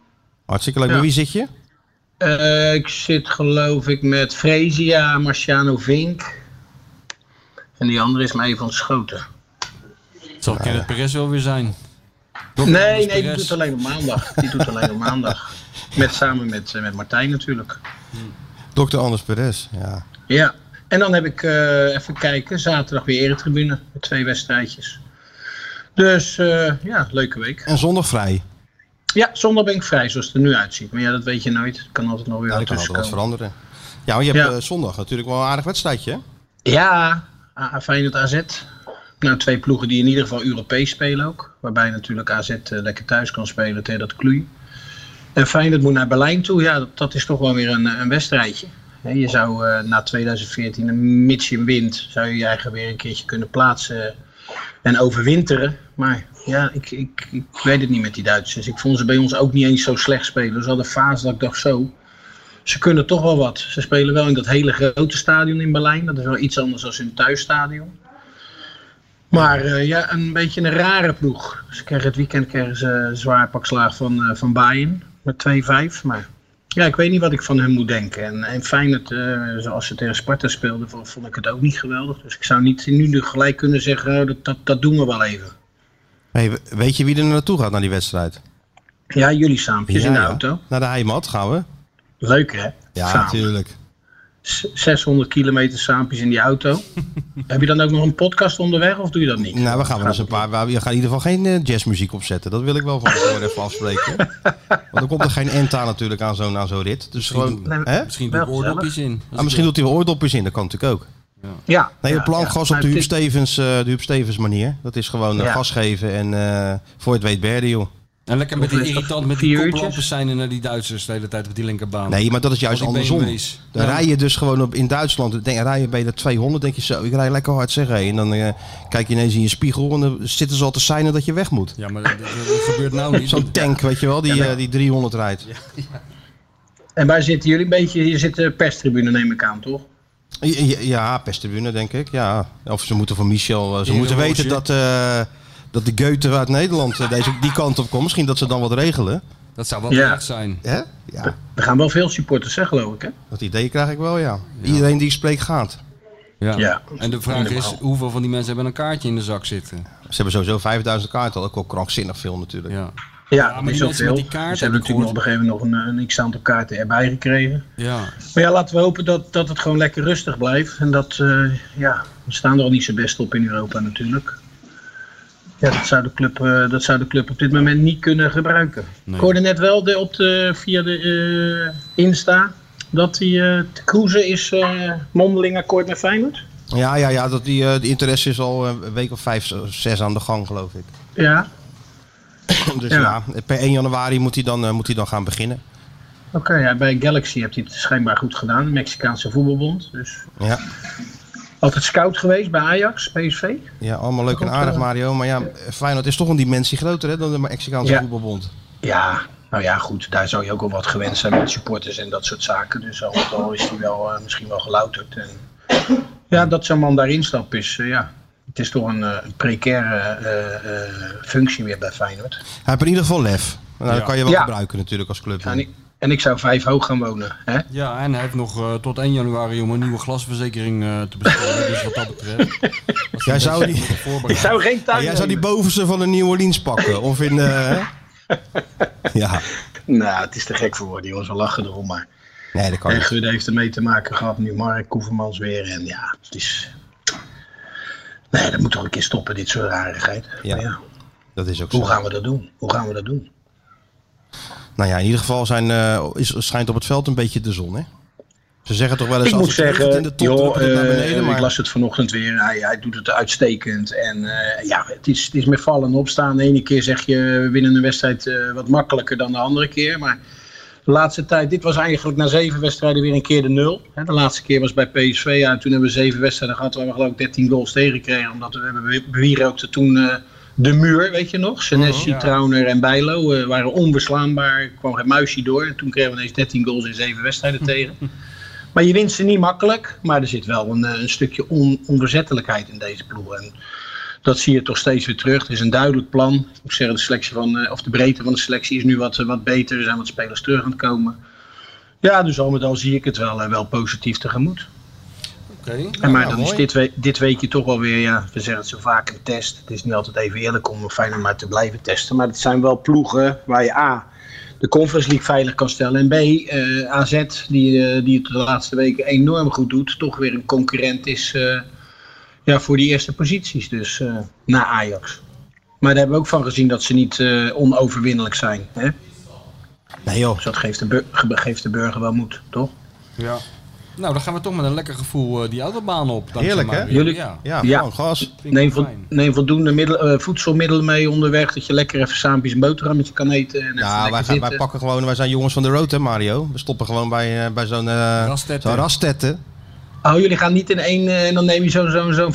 [SPEAKER 3] Hartstikke leuk.
[SPEAKER 7] Ja.
[SPEAKER 3] Met wie zit je?
[SPEAKER 7] Eh, ik zit geloof ik met Frezia, Marciano Vink. En die andere is mij even ontschoten.
[SPEAKER 4] Het zal Kenneth Perez wel weer zijn.
[SPEAKER 7] Nee, nee, die
[SPEAKER 4] Perez.
[SPEAKER 7] doet alleen op maandag. Die doet alleen op maandag. Met, samen met, eh, met Martijn natuurlijk.
[SPEAKER 3] Dokter Anders Perez. Ja.
[SPEAKER 7] Ja. En dan heb ik, eh, even kijken, zaterdag weer Eretribune. Met twee wedstrijdjes. Dus eh, ja, leuke week.
[SPEAKER 3] En zondag vrij.
[SPEAKER 7] Ja, zondag ben ik vrij, zoals het er nu uitziet. Maar ja, dat weet je nooit. Het dus kan altijd nog weer
[SPEAKER 3] Ja,
[SPEAKER 7] wat
[SPEAKER 3] dat kan altijd
[SPEAKER 7] tussen
[SPEAKER 3] wat
[SPEAKER 7] komen.
[SPEAKER 3] veranderen. Ja, want je hebt
[SPEAKER 7] Ja.
[SPEAKER 3] eh, zondag natuurlijk wel een aardig wedstrijdje. hè?
[SPEAKER 7] Ja, A- Feyenoord AZ. Nou, twee ploegen die in ieder geval Europees spelen ook. Waarbij natuurlijk AZ eh, lekker thuis kan spelen tegen dat kloei. En Feyenoord moet naar Berlijn toe. Ja, dat, dat is toch wel weer een, eh, een wedstrijdje. Hè, Je zou eh, na 2014, een mits je wint, zou je je eigen weer een keertje kunnen plaatsen en overwinteren. Maar ja, ik, ik, ik weet het niet met die Duitsers. Ik vond ze bij ons ook niet eens zo slecht spelen. Ze hadden fase dat ik dacht zo ze kunnen toch wel wat. Ze spelen wel in dat hele grote stadion in Berlijn. Dat is wel iets anders dan hun thuisstadion. Maar eh, ja, een beetje een rare ploeg. Ze kregen het weekend kregen ze een zwaar pak slaag van, eh, van Bayern met 2-5. Maar Ja, ik weet niet wat ik van hem moet denken. En, en Feyenoord, eh, zoals ze tegen Sparta speelden, vond, vond ik het ook niet geweldig. Dus ik zou niet nu de gelijk kunnen zeggen, eh, dat, dat, dat doen we wel even.
[SPEAKER 3] Hey, we- weet je wie er naartoe gaat naar die wedstrijd?
[SPEAKER 7] Ja, jullie saampjes in de auto.
[SPEAKER 3] Naar de heimat gaan we.
[SPEAKER 7] Leuk hè?
[SPEAKER 3] Ja,
[SPEAKER 7] Samen.
[SPEAKER 3] natuurlijk.
[SPEAKER 7] S- 600 kilometer saampjes in die auto. Heb je dan ook nog een podcast onderweg of doe je dat niet?
[SPEAKER 3] Nou, we gaan wel eens een paar. We gaan in ieder geval geen eh, jazzmuziek opzetten. Dat wil ik wel van tevoren even afspreken. Want dan komt er geen enta natuurlijk aan zo'n aan zo'n rit. Dus gewoon.
[SPEAKER 7] Nee,
[SPEAKER 3] hè?
[SPEAKER 4] Misschien doe ik
[SPEAKER 7] Wel
[SPEAKER 4] oordopjes in.
[SPEAKER 3] Ah, misschien doet hij wel oordopjes in, dat kan natuurlijk ook.
[SPEAKER 7] Ja.
[SPEAKER 3] Nee,
[SPEAKER 7] ja,
[SPEAKER 3] de plan
[SPEAKER 7] ja. Nou,
[SPEAKER 3] gas
[SPEAKER 7] Maar
[SPEAKER 3] op de Huub,
[SPEAKER 7] het is-
[SPEAKER 3] Stevens, eh, de Huub Stevens manier. Dat is gewoon eh,
[SPEAKER 7] Ja.
[SPEAKER 3] gas geven en eh, voor het weet berden, joh.
[SPEAKER 4] En lekker met
[SPEAKER 7] Of
[SPEAKER 4] die
[SPEAKER 7] is dat
[SPEAKER 4] irritant met
[SPEAKER 7] vier
[SPEAKER 4] die
[SPEAKER 7] uurtjes?
[SPEAKER 4] koplampen zijn en naar die Duitsers de hele tijd op die linkerbaan.
[SPEAKER 3] Nee, maar dat is juist
[SPEAKER 4] Al die
[SPEAKER 3] andersom.
[SPEAKER 4] BMW's.
[SPEAKER 3] Dan
[SPEAKER 4] Ja.
[SPEAKER 3] rij je dus gewoon op, in Duitsland. Denk, rij je bij de 200, denk je zo, ik rij lekker hard zeg. hé. En dan eh, kijk je ineens in je spiegel en dan zitten ze al te seinen dat je weg moet.
[SPEAKER 4] Ja, maar dat, dat- dat gebeurt nou niet.
[SPEAKER 3] Zo'n tank, weet je wel, die, eh, die 300 rijdt.
[SPEAKER 7] En waar zitten jullie een beetje? Hier zit de perstribune neem ik aan, toch?
[SPEAKER 3] Ja, ja, ja, pestribune denk ik. Ja. Of ze moeten van Michel. eh, Ze
[SPEAKER 4] Eer
[SPEAKER 3] moeten
[SPEAKER 4] een
[SPEAKER 3] weten dat,
[SPEAKER 4] roosje.
[SPEAKER 3] eh, dat de Goethe uit Nederland eh, deze, die kant op komt. Misschien dat ze dan wat regelen.
[SPEAKER 4] Dat zou wel
[SPEAKER 7] Ja.
[SPEAKER 4] echt zijn.
[SPEAKER 3] Hè? Ja,
[SPEAKER 7] Er gaan wel veel supporters, hè, geloof ik. Hè?
[SPEAKER 3] dat idee krijg ik wel, ja. Iedereen die ik spreek gaat.
[SPEAKER 4] Ja.
[SPEAKER 7] Ja.
[SPEAKER 4] En de vraag is,
[SPEAKER 7] Helemaal.
[SPEAKER 4] hoeveel van die mensen hebben een kaartje in de zak zitten?
[SPEAKER 3] Ze hebben sowieso 5000 kaarten. Ook al krankzinnig veel natuurlijk.
[SPEAKER 4] Ja.
[SPEAKER 7] Ja,
[SPEAKER 4] maar
[SPEAKER 7] dat is
[SPEAKER 4] die mensen
[SPEAKER 7] zoveel.
[SPEAKER 4] met die kaart
[SPEAKER 7] Ze hebben
[SPEAKER 4] heb ik
[SPEAKER 7] natuurlijk nog op een gegeven moment nog een, een x-aantal kaarten erbij gekregen.
[SPEAKER 4] Ja.
[SPEAKER 7] Maar ja, laten we hopen dat, dat het gewoon lekker rustig blijft. En dat, eh, ja, we staan er al niet zo best op in Europa natuurlijk. Ja, dat zou de club, eh, dat zou de club op dit moment niet kunnen gebruiken.
[SPEAKER 4] Nee.
[SPEAKER 7] Ik hoorde net wel de, op de, via de eh, Insta dat die eh te cruisen is eh, mondeling akkoord met Feyenoord.
[SPEAKER 3] Ja, ja, ja. Dat die, eh, de interesse is al een week of vijf, zes aan de gang, geloof ik.
[SPEAKER 7] Ja,
[SPEAKER 3] Dus ja,
[SPEAKER 7] Ja.
[SPEAKER 3] per 1 januari moet hij dan, eh, moet hij dan gaan beginnen.
[SPEAKER 7] oké. ja, bij Galaxy heeft hij het schijnbaar goed gedaan, de Mexicaanse voetbalbond. Dus
[SPEAKER 3] Ja,
[SPEAKER 7] altijd scout geweest bij Ajax, PSV.
[SPEAKER 3] ja allemaal leuk en aardig, Mario. Maar ja, Feyenoord is toch een dimensie groter hè, dan de Mexicaanse
[SPEAKER 7] Ja.
[SPEAKER 3] voetbalbond.
[SPEAKER 7] Ja, nou ja, goed, daar zou je ook al wat gewend zijn met supporters en dat soort zaken. Dus al met al is hij wel eh, misschien wel gelouterd. En... Ja, dat zo'n man daarin stapt is, eh, ja. Het is toch een eh, een precaire eh, eh, functie weer bij Feyenoord.
[SPEAKER 3] Hij heeft in ieder geval lef. Nou, Dat kan je wel
[SPEAKER 7] Ja.
[SPEAKER 3] gebruiken natuurlijk als club.
[SPEAKER 7] En ik, en ik zou vijf hoog gaan wonen, hè?
[SPEAKER 4] ja, en hij heeft nog eh, tot 1 januari om een nieuwe glasverzekering eh, te bestellen. dus wat dat betreft. was hij
[SPEAKER 3] Jij
[SPEAKER 4] een
[SPEAKER 3] zou
[SPEAKER 4] beetje
[SPEAKER 3] die-
[SPEAKER 4] voorbereid.
[SPEAKER 7] Ik zou geen tuin
[SPEAKER 3] Jij zou die bovenste van de New Orleans pakken. Of in... eh, ja,
[SPEAKER 7] Nou, het is te gek voor woorden, jongens. We lachen erom, maar...
[SPEAKER 3] nee, dat kan
[SPEAKER 7] En
[SPEAKER 3] niet.
[SPEAKER 7] Gudde heeft ermee te maken gehad. Nu Mark Koevermans weer. En ja, het is... Nee, dat moet toch een keer stoppen, dit soort rarigheid.
[SPEAKER 3] Ja.
[SPEAKER 7] Maar ja,
[SPEAKER 3] Dat is ook zo.
[SPEAKER 7] hoe gaan we dat doen? Hoe gaan we dat doen?
[SPEAKER 3] Nou ja, in ieder geval zijn, eh, is, schijnt op het veld een beetje de zon, hè? Ze zeggen toch wel eens...
[SPEAKER 7] ik moet
[SPEAKER 3] als het regent
[SPEAKER 7] zeggen,
[SPEAKER 3] in de top,
[SPEAKER 7] joh,
[SPEAKER 3] drukt het naar
[SPEAKER 7] eh,
[SPEAKER 3] beneden, maar...
[SPEAKER 7] ik las het vanochtend weer. Hij, hij doet het uitstekend. En eh, ja, het is, het is met vallen en opstaan. De ene keer zeg je, we winnen een wedstrijd eh, wat makkelijker dan de andere keer. Maar de laatste tijd, dit was eigenlijk na zeven wedstrijden weer een keer de nul. Hè, De laatste keer was bij PSV. Ja, toen hebben we zeven wedstrijden gehad waar we geloof ik 13 goals tegen kregen. Omdat we hebben be- bewierookte toen... eh, de muur, weet je nog?
[SPEAKER 3] Mhm,
[SPEAKER 7] Senesi, Trauner en Bijlo eh, waren onverslaanbaar. Er kwam geen muisje door. En toen kregen we ineens 13 goals in zeven wedstrijden tegen. Maar je wint ze niet makkelijk. Maar er zit wel een, eh, een stukje on, onverzettelijkheid in deze ploeg. En dat zie je toch steeds weer terug. Er is een duidelijk plan. Ik moet zeggen, de, selectie van, eh, of de breedte van de selectie is nu wat, eh, wat beter. Er zijn wat spelers terug aan het komen. Ja, dus al met al zie ik het wel, eh, wel positief tegemoet.
[SPEAKER 4] Oké.
[SPEAKER 7] En maar dan
[SPEAKER 3] mooi.
[SPEAKER 7] is dit, we- dit weekje toch wel weer, ja, we zeggen het zo vaak, een test. Het is niet altijd even eerlijk om Feyenoord maar te blijven testen. Maar het zijn wel ploegen waar je A, de Conference League veilig kan stellen. En B, eh, AZ, die, eh, die het de laatste weken enorm goed doet, toch weer een concurrent is eh, ja, voor die eerste posities. Dus eh, na Ajax. Maar daar hebben we ook van gezien dat ze niet eh, onoverwinnelijk zijn. Hè?
[SPEAKER 3] Nee joh,
[SPEAKER 7] Dus dat geeft de, bur- ge- geeft de burger wel moed, toch?
[SPEAKER 4] Ja. Nou, dan gaan we toch met een lekker gevoel eh, die autobaan op. dankzij
[SPEAKER 3] Heerlijk, hè?
[SPEAKER 4] Mario.
[SPEAKER 7] Jullie-
[SPEAKER 4] Ja.
[SPEAKER 3] ja,
[SPEAKER 7] Ja.
[SPEAKER 3] gewoon gas.
[SPEAKER 4] vind ik
[SPEAKER 7] Neem,
[SPEAKER 4] wel
[SPEAKER 7] vo-
[SPEAKER 4] fijn.
[SPEAKER 7] neem voldoende middel, eh, voedselmiddelen mee onderweg. Dat je lekker even saampjes een boterhammetje kan eten. En even
[SPEAKER 3] Ja,
[SPEAKER 7] lekker
[SPEAKER 3] wij, gaan, wij
[SPEAKER 7] zitten.
[SPEAKER 3] pakken gewoon, wij zijn jongens van de road hè Mario. We stoppen gewoon bij, eh, bij zo'n eh
[SPEAKER 4] Rastette.
[SPEAKER 3] zo'n rastette.
[SPEAKER 7] Oh, jullie gaan niet in één eh, en dan neem je zo'n zo, zo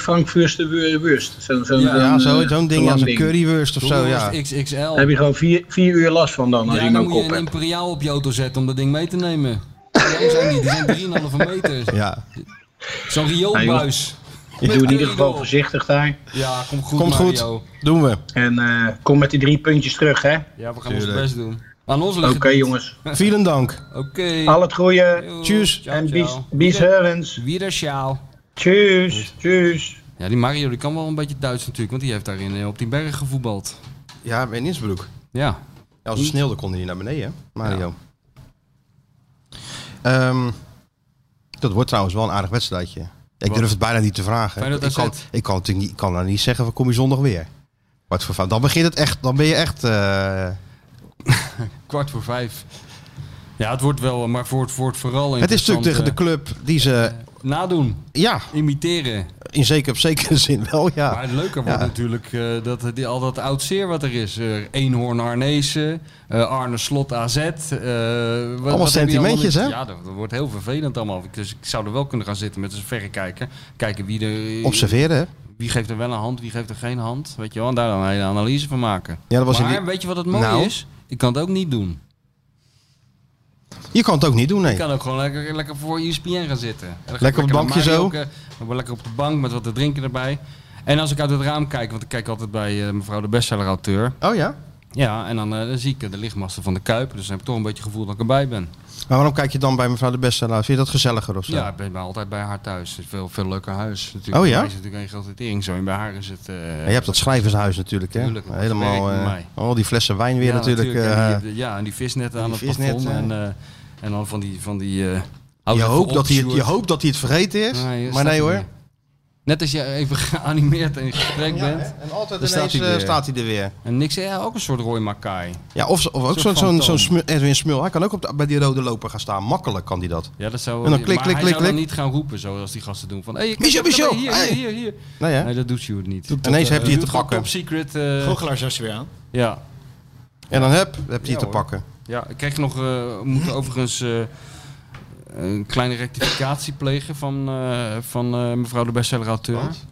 [SPEAKER 7] Frankfurterwurst. Zo'n zo'n
[SPEAKER 4] Ja,
[SPEAKER 7] zo'n,
[SPEAKER 3] Ja, zo-
[SPEAKER 7] eh,
[SPEAKER 3] zo'n
[SPEAKER 7] zo'n
[SPEAKER 3] ding als een
[SPEAKER 7] ding.
[SPEAKER 3] currywurst of zo. Ja.
[SPEAKER 4] Doelbewust XXL.
[SPEAKER 7] Daar heb je gewoon vier, vier uur last van dan, als
[SPEAKER 4] Ja,
[SPEAKER 7] je
[SPEAKER 4] dan
[SPEAKER 7] hem ook
[SPEAKER 4] moet
[SPEAKER 7] op
[SPEAKER 4] je een
[SPEAKER 7] hebt.
[SPEAKER 4] imperiaal op je auto zetten om dat ding mee te nemen. Hoe lang zijn die? Die zijn 3,5 meter.
[SPEAKER 3] Ja.
[SPEAKER 4] Zo'n rioolbuis.
[SPEAKER 7] Je doet in ieder geval voorzichtig daar.
[SPEAKER 4] Ja, komt goed
[SPEAKER 3] Komt goed,
[SPEAKER 4] Mario.
[SPEAKER 3] doen we.
[SPEAKER 7] En eh, kom met die drie puntjes terug, hè.
[SPEAKER 4] Ja, we gaan
[SPEAKER 3] Tuurlijk.
[SPEAKER 4] ons best doen. Aan ons
[SPEAKER 7] Oké
[SPEAKER 4] liggen het niet.
[SPEAKER 7] jongens,
[SPEAKER 3] Vielen dank.
[SPEAKER 4] Oké.
[SPEAKER 7] al het goede.
[SPEAKER 4] Joe,
[SPEAKER 3] Tjus.
[SPEAKER 4] ciao,
[SPEAKER 7] En bis,
[SPEAKER 4] ciao.
[SPEAKER 7] bis horens.
[SPEAKER 4] Wieder ciao.
[SPEAKER 7] Tjus, tjus.
[SPEAKER 4] Ja, die Mario die kan wel een beetje Duits natuurlijk, want die heeft daarin eh, op die bergen gevoetbald.
[SPEAKER 3] Ja, in Innsbruck.
[SPEAKER 4] Ja.
[SPEAKER 3] Ja, als het sneeuwde kon hij niet naar beneden, hè, Mario. Ehm, dat wordt trouwens wel een aardig wedstrijdje. Ik durf het bijna niet te vragen.
[SPEAKER 4] Feyenoord
[SPEAKER 3] Ik kan,
[SPEAKER 4] AZ.
[SPEAKER 3] ik kan natuurlijk niet, ik kan nou niet zeggen, we kom je zondag weer. Wat voor fout. Dan begint het echt, dan ben je echt... eh,
[SPEAKER 4] Kwart voor vijf. Ja, het wordt wel, eh, maar voor het, voor het vooral
[SPEAKER 3] het is natuurlijk tegen de
[SPEAKER 4] interessant,
[SPEAKER 3] club die ze,
[SPEAKER 4] eh, Nadoen,
[SPEAKER 3] ja,
[SPEAKER 4] imiteren.
[SPEAKER 3] in zeker op zekere zin wel,
[SPEAKER 4] Maar
[SPEAKER 3] ja.
[SPEAKER 4] het leuke wordt natuurlijk eh, dat eh, die, al dat oud zeer wat er is. Eh Eenhoorn Arnezen, eh, Arne Slot AZ. eh, wat- wat heb je
[SPEAKER 3] sentimentjes,
[SPEAKER 4] allemaal
[SPEAKER 3] hè?
[SPEAKER 4] niet- Ja, dat, dat wordt heel vervelend allemaal. Dus ik zou er wel kunnen gaan zitten met een verrekijker. Kijken wie er...
[SPEAKER 3] Observeren, hè.
[SPEAKER 4] Wie geeft er wel een hand, wie geeft er geen hand. Weet je wel, en daar dan een hele analyse van maken.
[SPEAKER 3] Ja, dat was in
[SPEAKER 4] maar
[SPEAKER 3] die-
[SPEAKER 4] weet je wat het mooie
[SPEAKER 3] Nou?
[SPEAKER 4] is? Ik kan het ook niet doen.
[SPEAKER 3] Je kan het ook niet doen, nee.
[SPEAKER 4] Ik kan ook gewoon lekker, lekker voor E ESPN gaan zitten. En dan ga ik
[SPEAKER 3] Lekker op het bankje
[SPEAKER 4] naar
[SPEAKER 3] zo.
[SPEAKER 4] Marioke, dan wel lekker op de bank met wat te drinken erbij. En als ik uit het raam kijk, want ik kijk altijd bij eh, mevrouw de bestseller-auteur.
[SPEAKER 3] Oh ja?
[SPEAKER 4] Ja, en dan, eh, dan zie ik eh, de lichtmasten van de Kuip. Dus dan heb ik toch een beetje het gevoel dat ik erbij ben.
[SPEAKER 3] Maar waarom kijk je dan bij mevrouw de Bestelaar? Vind je dat gezelliger of zo?
[SPEAKER 4] Ja, ik ben bij- altijd bij haar thuis. Het is veel, veel leuker huis. Natuurlijk.
[SPEAKER 3] Oh ja?
[SPEAKER 4] Bij mij is het natuurlijk een grote tering zo. En bij haar is het... eh,
[SPEAKER 3] Ja, je hebt dat schrijvershuis natuurlijk, hè?
[SPEAKER 4] Tuurlijk, dat
[SPEAKER 3] Helemaal,
[SPEAKER 4] werkt
[SPEAKER 3] eh,
[SPEAKER 4] bij
[SPEAKER 3] al die flessen wijn weer
[SPEAKER 4] ja,
[SPEAKER 3] natuurlijk. eh,
[SPEAKER 4] en die, ja, en die visnetten aan
[SPEAKER 3] die
[SPEAKER 4] het plafond.
[SPEAKER 3] visnetten.
[SPEAKER 4] En, eh, en dan van die... Van die eh,
[SPEAKER 3] je,
[SPEAKER 4] houten
[SPEAKER 3] hoopt dat hij, het- je
[SPEAKER 4] opsjoerd.
[SPEAKER 3] hoopt dat hij het vergeten is,
[SPEAKER 4] Nee, dat
[SPEAKER 3] maar
[SPEAKER 4] staat
[SPEAKER 3] nee
[SPEAKER 4] er
[SPEAKER 3] hoor.
[SPEAKER 4] niet. Net als je even geanimeerd en in gesprek bent.
[SPEAKER 3] en altijd
[SPEAKER 4] Dan staat
[SPEAKER 3] ineens
[SPEAKER 4] hij
[SPEAKER 3] eh,
[SPEAKER 4] weer.
[SPEAKER 3] staat hij er weer.
[SPEAKER 4] En niks, ja, ook een soort Roy Makai.
[SPEAKER 3] Ja, of, zo- of ook
[SPEAKER 4] Een soort
[SPEAKER 3] zo'n zo'n
[SPEAKER 4] fantoom.
[SPEAKER 3] zo'n Smu- Edwin Smul. Hij kan ook op de- bij die rode loper gaan staan. Makkelijk kan hij dat.
[SPEAKER 4] Ja, dat zou,
[SPEAKER 3] En dan klik,
[SPEAKER 4] maar
[SPEAKER 3] klik,
[SPEAKER 4] hij
[SPEAKER 3] klik,
[SPEAKER 4] zou dan
[SPEAKER 3] klik.
[SPEAKER 4] niet gaan roepen zoals die gasten doen. Van, hey, kijk,
[SPEAKER 3] Michel,
[SPEAKER 4] daar ben je,
[SPEAKER 3] Michel,
[SPEAKER 4] Hier,
[SPEAKER 3] hey.
[SPEAKER 4] hier, hier, hier.
[SPEAKER 3] Nee, hè?
[SPEAKER 4] Nee, dat eh, doet Stuart niet.
[SPEAKER 3] Ineens heb je het te
[SPEAKER 4] Stuart pakt
[SPEAKER 3] pakken.
[SPEAKER 4] Top secret. eh,
[SPEAKER 5] Goochelaars weer aan.
[SPEAKER 4] ja.
[SPEAKER 3] En dan heb, heb hij
[SPEAKER 4] Ja,
[SPEAKER 3] te
[SPEAKER 4] hoor.
[SPEAKER 3] pakken.
[SPEAKER 4] ja, ik kreeg nog, eh, we moeten overigens eh, een kleine rectificatie plegen van, eh, van eh, mevrouw de bestseller-auteur.
[SPEAKER 3] Wat?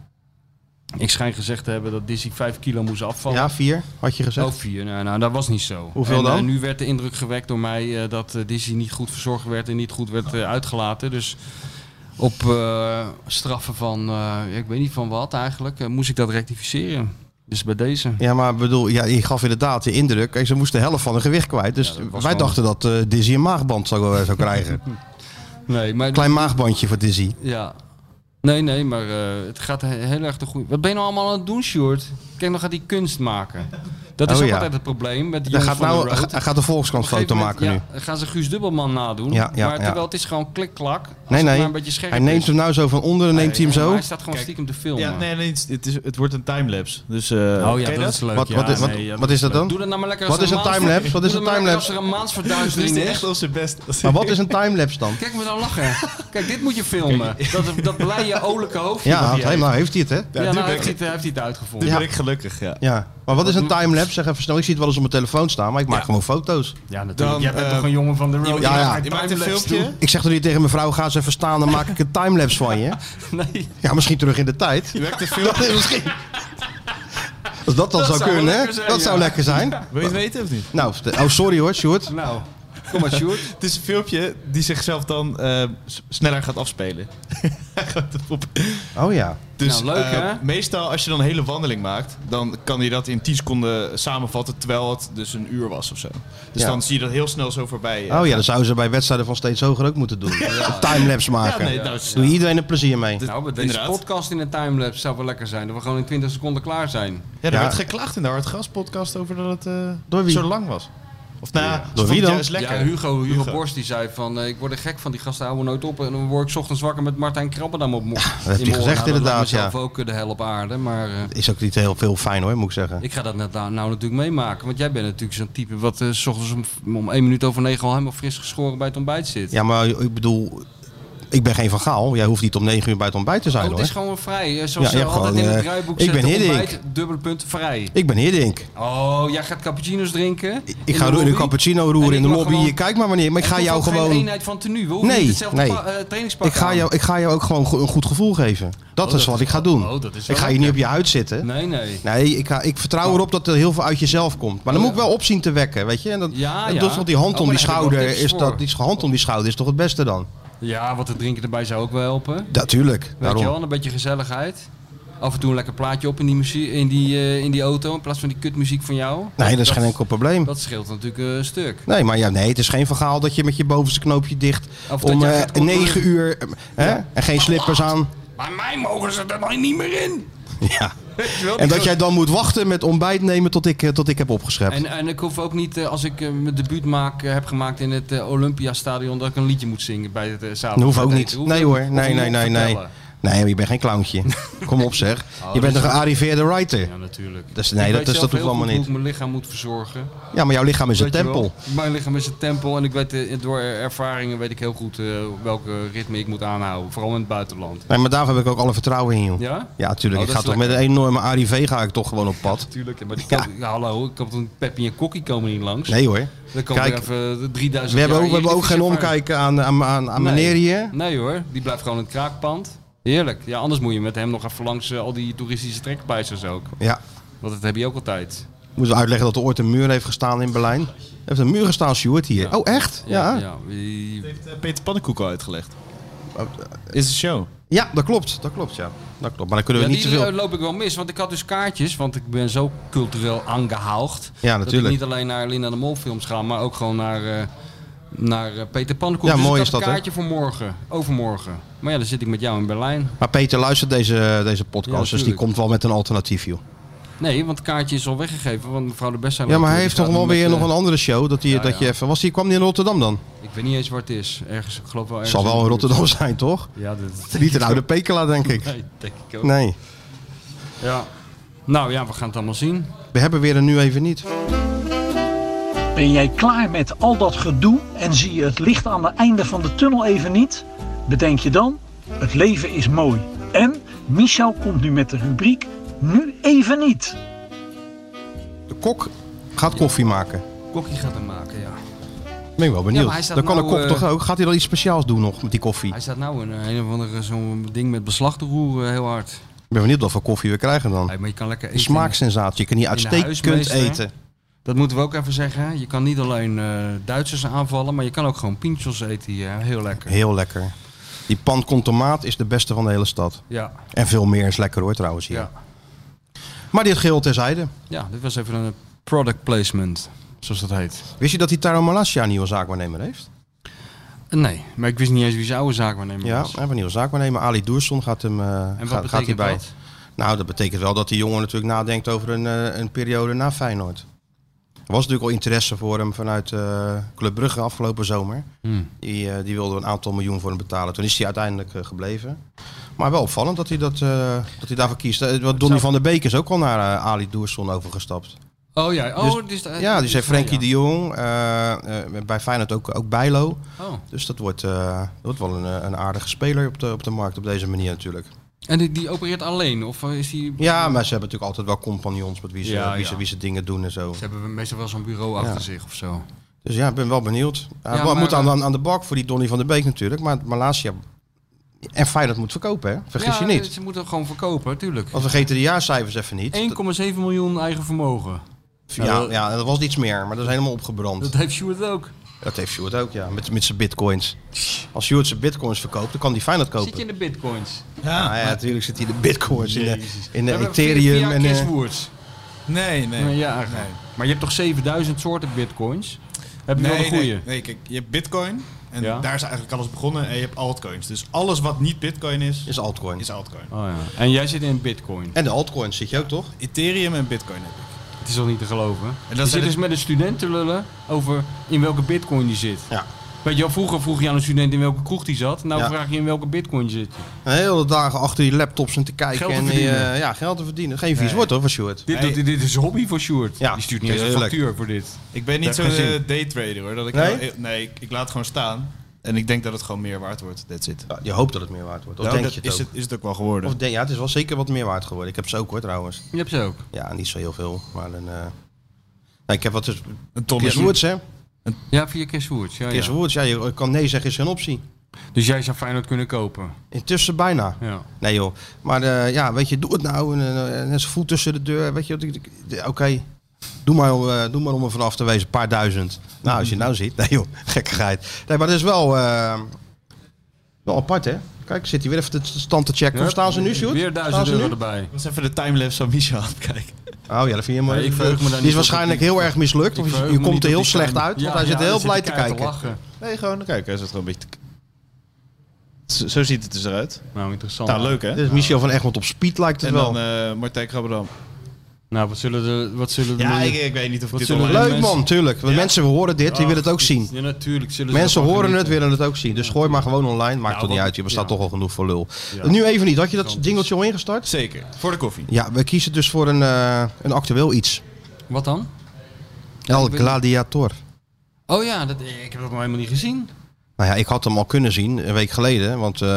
[SPEAKER 4] Ik schijn gezegd te hebben dat Dizzy 5 kilo moest afvallen.
[SPEAKER 3] Ja, vier, had je gezegd.
[SPEAKER 4] Oh, vier. Nou, nou, dat was niet zo.
[SPEAKER 3] Hoeveel
[SPEAKER 4] en,
[SPEAKER 3] dan?
[SPEAKER 4] eh, nu werd de indruk gewekt door mij eh, dat eh, Dizzy niet goed verzorgd werd en niet goed werd eh, uitgelaten. Dus op eh, straffen van, eh, ja, ik weet niet van wat eigenlijk, eh, moest ik dat rectificeren. Dus bij deze.
[SPEAKER 3] Ja, maar bedoel, ja, je gaf inderdaad de indruk. Kijk, ze moest de helft van hun gewicht kwijt. Dus
[SPEAKER 4] Ja, dat was
[SPEAKER 3] wij
[SPEAKER 4] wel-
[SPEAKER 3] dachten dat eh, Dizzy een maagband zou, eh, zou krijgen.
[SPEAKER 4] Nee, maar...
[SPEAKER 3] Klein maagbandje voor Dizzy.
[SPEAKER 4] Ja. Nee, nee, maar eh, het gaat he- heel erg de goede... Wat ben je nou allemaal aan het doen, Sjoerd? Kijk, dan gaat hij kunst maken. Dat is
[SPEAKER 3] Oh,
[SPEAKER 4] ook
[SPEAKER 3] ja.
[SPEAKER 4] altijd het probleem met die
[SPEAKER 3] Hij
[SPEAKER 4] jongens
[SPEAKER 3] gaat,
[SPEAKER 4] van de
[SPEAKER 3] nou,
[SPEAKER 4] road.
[SPEAKER 3] hij gaat- hij gaat de Volkskrant
[SPEAKER 4] Op een
[SPEAKER 3] foto
[SPEAKER 4] gegeven
[SPEAKER 3] maken nu.
[SPEAKER 4] moment, ja, gaan ze Guus Dubbelman nadoen.
[SPEAKER 3] Ja, ja,
[SPEAKER 4] maar terwijl
[SPEAKER 3] ja.
[SPEAKER 4] het is gewoon klik-klak. Als
[SPEAKER 3] Nee,
[SPEAKER 4] het maar
[SPEAKER 3] nee.
[SPEAKER 4] een beetje scherp
[SPEAKER 3] Hij neemt
[SPEAKER 4] is.
[SPEAKER 3] hem nou zo van onder en neemt hij hem
[SPEAKER 4] Ja, maar
[SPEAKER 3] zo.
[SPEAKER 4] Hij staat gewoon
[SPEAKER 5] Kijk.
[SPEAKER 4] stiekem te filmen.
[SPEAKER 5] Ja, nee, nee het, is- het, is, het wordt een timelapse. Dus, eh,
[SPEAKER 4] Oh
[SPEAKER 5] ken
[SPEAKER 4] ja,
[SPEAKER 5] je
[SPEAKER 4] dat, is leuk.
[SPEAKER 3] Wat,
[SPEAKER 4] ja.
[SPEAKER 3] wat, wat,
[SPEAKER 5] nee, ja,
[SPEAKER 3] wat is dat dan?
[SPEAKER 4] Doe dat nou maar lekker
[SPEAKER 3] Wat
[SPEAKER 4] als
[SPEAKER 3] is een
[SPEAKER 4] maand-
[SPEAKER 3] timelapse? Wat is
[SPEAKER 4] Doe
[SPEAKER 3] een
[SPEAKER 4] dat nou maar lekker
[SPEAKER 3] timelapse?
[SPEAKER 4] Als er een
[SPEAKER 5] Dat is
[SPEAKER 4] maansverduistering
[SPEAKER 5] niet
[SPEAKER 4] is.
[SPEAKER 5] echt op zijn best.
[SPEAKER 3] Maar wat is een timelapse dan?
[SPEAKER 4] Kijk me nou lachen. Kijk, dit moet je filmen. Dat, dat blije, olijke hoofdje.
[SPEAKER 3] Ja,
[SPEAKER 4] dat
[SPEAKER 3] nou
[SPEAKER 4] hij
[SPEAKER 3] heeft.
[SPEAKER 4] heeft.
[SPEAKER 3] nou heeft hij het, hè?
[SPEAKER 4] Ja,
[SPEAKER 5] Ja,
[SPEAKER 4] nou,
[SPEAKER 5] nu
[SPEAKER 4] hij
[SPEAKER 5] ben
[SPEAKER 4] heeft
[SPEAKER 5] ik,
[SPEAKER 4] het, hij heeft het
[SPEAKER 5] nu
[SPEAKER 4] uitgevonden.
[SPEAKER 5] ben
[SPEAKER 4] Ja.
[SPEAKER 5] ik gelukkig, ja.
[SPEAKER 3] Ja. Maar wat is een timelapse? Zeg even snel. Ik zie het wel eens op mijn telefoon staan, maar ik maak gewoon foto's.
[SPEAKER 4] natuurlijk.
[SPEAKER 5] Dan,
[SPEAKER 4] Jij bent
[SPEAKER 5] eh,
[SPEAKER 4] toch een jongen van de road?
[SPEAKER 3] Ja, ja.
[SPEAKER 5] Je maakt een filmpje.
[SPEAKER 3] Ik zeg toch niet tegen mijn vrouw, ga eens even staan, dan maak ik een timelapse van je.
[SPEAKER 4] Nee.
[SPEAKER 3] Ja, misschien terug in de tijd.
[SPEAKER 5] Je maakt een filmpje.
[SPEAKER 3] Dat is misschien... Als dat dan
[SPEAKER 4] Dat
[SPEAKER 3] zou
[SPEAKER 4] zou
[SPEAKER 3] kunnen,
[SPEAKER 4] lekker
[SPEAKER 3] hè?
[SPEAKER 4] zijn,
[SPEAKER 3] Dat
[SPEAKER 4] ja.
[SPEAKER 3] zou lekker zijn.
[SPEAKER 5] Wil je het weten of niet?
[SPEAKER 3] Nou, de- oh sorry hoor, Sjoerd.
[SPEAKER 4] Nou, kom maar Sjoerd.
[SPEAKER 5] Het is een filmpje die zichzelf dan eh, s- sneller gaat afspelen. Hij gaat het op.
[SPEAKER 3] Oh ja.
[SPEAKER 5] dus
[SPEAKER 4] Nou, leuk,
[SPEAKER 5] eh,
[SPEAKER 4] hè?
[SPEAKER 5] meestal als je dan een hele wandeling maakt, dan kan je dat in 10 seconden samenvatten terwijl het dus een uur was of zo. Dus
[SPEAKER 3] Ja.
[SPEAKER 5] dan zie je dat heel snel zo voorbij. eh.
[SPEAKER 3] Oh ja, dan zouden ze bij wedstrijden van steeds hoger ook moeten doen. Een timelapse
[SPEAKER 5] ja,
[SPEAKER 3] maken.
[SPEAKER 5] nee, nou, s-
[SPEAKER 3] Doe iedereen er plezier mee.
[SPEAKER 4] Nou, met deze
[SPEAKER 5] Inderdaad.
[SPEAKER 4] podcast in een timelapse zou wel lekker zijn. Dat we gewoon in 20 seconden klaar zijn.
[SPEAKER 5] ja, er
[SPEAKER 3] Ja.
[SPEAKER 5] werd geklaagd in de Hardgas podcast over dat het eh,
[SPEAKER 3] Door wie?
[SPEAKER 5] zo lang was. Of nou, ja.
[SPEAKER 3] Door wie dan?
[SPEAKER 5] lekker.
[SPEAKER 4] Ja, Hugo, Hugo,
[SPEAKER 5] Hugo.
[SPEAKER 4] Borst die zei van, eh, ik word er gek van, die gasten houden nooit op. En dan word ik 's ochtends wakker met Martijn Krabbendam op morgen.
[SPEAKER 3] heeft hij gezegd inderdaad, ja.
[SPEAKER 4] zelf ook eh, de hel op aarde, maar eh,
[SPEAKER 3] Is ook niet heel veel fijn hoor, moet ik zeggen.
[SPEAKER 4] ik ga dat net, nou natuurlijk meemaken. Want jij bent natuurlijk zo'n type wat eh, 's ochtends om, om 1 minuut over 9 al helemaal fris geschoren bij het ontbijt zit.
[SPEAKER 3] Ja, maar ik bedoel, ik ben geen van Gaal. Jij hoeft niet om 9 uur bij het ontbijt te zijn
[SPEAKER 4] Oh, het
[SPEAKER 3] hoor.
[SPEAKER 4] is gewoon vrij. eh, Zoals
[SPEAKER 3] Ja,
[SPEAKER 4] ze
[SPEAKER 3] ja,
[SPEAKER 4] altijd
[SPEAKER 3] gewoon,
[SPEAKER 4] in het
[SPEAKER 3] eh,
[SPEAKER 4] rijboek
[SPEAKER 3] ik
[SPEAKER 4] zetten,
[SPEAKER 3] ben Hiddink.
[SPEAKER 4] ontbijt, dubbele punt, vrij.
[SPEAKER 3] Ik ben Hiddink.
[SPEAKER 4] Oh, jij gaat cappuccino's drinken?
[SPEAKER 3] Ik,
[SPEAKER 4] in
[SPEAKER 3] ik ga
[SPEAKER 4] de
[SPEAKER 3] ro- in een
[SPEAKER 4] lobby?
[SPEAKER 3] cappuccino
[SPEAKER 4] En
[SPEAKER 3] roeren
[SPEAKER 4] ik
[SPEAKER 3] in de
[SPEAKER 4] mag
[SPEAKER 3] lobby.
[SPEAKER 4] gewoon-
[SPEAKER 3] Je kijkt maar wanneer. Maar ik
[SPEAKER 4] Het
[SPEAKER 3] ga
[SPEAKER 4] hoeft
[SPEAKER 3] jou
[SPEAKER 4] ook geen
[SPEAKER 3] gewoon.
[SPEAKER 4] eenheid van tenue. We hoeven
[SPEAKER 3] Nee,
[SPEAKER 4] niet hetzelfde
[SPEAKER 3] nee.
[SPEAKER 4] pa- eh, trainingspak
[SPEAKER 3] Ik ga,
[SPEAKER 4] aan.
[SPEAKER 3] jou, ik ga jou ook gewoon go- een goed gevoel geven. Dat
[SPEAKER 4] Oh,
[SPEAKER 3] is
[SPEAKER 4] dat
[SPEAKER 3] wat
[SPEAKER 4] is-
[SPEAKER 3] ik ga doen.
[SPEAKER 4] oh, dat is wel
[SPEAKER 3] ik ga je niet op je huid zitten. Nee,
[SPEAKER 4] Nee, nee.
[SPEAKER 3] ik, ga, ik vertrouw erop dat er heel veel uit jezelf komt. Maar dan
[SPEAKER 4] Oh,
[SPEAKER 3] moet ik wel opzien te wekken, weet je. En dat,
[SPEAKER 4] Ja,
[SPEAKER 3] en
[SPEAKER 4] ja.
[SPEAKER 3] dat is wat die hand
[SPEAKER 4] Oh,
[SPEAKER 3] om
[SPEAKER 4] maar
[SPEAKER 3] die
[SPEAKER 4] daar heb ik wel
[SPEAKER 3] schouder
[SPEAKER 4] tips
[SPEAKER 3] is,
[SPEAKER 4] voor.
[SPEAKER 3] dat, die hand om die schouder is toch het beste dan?
[SPEAKER 4] Ja, wat te drinken erbij zou ook wel helpen. Weet
[SPEAKER 3] Natuurlijk,
[SPEAKER 4] je
[SPEAKER 3] daarom.
[SPEAKER 4] wel, een beetje gezelligheid. af en toe een lekker plaatje op in die, muzie- in die, eh, in die auto. In plaats van die kutmuziek van jou.
[SPEAKER 3] Nee, dat is geen enkel probleem.
[SPEAKER 4] Dat scheelt natuurlijk eh, een stuk.
[SPEAKER 3] Nee, maar ja, nee, het is geen verhaal dat je met je bovenste knoopje dicht
[SPEAKER 4] dat
[SPEAKER 3] om
[SPEAKER 4] je
[SPEAKER 3] eh,
[SPEAKER 4] gaat controleren.
[SPEAKER 3] 9 uur eh, hè, en geen slippers aan.
[SPEAKER 4] Maar mij mogen ze er dan niet meer in.
[SPEAKER 3] Ja. En dat jij dan moet wachten met ontbijt nemen tot ik, eh, tot ik heb opgeschept.
[SPEAKER 4] En, en ik hoef ook niet, eh, als ik eh, mijn debuut maak, eh, heb gemaakt in het eh, Olympiastadion, dat ik een liedje moet zingen bij het eh,
[SPEAKER 3] Dat
[SPEAKER 4] zaterdag.
[SPEAKER 3] hoeft ook
[SPEAKER 4] Nee,
[SPEAKER 3] niet.
[SPEAKER 4] hoef
[SPEAKER 3] Nee
[SPEAKER 4] ik-
[SPEAKER 3] hoor,
[SPEAKER 4] hoef ik
[SPEAKER 3] nee,
[SPEAKER 4] niet
[SPEAKER 3] nee,
[SPEAKER 4] te
[SPEAKER 3] nee, nee.
[SPEAKER 4] vertellen. Oh,
[SPEAKER 3] Nee, maar je bent geen clowntje. Kom op zeg. Je bent een gearriveerde writer.
[SPEAKER 4] Ja, natuurlijk.
[SPEAKER 3] Dus nee,
[SPEAKER 4] Ik
[SPEAKER 3] dat is-
[SPEAKER 4] weet
[SPEAKER 3] dat
[SPEAKER 4] zelf
[SPEAKER 3] hoeft
[SPEAKER 4] heel
[SPEAKER 3] allemaal niet.
[SPEAKER 4] goed hoe ik mijn lichaam moet verzorgen.
[SPEAKER 3] Ja, maar jouw lichaam is een
[SPEAKER 4] Weet je wel?
[SPEAKER 3] tempel.
[SPEAKER 4] Mijn lichaam is een tempel en ik weet, eh, door ervaringen weet ik heel goed eh, welke ritme ik moet aanhouden. Vooral in het buitenland.
[SPEAKER 3] Nee, maar daarvoor heb ik ook alle vertrouwen in, joh. Ja,
[SPEAKER 4] Ja?
[SPEAKER 3] natuurlijk.
[SPEAKER 4] Oh,
[SPEAKER 3] ik ga
[SPEAKER 4] dat is
[SPEAKER 3] toch met een enorme ARIV ga ik toch gewoon op pad.
[SPEAKER 4] Tuurlijk, maar die kan, hallo, ik kan een Peppy en Kokkie komen niet langs.
[SPEAKER 3] Nee hoor.
[SPEAKER 4] Dan komen
[SPEAKER 3] Kijk,
[SPEAKER 4] er even eh, 3000
[SPEAKER 3] We hebben
[SPEAKER 4] jaar
[SPEAKER 3] ook, we hebben ook geen
[SPEAKER 4] ervaring.
[SPEAKER 3] omkijken aan, aan, aan, aan
[SPEAKER 4] Nee.
[SPEAKER 3] meneer hier.
[SPEAKER 4] Nee hoor, die blijft gewoon in het kraakpand. Heerlijk. Ja, anders moet je met hem nog even langs eh, al die toeristische trekpleisters ook.
[SPEAKER 3] Ja,
[SPEAKER 4] Want dat heb je ook altijd.
[SPEAKER 3] moeten we uitleggen dat er ooit een muur heeft gestaan in Berlijn. Er heeft een muur gestaan, Stuart, hier.
[SPEAKER 4] Ja.
[SPEAKER 3] Oh, echt? Ja. Ja,
[SPEAKER 4] ja, wie-
[SPEAKER 5] Heeft eh, Peter Pannenkoek al uitgelegd?
[SPEAKER 3] Oh, eh,
[SPEAKER 5] Is de show.
[SPEAKER 3] dat klopt. Dat klopt, ja. Dat klopt. Maar dan kunnen we
[SPEAKER 4] Ja,
[SPEAKER 3] niet
[SPEAKER 4] die
[SPEAKER 3] zoveel...
[SPEAKER 4] eh, loop ik wel mis, want ik had dus kaartjes, want ik ben zo cultureel aangehaald.
[SPEAKER 3] Ja,
[SPEAKER 4] Dat ik
[SPEAKER 3] natuurlijk.
[SPEAKER 4] niet alleen naar Linda de Mol films ga, maar ook gewoon naar, eh, naar eh, Peter Pannenkoek.
[SPEAKER 3] Ja,
[SPEAKER 4] dus
[SPEAKER 3] mooi
[SPEAKER 4] ik
[SPEAKER 3] is dat,
[SPEAKER 4] had
[SPEAKER 3] hè?
[SPEAKER 4] een kaartje voor morgen, overmorgen. Maar ja, dan zit ik met jou in Berlijn.
[SPEAKER 3] Maar Peter luistert deze, deze podcast,
[SPEAKER 4] Ja,
[SPEAKER 3] dus die
[SPEAKER 4] tuurlijk.
[SPEAKER 3] komt wel met een alternatief, joh.
[SPEAKER 4] Nee, want het kaartje is al weggegeven, want mevrouw de Best zijn
[SPEAKER 3] Ja, maar hij heeft toch wel weer nog een andere show. Dat, hij,
[SPEAKER 4] eh, Ja,
[SPEAKER 3] dat
[SPEAKER 4] ja.
[SPEAKER 3] je even... Was die, kwam die in Rotterdam dan?
[SPEAKER 4] eh, Ik weet niet eens waar het is. Ergens, ik geloof wel ergens.
[SPEAKER 3] Zal wel in
[SPEAKER 4] de buurt.
[SPEAKER 3] Rotterdam zijn, toch?
[SPEAKER 4] Ja, dat
[SPEAKER 3] Niet in Oude Pekela, denk ik.
[SPEAKER 4] Nee, denk ik ook.
[SPEAKER 3] Nee.
[SPEAKER 4] Ja. Nou ja, we gaan het allemaal zien.
[SPEAKER 3] We hebben weer een nu even niet.
[SPEAKER 8] Ben jij klaar met al dat gedoe en zie je het licht aan het einde van de tunnel even niet? Bedenk je dan, het leven is mooi. En Michel komt nu met de rubriek Nu even niet.
[SPEAKER 3] De kok gaat koffie maken.
[SPEAKER 4] Kokkie gaat hem maken, ja.
[SPEAKER 3] Ben ik wel
[SPEAKER 4] Ja,
[SPEAKER 3] benieuwd.
[SPEAKER 4] maar hij staat
[SPEAKER 3] dan kan
[SPEAKER 4] nou,
[SPEAKER 3] de kok
[SPEAKER 4] eh,
[SPEAKER 3] toch ook. Gaat hij dan iets speciaals doen nog met die koffie?
[SPEAKER 4] Hij staat nou in eh, een of andere zo'n ding met beslag te roeren, heel hard.
[SPEAKER 3] Ik ben benieuwd wat voor koffie we krijgen dan.
[SPEAKER 4] Hey, maar je kan lekker
[SPEAKER 3] Een
[SPEAKER 4] eten.
[SPEAKER 3] smaaksensatie. Je kan die
[SPEAKER 4] In de
[SPEAKER 3] uitstekend
[SPEAKER 4] huismeester.
[SPEAKER 3] eten.
[SPEAKER 4] Dat moeten we ook even zeggen. Je kan niet alleen eh, Duitsers aanvallen, maar je kan ook gewoon pinchos eten hier. hè. Heel lekker.
[SPEAKER 3] Heel lekker. Die pan con tomaat is de beste van de hele stad.
[SPEAKER 4] Ja,
[SPEAKER 3] En veel meer is lekker hoor trouwens hier.
[SPEAKER 4] ja.
[SPEAKER 3] Maar dit geheel terzijde.
[SPEAKER 4] Ja, dit was even een product placement, zoals dat heet.
[SPEAKER 3] Wist je dat die Taro Malasia een nieuwe zaakwaarnemer heeft?
[SPEAKER 4] Nee, maar ik wist niet eens wie zijn oude zaak waarnemer
[SPEAKER 3] Ja, hij
[SPEAKER 4] was.
[SPEAKER 3] heeft een nieuwe zaakwaarnemer. Ali Doerson gaat hem eh,
[SPEAKER 4] En
[SPEAKER 3] gaat,
[SPEAKER 4] wat
[SPEAKER 3] gaat hij
[SPEAKER 4] betekent
[SPEAKER 3] bij.
[SPEAKER 4] dat?
[SPEAKER 3] Nou, dat betekent wel dat die jongen natuurlijk nadenkt over een, eh, een periode na Feyenoord. Er was natuurlijk al interesse voor hem vanuit eh, Club Brugge afgelopen zomer.
[SPEAKER 4] Hmm.
[SPEAKER 3] Die, eh, die wilde een aantal miljoen voor hem betalen. Toen is hij uiteindelijk eh, gebleven. Maar wel opvallend dat hij, dat, eh, dat hij daarvoor kiest. Eh, Want Donny van der Beek is ook al naar eh, Ali Doerson overgestapt.
[SPEAKER 4] Oh ja, oh,
[SPEAKER 3] Dus-
[SPEAKER 4] dus,
[SPEAKER 3] ja, dus heeft Frenkie de
[SPEAKER 4] die.
[SPEAKER 3] Jong. eh, eh, bij Feyenoord ook, ook Bijlo.
[SPEAKER 4] Oh.
[SPEAKER 3] Dus dat wordt, eh, dat wordt wel een, eh, een aardige speler op de, op de markt op deze manier natuurlijk.
[SPEAKER 4] En die, die opereert alleen? Of eh, is die...
[SPEAKER 3] Ja, maar ze hebben natuurlijk altijd wel compagnons met wie ze,
[SPEAKER 4] Ja,
[SPEAKER 3] wie ze,
[SPEAKER 4] ja.
[SPEAKER 3] wie ze dingen doen en zo.
[SPEAKER 4] Ze hebben meestal wel zo'n bureau achter zich of zo.
[SPEAKER 3] Dus ja, ik ben wel benieuwd. Hij
[SPEAKER 4] Ja,
[SPEAKER 3] wa-
[SPEAKER 4] maar- eh,
[SPEAKER 3] moet aan, aan, aan de bak voor die Donny van der Beek natuurlijk. Maar Malasia en Feyenoord moet verkopen, hè? Vergis
[SPEAKER 4] ja, eh, dus-
[SPEAKER 3] je niet.
[SPEAKER 4] Ze moeten gewoon verkopen, tuurlijk.
[SPEAKER 3] Want we vergeten de jaarcijfers even niet.
[SPEAKER 4] 1,7 miljoen eigen vermogen.
[SPEAKER 3] Dat- ja, ja, dat was iets meer, maar dat is helemaal opgebrand.
[SPEAKER 4] Dat
[SPEAKER 3] Dat,
[SPEAKER 4] heeft Sjoerd ook.
[SPEAKER 3] heeft Sjoerd ook, ja. Met, met zijn bitcoins. Als Sjoerd zijn bitcoins verkoopt, dan kan die Feyenoord kopen.
[SPEAKER 4] Zit je in de bitcoins?
[SPEAKER 3] ja,
[SPEAKER 4] Ah.
[SPEAKER 3] ja, natuurlijk zit hij de bitcoins in de, in de
[SPEAKER 4] We hebben via-
[SPEAKER 3] Ethereum.
[SPEAKER 4] via
[SPEAKER 3] En, eh,
[SPEAKER 4] Cashwords.
[SPEAKER 5] Nee, nee.
[SPEAKER 4] Maar ja, Maar je hebt toch 7000 soorten bitcoins? Heb je wel de
[SPEAKER 5] Nee,
[SPEAKER 4] goede?
[SPEAKER 5] nee, nee, kijk, je hebt bitcoin en
[SPEAKER 4] Ja.
[SPEAKER 5] daar is eigenlijk alles begonnen. En je hebt altcoins. Dus alles wat niet bitcoin is,
[SPEAKER 3] is altcoin.
[SPEAKER 5] is altcoin.
[SPEAKER 4] Oh, ja. En jij zit in bitcoin.
[SPEAKER 3] En de altcoins zit je ook, toch?
[SPEAKER 5] Ethereum en bitcoin heb ik.
[SPEAKER 4] Het is toch niet te geloven? En je
[SPEAKER 5] zijn
[SPEAKER 4] zit
[SPEAKER 5] de-
[SPEAKER 4] dus met een student te lullen over in welke bitcoin die zit.
[SPEAKER 3] Ja.
[SPEAKER 4] Weet je wel, vroeger vroeg je aan een student in welke kroeg die zat. Nou
[SPEAKER 3] Ja.
[SPEAKER 4] vraag je in welke bitcoin je zit.
[SPEAKER 3] De hele dagen achter die laptops en te kijken.
[SPEAKER 4] Geld te
[SPEAKER 3] en, eh,
[SPEAKER 4] verdienen.
[SPEAKER 3] ja, geld te verdienen. Geen vies woord, hoor, voor Sjoerd.
[SPEAKER 4] Dit, dit, dit is hobby voor Sjoerd.
[SPEAKER 3] Ja,
[SPEAKER 4] die stuurt niet eens een
[SPEAKER 3] tuurlijk.
[SPEAKER 4] factuur voor dit.
[SPEAKER 5] Ik ben
[SPEAKER 4] Heb
[SPEAKER 5] niet zo'n
[SPEAKER 4] geen zin.
[SPEAKER 5] eh, daytrader hoor. Dat ik
[SPEAKER 3] Nee?
[SPEAKER 5] heel- nee ik, ik laat het gewoon staan. En ik denk dat het gewoon meer waard wordt. That's it.
[SPEAKER 3] Ja, je hoopt dat het meer waard wordt. Of
[SPEAKER 5] Nou,
[SPEAKER 3] denk
[SPEAKER 5] dat
[SPEAKER 3] je het
[SPEAKER 5] is,
[SPEAKER 3] ook?
[SPEAKER 5] het, is het ook wel geworden.
[SPEAKER 3] Of denk, ja, het is wel zeker wat meer waard geworden. Ik heb ze ook hoor trouwens.
[SPEAKER 4] Je hebt ze ook.
[SPEAKER 3] Ja, niet zo heel veel. Maar een, eh, nou, ik heb wat dus.
[SPEAKER 5] een ton
[SPEAKER 3] Chris
[SPEAKER 5] is
[SPEAKER 3] Woods, hè?
[SPEAKER 4] Ja, via Cashwords. Ja,
[SPEAKER 3] Chris
[SPEAKER 4] ja.
[SPEAKER 3] Woods, Oh, ja, je kan nee zeggen is geen optie.
[SPEAKER 4] Dus jij zou Feyenoord kunnen kopen.
[SPEAKER 3] Intussen bijna.
[SPEAKER 4] Ja.
[SPEAKER 3] Nee joh. Maar eh, ja, weet je, doe het nou. En, eh, en zijn voet tussen de deur. Weet je, wat ik- ik- de- oké. Doe, maar, eh, doe maar om er vanaf te wezen. Een paar duizend. Nou, als je het nou ziet. Nee joh, gekkigheid. Nee, maar dat is wel, eh, wel apart hè. Kijk, zit hij weer even de stand te checken. Hoe staan ze nu, Sjoerd?
[SPEAKER 4] Weer
[SPEAKER 3] Staan
[SPEAKER 4] duizend
[SPEAKER 3] ze
[SPEAKER 4] euro
[SPEAKER 3] nu?
[SPEAKER 4] erbij.
[SPEAKER 5] was even de timelapse van Michel aan het kijken.
[SPEAKER 3] Oh ja, dat vind je mooi.
[SPEAKER 4] Ja, ik verheug me daar niet
[SPEAKER 3] die is
[SPEAKER 4] op.
[SPEAKER 3] waarschijnlijk heel erg mislukt. Of
[SPEAKER 4] Ik
[SPEAKER 3] je-
[SPEAKER 4] verheug
[SPEAKER 3] je
[SPEAKER 4] me
[SPEAKER 3] komt
[SPEAKER 4] niet
[SPEAKER 3] er
[SPEAKER 4] op
[SPEAKER 3] heel
[SPEAKER 4] die
[SPEAKER 3] slecht
[SPEAKER 4] time.
[SPEAKER 3] uit, want
[SPEAKER 4] Ja,
[SPEAKER 3] hij zit
[SPEAKER 4] ja,
[SPEAKER 3] heel
[SPEAKER 4] dan
[SPEAKER 3] blij
[SPEAKER 4] ik
[SPEAKER 3] te
[SPEAKER 4] keihard
[SPEAKER 3] kijken.
[SPEAKER 4] lachen.
[SPEAKER 5] Nee, gewoon kijken. Hij zit gewoon een beetje te- Zo, zo ziet het dus eruit.
[SPEAKER 4] Nou, interessant.
[SPEAKER 5] Nou, leuk hè?
[SPEAKER 3] Dit is Michel van Egmond op speed, lijkt het
[SPEAKER 5] En
[SPEAKER 3] wel.
[SPEAKER 5] dan eh Martijn Krabberdam.
[SPEAKER 4] Nou, wat zullen de... Wat zullen de
[SPEAKER 5] Ja,
[SPEAKER 4] mannen-
[SPEAKER 5] ik, ik weet niet of ik
[SPEAKER 4] Wat
[SPEAKER 5] dit
[SPEAKER 4] zullen
[SPEAKER 5] online...
[SPEAKER 4] we-
[SPEAKER 3] Leuk
[SPEAKER 4] mensen-
[SPEAKER 3] man, tuurlijk. Want Mensen horen dit, die willen het ook
[SPEAKER 4] Ach,
[SPEAKER 3] zien.
[SPEAKER 4] eh, Ja, natuurlijk. Zullen ze
[SPEAKER 3] Mensen
[SPEAKER 4] ervan
[SPEAKER 3] horen het,
[SPEAKER 4] genieten.
[SPEAKER 3] willen het ook zien. Dus gooi maar gewoon online. Maakt
[SPEAKER 4] Ja,
[SPEAKER 3] toch niet
[SPEAKER 4] wat-
[SPEAKER 3] uit. Je bestaat
[SPEAKER 4] ja.
[SPEAKER 3] toch al genoeg voor lul.
[SPEAKER 4] Ja.
[SPEAKER 3] Nu even niet. Had je dat
[SPEAKER 4] Gigantisch.
[SPEAKER 3] dingeltje al ingestart?
[SPEAKER 5] Zeker. Voor de koffie.
[SPEAKER 3] Ja, we kiezen dus voor een, eh, een actueel iets.
[SPEAKER 4] Wat dan?
[SPEAKER 3] El
[SPEAKER 4] ik weet niet.
[SPEAKER 3] Gladiator.
[SPEAKER 4] Oh ja, dat, ik heb dat nog helemaal niet gezien.
[SPEAKER 3] Nou ja, ik had hem al kunnen zien een week geleden. Want eh,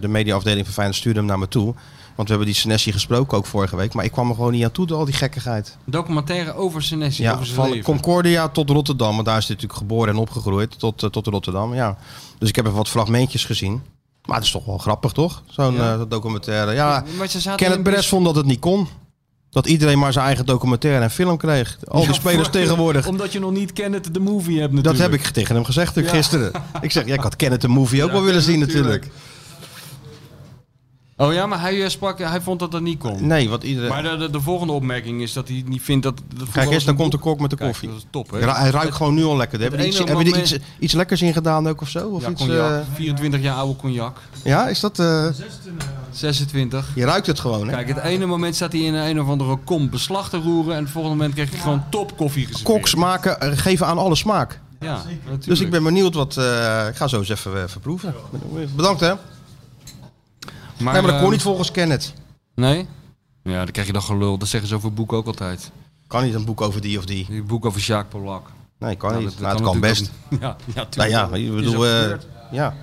[SPEAKER 3] de mediaafdeling van Feyenoord stuurde hem naar me toe. Want we hebben die Senesi gesproken ook vorige week. Maar ik kwam er gewoon niet aan toe door al die gekkigheid.
[SPEAKER 4] Documentaire over Senesi,
[SPEAKER 3] Ja,
[SPEAKER 4] over zijn
[SPEAKER 3] van
[SPEAKER 4] leven.
[SPEAKER 3] Concordia tot Rotterdam. Want daar is hij natuurlijk geboren en opgegroeid. Tot, eh, tot Rotterdam, ja. Dus ik heb even wat fragmentjes gezien. Maar het is toch wel grappig, toch? Zo'n
[SPEAKER 4] Ja.
[SPEAKER 3] eh, documentaire. Ja,
[SPEAKER 4] Maar ze zaten in
[SPEAKER 3] Kenneth
[SPEAKER 4] een
[SPEAKER 3] Perez vond dat het niet kon. Dat iedereen maar zijn eigen documentaire en film kreeg. Al die
[SPEAKER 4] Ja,
[SPEAKER 3] spelers
[SPEAKER 4] voor-
[SPEAKER 3] tegenwoordig.
[SPEAKER 4] Omdat je nog niet Kenneth de movie hebt
[SPEAKER 3] Dat
[SPEAKER 4] natuurlijk.
[SPEAKER 3] heb ik tegen hem gezegd natuurlijk gisteren. Ik zeg, ja, ik had Kenneth de Movie ook wel willen zien natuurlijk.
[SPEAKER 4] Oh ja, maar hij eh, sprak, hij vond dat dat niet kon.
[SPEAKER 3] Nee, wat iedereen...
[SPEAKER 4] Maar de, de, de volgende opmerking is dat hij niet vindt dat... dat voetbal
[SPEAKER 3] Kijk eens,
[SPEAKER 4] is
[SPEAKER 3] dan
[SPEAKER 4] een
[SPEAKER 3] komt de
[SPEAKER 4] boek.
[SPEAKER 3] kok met de
[SPEAKER 4] Kijk,
[SPEAKER 3] koffie.
[SPEAKER 4] Dat is top, hè?
[SPEAKER 3] Ra- hij ruikt gewoon nu al lekker. Hebben we
[SPEAKER 4] het
[SPEAKER 3] iets,
[SPEAKER 4] ene
[SPEAKER 3] hebben we er iets,
[SPEAKER 4] moment-
[SPEAKER 3] iets lekkers in gedaan ook of zo? Of
[SPEAKER 4] Ja,
[SPEAKER 3] iets,
[SPEAKER 4] cognac.
[SPEAKER 3] eh,
[SPEAKER 4] 24 jaar oude cognac.
[SPEAKER 3] ja, is dat... eh,
[SPEAKER 4] 26.
[SPEAKER 3] je ruikt het gewoon, hè?
[SPEAKER 4] Kijk, het ene moment staat hij in een of andere kom beslag te roeren... en het volgende moment krijg je gewoon top koffie geserveerd.
[SPEAKER 3] Koks maken, eh, geven aan alle smaak.
[SPEAKER 4] Ja, natuurlijk.
[SPEAKER 3] Dus ik ben benieuwd wat... eh, ik ga zo eens even eh, verproeven. Bedankt, hè?
[SPEAKER 4] Maar,
[SPEAKER 3] nee, maar dat kon
[SPEAKER 4] eh,
[SPEAKER 3] niet volgens Kenneth.
[SPEAKER 4] Nee? Ja, dan krijg je dan gelul. Dat zeggen ze over boeken ook altijd.
[SPEAKER 3] Kan niet een boek over die of die.
[SPEAKER 4] Die boek over Jacques Polak.
[SPEAKER 3] Nee, kan
[SPEAKER 4] Nou,
[SPEAKER 3] niet.
[SPEAKER 4] dat-
[SPEAKER 3] Nou,
[SPEAKER 4] dat
[SPEAKER 3] het kan
[SPEAKER 4] natuurlijk
[SPEAKER 3] best.
[SPEAKER 4] ook- Ja, ja, tuurlijk.
[SPEAKER 3] Nou ja, maar ik
[SPEAKER 4] Is
[SPEAKER 3] bedoel...
[SPEAKER 4] ook
[SPEAKER 3] eh,
[SPEAKER 4] gebeurd.
[SPEAKER 3] ja.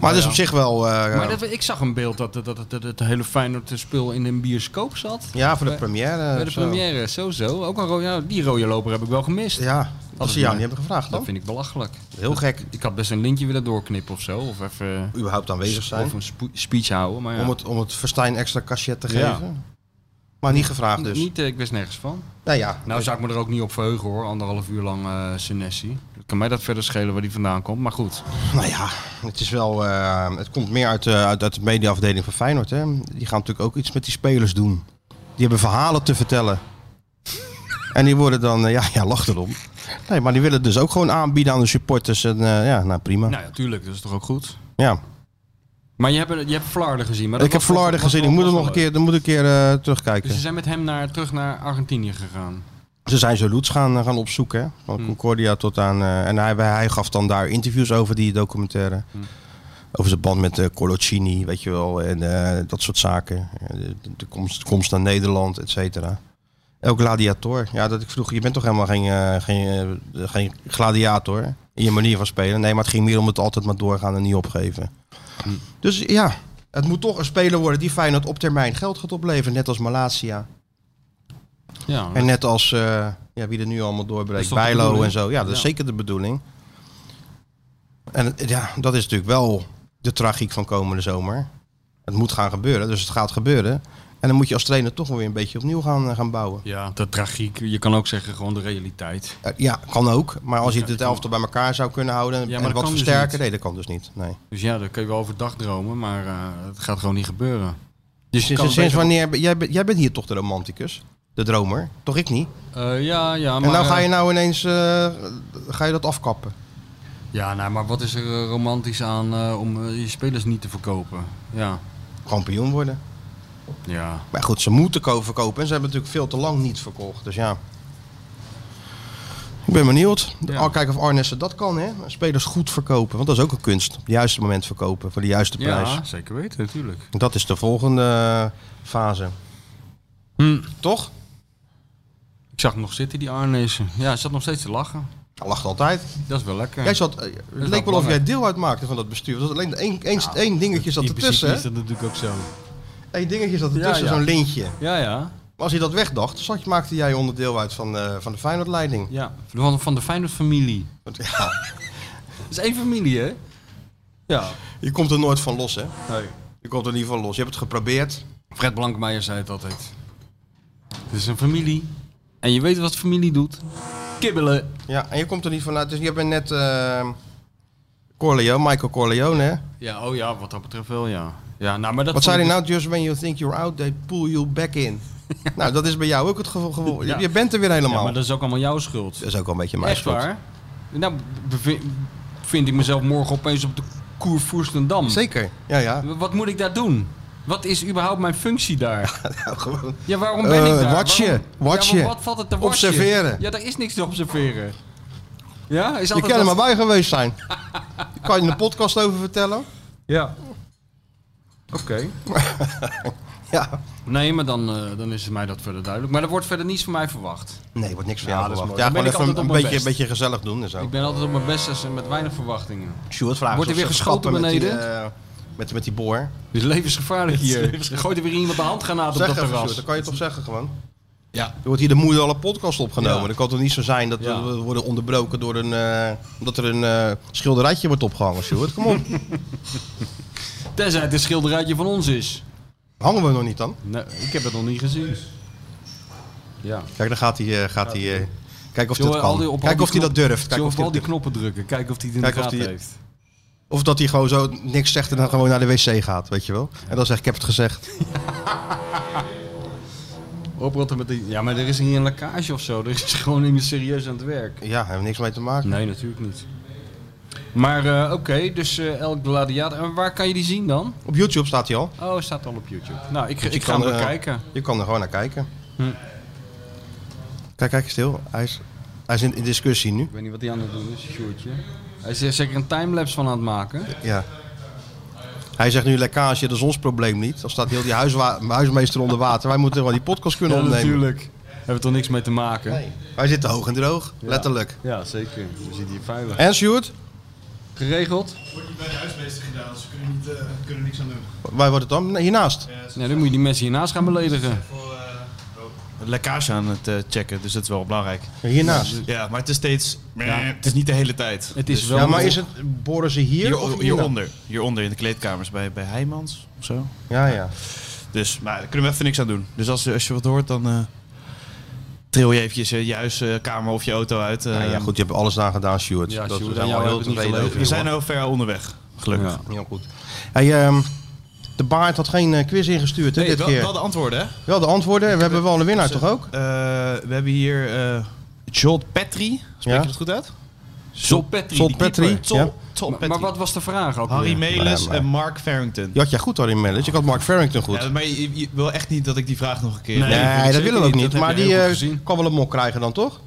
[SPEAKER 3] Maar het is
[SPEAKER 4] ja.
[SPEAKER 3] op zich wel... eh,
[SPEAKER 4] Maar dat, ik zag een beeld dat, dat, dat, dat het hele Feyenoord spul in een bioscoop zat.
[SPEAKER 3] ja, voor de
[SPEAKER 4] bij-
[SPEAKER 3] première.
[SPEAKER 4] Bij
[SPEAKER 3] of
[SPEAKER 4] de
[SPEAKER 3] zo.
[SPEAKER 4] première, sowieso. Ook een rode, ja, die rode loper heb ik wel gemist.
[SPEAKER 3] Ja, dat ze
[SPEAKER 4] het
[SPEAKER 3] jou
[SPEAKER 4] maar-
[SPEAKER 3] niet hebben gevraagd
[SPEAKER 4] Dat
[SPEAKER 3] dan.
[SPEAKER 4] vind ik belachelijk.
[SPEAKER 3] Heel gek.
[SPEAKER 4] Ik had best een lintje willen doorknippen of zo. Of even
[SPEAKER 3] Überhaupt aanwezig zijn.
[SPEAKER 4] of een spo- speech houden. Maar ja,
[SPEAKER 3] Om het, om het Verstijn extra cachet te
[SPEAKER 4] Ja.
[SPEAKER 3] geven. Maar niet gevraagd dus.
[SPEAKER 4] niet, eh, ik wist nergens van.
[SPEAKER 3] Nou ja,
[SPEAKER 4] Nou zou ik me er ook niet op verheugen hoor. Anderhalf uur lang eh Senesi. Kan mij dat verder schelen waar die vandaan komt. Maar goed.
[SPEAKER 3] nou ja, het is wel. eh, het komt meer uit, eh, uit, uit de mediaafdeling van Feyenoord. Hè? Die gaan natuurlijk ook iets met die spelers doen. Die hebben verhalen te vertellen. en die worden dan, eh, ja, ja, lach erom. Nee, maar die willen het dus ook gewoon aanbieden aan de supporters. En eh, ja, nou prima.
[SPEAKER 4] Nou ja, tuurlijk. Dat is toch ook goed.
[SPEAKER 3] ja.
[SPEAKER 4] Maar je hebt, je hebt Vlaarden gezien. Maar dat
[SPEAKER 3] Ik heb
[SPEAKER 4] was toch-
[SPEAKER 3] Vlaarden
[SPEAKER 4] was
[SPEAKER 3] gezien. Ik
[SPEAKER 4] toch-
[SPEAKER 3] moet er
[SPEAKER 4] was
[SPEAKER 3] nog een
[SPEAKER 4] wel
[SPEAKER 3] keer,
[SPEAKER 4] leuk.
[SPEAKER 3] dan moet ik een keer eh, terugkijken.
[SPEAKER 4] Dus ze zijn met hem naar, terug naar Argentinië gegaan.
[SPEAKER 3] Ze zijn zo loots gaan, gaan opzoeken. Hè? Van Concordia tot aan. eh, en hij, hij gaf dan daar interviews over die documentaire. Over zijn band met eh Colocini, weet je wel. En eh, dat soort zaken. Eh, De, de komst, de komst naar Nederland, et cetera. El gladiator. Ja, dat ik vroeg. Je bent toch helemaal geen, eh, geen, eh, geen gladiator in je manier van spelen? Nee, maar het ging meer om het altijd maar doorgaan en niet opgeven. Dus ja, het moet toch een speler worden die Feyenoord op termijn geld gaat opleveren. Net als Malasia.
[SPEAKER 4] Ja,
[SPEAKER 3] En net als eh, ja, wie er nu allemaal doorbreekt,
[SPEAKER 4] Dat is toch de
[SPEAKER 3] Bijlo en
[SPEAKER 4] bedoeling?
[SPEAKER 3] zo. Ja, dat is
[SPEAKER 4] Ja.
[SPEAKER 3] zeker de bedoeling. En het- ja, dat is natuurlijk wel de tragiek van komende zomer. Het moet gaan gebeuren, dus het gaat gebeuren. En dan moet je als trainer toch wel weer een beetje opnieuw gaan, eh, gaan bouwen.
[SPEAKER 4] ja, de tragiek. Je kan ook zeggen gewoon de realiteit.
[SPEAKER 3] Eh, ja, kan ook. Maar als je het elftal bij elkaar zou kunnen houden en-
[SPEAKER 4] maar
[SPEAKER 3] en
[SPEAKER 4] dat
[SPEAKER 3] wat
[SPEAKER 4] kan dus
[SPEAKER 3] versterken,
[SPEAKER 4] niet.
[SPEAKER 3] nee, dat kan dus niet. Nee.
[SPEAKER 4] Dus ja, daar kun je wel over dagdromen, maar eh, het gaat gewoon niet gebeuren. Dus je kan
[SPEAKER 3] Sinds, sinds
[SPEAKER 4] beter-
[SPEAKER 3] wanneer, ben- jij, bent- jij bent hier toch de romanticus? De dromer? Toch ik niet?
[SPEAKER 4] Eh, ja, ja, maar...
[SPEAKER 3] en nou ga je
[SPEAKER 4] eh,
[SPEAKER 3] nou ineens, eh, ga je dat afkappen?
[SPEAKER 4] Ja, nou, maar wat is er eh, romantisch aan eh, om eh, je spelers niet te verkopen? Ja,
[SPEAKER 3] Kampioen worden?
[SPEAKER 4] ja.
[SPEAKER 3] Maar goed, ze moeten ko- verkopen en ze hebben natuurlijk veel te lang niet verkocht. Dus ja. Ik ben benieuwd.
[SPEAKER 4] Ja.
[SPEAKER 3] Al kijken of Arnessen dat kan, hè? Spelers goed verkopen. Want dat is ook een kunst. Op het juiste moment verkopen. Voor de juiste prijs.
[SPEAKER 4] Ja, zeker weten, natuurlijk.
[SPEAKER 3] Dat is de volgende eh, fase. Toch?
[SPEAKER 4] Hm. Ik zag hem nog zitten, die Arnezen. Ja, hij zat nog steeds te lachen.
[SPEAKER 3] Hij lacht altijd.
[SPEAKER 4] Dat is wel lekker.
[SPEAKER 3] Jij zat, eh, het leek wel of
[SPEAKER 4] belangrijk.
[SPEAKER 3] jij deel uitmaakte van dat bestuur. Dat was alleen één, één, één dingetje zat
[SPEAKER 4] In principe
[SPEAKER 3] ertussen.
[SPEAKER 4] is
[SPEAKER 3] hè?
[SPEAKER 4] dat natuurlijk ook zo.
[SPEAKER 3] Eén dingetje zat ertussen,
[SPEAKER 4] ja.
[SPEAKER 3] zo'n lintje.
[SPEAKER 4] Ja, ja.
[SPEAKER 3] Maar als hij dat wegdacht, zat, maakte jij onderdeel uit van, eh, van de Feyenoord-leiding.
[SPEAKER 4] ja. Van, van de Feyenoord-familie.
[SPEAKER 3] Want Ja,
[SPEAKER 4] Dat is één familie, hè? Ja.
[SPEAKER 3] je komt er nooit van los, hè?
[SPEAKER 4] Nee.
[SPEAKER 3] Je komt er niet van los. Je hebt het geprobeerd.
[SPEAKER 4] Fred Blankmeijer zei het altijd. Het is een familie. En je weet wat familie doet. Kibbelen.
[SPEAKER 3] Ja, en je komt er niet vanuit. Dus je bent net eh, Corleone, Michael Corleone. hè?
[SPEAKER 4] Ja, oh ja, wat dat betreft wel, ja. ja nou, maar dat
[SPEAKER 3] Wat
[SPEAKER 4] vond
[SPEAKER 3] zei hij
[SPEAKER 4] ik
[SPEAKER 3] nou? Just when you think you're out, they pull you back in. nou, dat is bij jou ook het gevoel. gevoel. Je-
[SPEAKER 4] Ja.
[SPEAKER 3] Je bent er weer
[SPEAKER 4] dus-
[SPEAKER 3] helemaal.
[SPEAKER 4] Ja, maar
[SPEAKER 3] dat...
[SPEAKER 4] dat is ook allemaal jouw schuld.
[SPEAKER 3] is ook wel een beetje mijn
[SPEAKER 4] Echt
[SPEAKER 3] schuld.
[SPEAKER 4] waar? Nou, bevi- vind ik mezelf morgen opeens op de Koer Voerstendam.
[SPEAKER 3] Zeker. Ja, ja.
[SPEAKER 4] Wat moet ik daar doen? Wat is überhaupt mijn functie daar?
[SPEAKER 3] Nou, gewoon.
[SPEAKER 4] Ja, waarom ben ik
[SPEAKER 3] Eh,
[SPEAKER 4] daar?
[SPEAKER 3] watchen,
[SPEAKER 4] Waarom-
[SPEAKER 3] watchen.
[SPEAKER 4] Ja, maar wat valt het te watchen?
[SPEAKER 3] Observeren.
[SPEAKER 4] Ja, daar is niks te observeren. Ja, is
[SPEAKER 3] Je
[SPEAKER 4] altijd
[SPEAKER 3] kan er
[SPEAKER 4] wat-
[SPEAKER 3] maar bij geweest zijn. kan je een podcast over vertellen?
[SPEAKER 4] Ja. Oké.
[SPEAKER 3] Ja.
[SPEAKER 4] Nee, maar dan, eh, dan is het mij dat verder duidelijk. Maar er wordt verder niets van mij verwacht.
[SPEAKER 3] Nee, wordt niks van
[SPEAKER 4] Ja,
[SPEAKER 3] jou
[SPEAKER 4] dat is
[SPEAKER 3] verwacht.
[SPEAKER 4] mooi.
[SPEAKER 3] Ja,
[SPEAKER 4] Dan ben
[SPEAKER 3] gewoon
[SPEAKER 4] ik
[SPEAKER 3] even een,
[SPEAKER 4] altijd op mijn
[SPEAKER 3] beetje,
[SPEAKER 4] best.
[SPEAKER 3] beetje gezellig doen en zo.
[SPEAKER 4] Ik ben altijd op mijn best en met weinig verwachtingen.
[SPEAKER 3] Stuart vraagt
[SPEAKER 4] Wordt er
[SPEAKER 3] of
[SPEAKER 4] weer
[SPEAKER 3] ze
[SPEAKER 4] geschoten
[SPEAKER 3] klappen met die,
[SPEAKER 4] beneden?
[SPEAKER 3] eh, Met, met die boor.
[SPEAKER 4] Het is levensgevaarlijk hier. Gooit er weer iemand de handgranaat op
[SPEAKER 3] Zeg
[SPEAKER 4] dat
[SPEAKER 3] even, Stuart, dat
[SPEAKER 4] terras.
[SPEAKER 3] kan je toch zeggen gewoon?
[SPEAKER 5] Ja.
[SPEAKER 3] Er wordt hier de moeder alle podcast opgenomen.
[SPEAKER 4] Ja.
[SPEAKER 3] Dat kan toch niet zo zijn dat
[SPEAKER 4] Ja.
[SPEAKER 3] we worden onderbroken door een... eh, omdat er een eh, schilderijtje wordt opgehangen, Stuart. Kom op.
[SPEAKER 4] Tenzij het een schilderijtje van ons is.
[SPEAKER 3] Hangen we nog niet dan?
[SPEAKER 4] Nee, ik heb het nog niet gezien. Ja.
[SPEAKER 3] Kijk, dan gaat hij... eh, gaat hij eh, kijk of
[SPEAKER 4] Zullen
[SPEAKER 3] dit
[SPEAKER 4] we
[SPEAKER 3] kan.
[SPEAKER 4] al die- op al
[SPEAKER 3] Kijk
[SPEAKER 4] die
[SPEAKER 3] of hij dat
[SPEAKER 4] knop-
[SPEAKER 3] durft. Kijk
[SPEAKER 4] Zullen
[SPEAKER 3] of,
[SPEAKER 4] we op
[SPEAKER 3] hij dat
[SPEAKER 4] al die
[SPEAKER 3] durft.
[SPEAKER 4] knoppen drukken? Kijken of hij het in
[SPEAKER 3] Kijk
[SPEAKER 4] de
[SPEAKER 3] of
[SPEAKER 4] gaten
[SPEAKER 3] die-
[SPEAKER 4] heeft.
[SPEAKER 3] of dat hij gewoon zo niks zegt en dan gewoon naar de wc gaat, weet je wel. En dan zegt, ik heb het gezegd.
[SPEAKER 4] Oprotten met die... Ja, maar er is hier een lekkage of zo. Er is gewoon iemand serieus aan het werk.
[SPEAKER 3] Ja, daar hebben we niks mee te maken.
[SPEAKER 4] Nee, natuurlijk niet. Maar eh, oké, dus eh El Gladiator. En waar kan je die zien dan?
[SPEAKER 3] Op YouTube staat hij al.
[SPEAKER 4] Oh, staat al op YouTube. Nou, ik,
[SPEAKER 3] Dus je
[SPEAKER 4] ik ga
[SPEAKER 3] kan,
[SPEAKER 4] hem
[SPEAKER 3] eh,
[SPEAKER 4] bekijken.
[SPEAKER 3] Je kan er gewoon naar kijken.
[SPEAKER 4] Hm.
[SPEAKER 3] Kijk, kijk stil. Hij is, hij is in, in discussie nu.
[SPEAKER 4] Ik weet niet wat hij aan het doen is, Sjoerdje. Hij is er zeker een timelapse van aan het maken.
[SPEAKER 3] Ja. Hij zegt nu lekkage, dat is ons probleem niet. Dan staat heel die huiswa- huismeester onder water. Wij moeten gewoon die podcast kunnen opnemen.
[SPEAKER 4] natuurlijk. Hebben we toch niks mee te maken?
[SPEAKER 3] Wij zitten hoog en droog, letterlijk.
[SPEAKER 4] Ja, zeker. We zitten hier veilig.
[SPEAKER 3] En Sjoerd,
[SPEAKER 4] Geregeld?
[SPEAKER 5] Wordt niet bij de huismeester gedaan, dus ze kunnen, niet, kunnen niks aan doen.
[SPEAKER 3] waar wordt het dan? Nee, Hiernaast.
[SPEAKER 4] Nee, dan moet je die mensen hiernaast gaan beledigen.
[SPEAKER 5] Het lekkage aan het eh, checken, dus dat is wel belangrijk.
[SPEAKER 3] Hiernaast.
[SPEAKER 5] Ja, dus- maar het is steeds... het is niet de hele tijd.
[SPEAKER 4] Het is wel...
[SPEAKER 3] Ja, maar is het, boren ze hier?
[SPEAKER 5] Hier,
[SPEAKER 3] of hiernaast?
[SPEAKER 5] hieronder. Hieronder in de kleedkamers bij, bij Heijmans of zo.
[SPEAKER 3] Ja, ja.
[SPEAKER 5] Dus, maar daar kunnen we even niks aan doen. Dus als, als je wat hoort, dan eh tril je eventjes eh, je huiskamer of je auto uit. eh.
[SPEAKER 3] Nou ja, goed, je hebt alles aan gedaan, Sjoerd.
[SPEAKER 4] Ja,
[SPEAKER 3] dat
[SPEAKER 4] Sjoerd,
[SPEAKER 3] we zijn
[SPEAKER 4] aan jou
[SPEAKER 3] wel heel
[SPEAKER 4] hebben we het niet
[SPEAKER 3] tevreden
[SPEAKER 4] gelezen.
[SPEAKER 3] over.
[SPEAKER 5] We zijn al ver onderweg, gelukkig.
[SPEAKER 4] Ja.
[SPEAKER 3] Heel goed. Hey, ehm, de baard had geen eh, quiz ingestuurd hè,
[SPEAKER 5] Nee,
[SPEAKER 3] dit
[SPEAKER 5] wel,
[SPEAKER 3] keer.
[SPEAKER 5] wel de antwoorden, hè?
[SPEAKER 3] Wel de antwoorden. en We hebben wel een winnaar, toch ook?
[SPEAKER 5] Eh, we hebben hier eh Jolt Petri. Spreek
[SPEAKER 3] Ja.
[SPEAKER 5] je dat goed uit?
[SPEAKER 4] Sol Petri.
[SPEAKER 3] Sol
[SPEAKER 4] die
[SPEAKER 3] Petri.
[SPEAKER 4] keeper.
[SPEAKER 5] Jolt
[SPEAKER 3] Ja.
[SPEAKER 5] Jolt
[SPEAKER 4] Maar,
[SPEAKER 5] Petri.
[SPEAKER 4] maar wat was de vraag ook
[SPEAKER 5] Harry
[SPEAKER 4] weer?
[SPEAKER 5] Melis
[SPEAKER 3] Ja, maar-
[SPEAKER 5] en Mark Farrington.
[SPEAKER 3] Je had jij goed hoor in Mellis. Ik had Mark Farrington goed.
[SPEAKER 5] Ja, maar je, je wil echt niet dat ik die vraag nog een keer...
[SPEAKER 3] nee, dat
[SPEAKER 4] zeker
[SPEAKER 3] willen we ook
[SPEAKER 4] niet.
[SPEAKER 3] niet.
[SPEAKER 4] Dat
[SPEAKER 3] Maar
[SPEAKER 4] heb je
[SPEAKER 3] die
[SPEAKER 4] heel
[SPEAKER 3] eh,
[SPEAKER 4] goed gezien.
[SPEAKER 3] kan wel een mok krijgen dan, toch?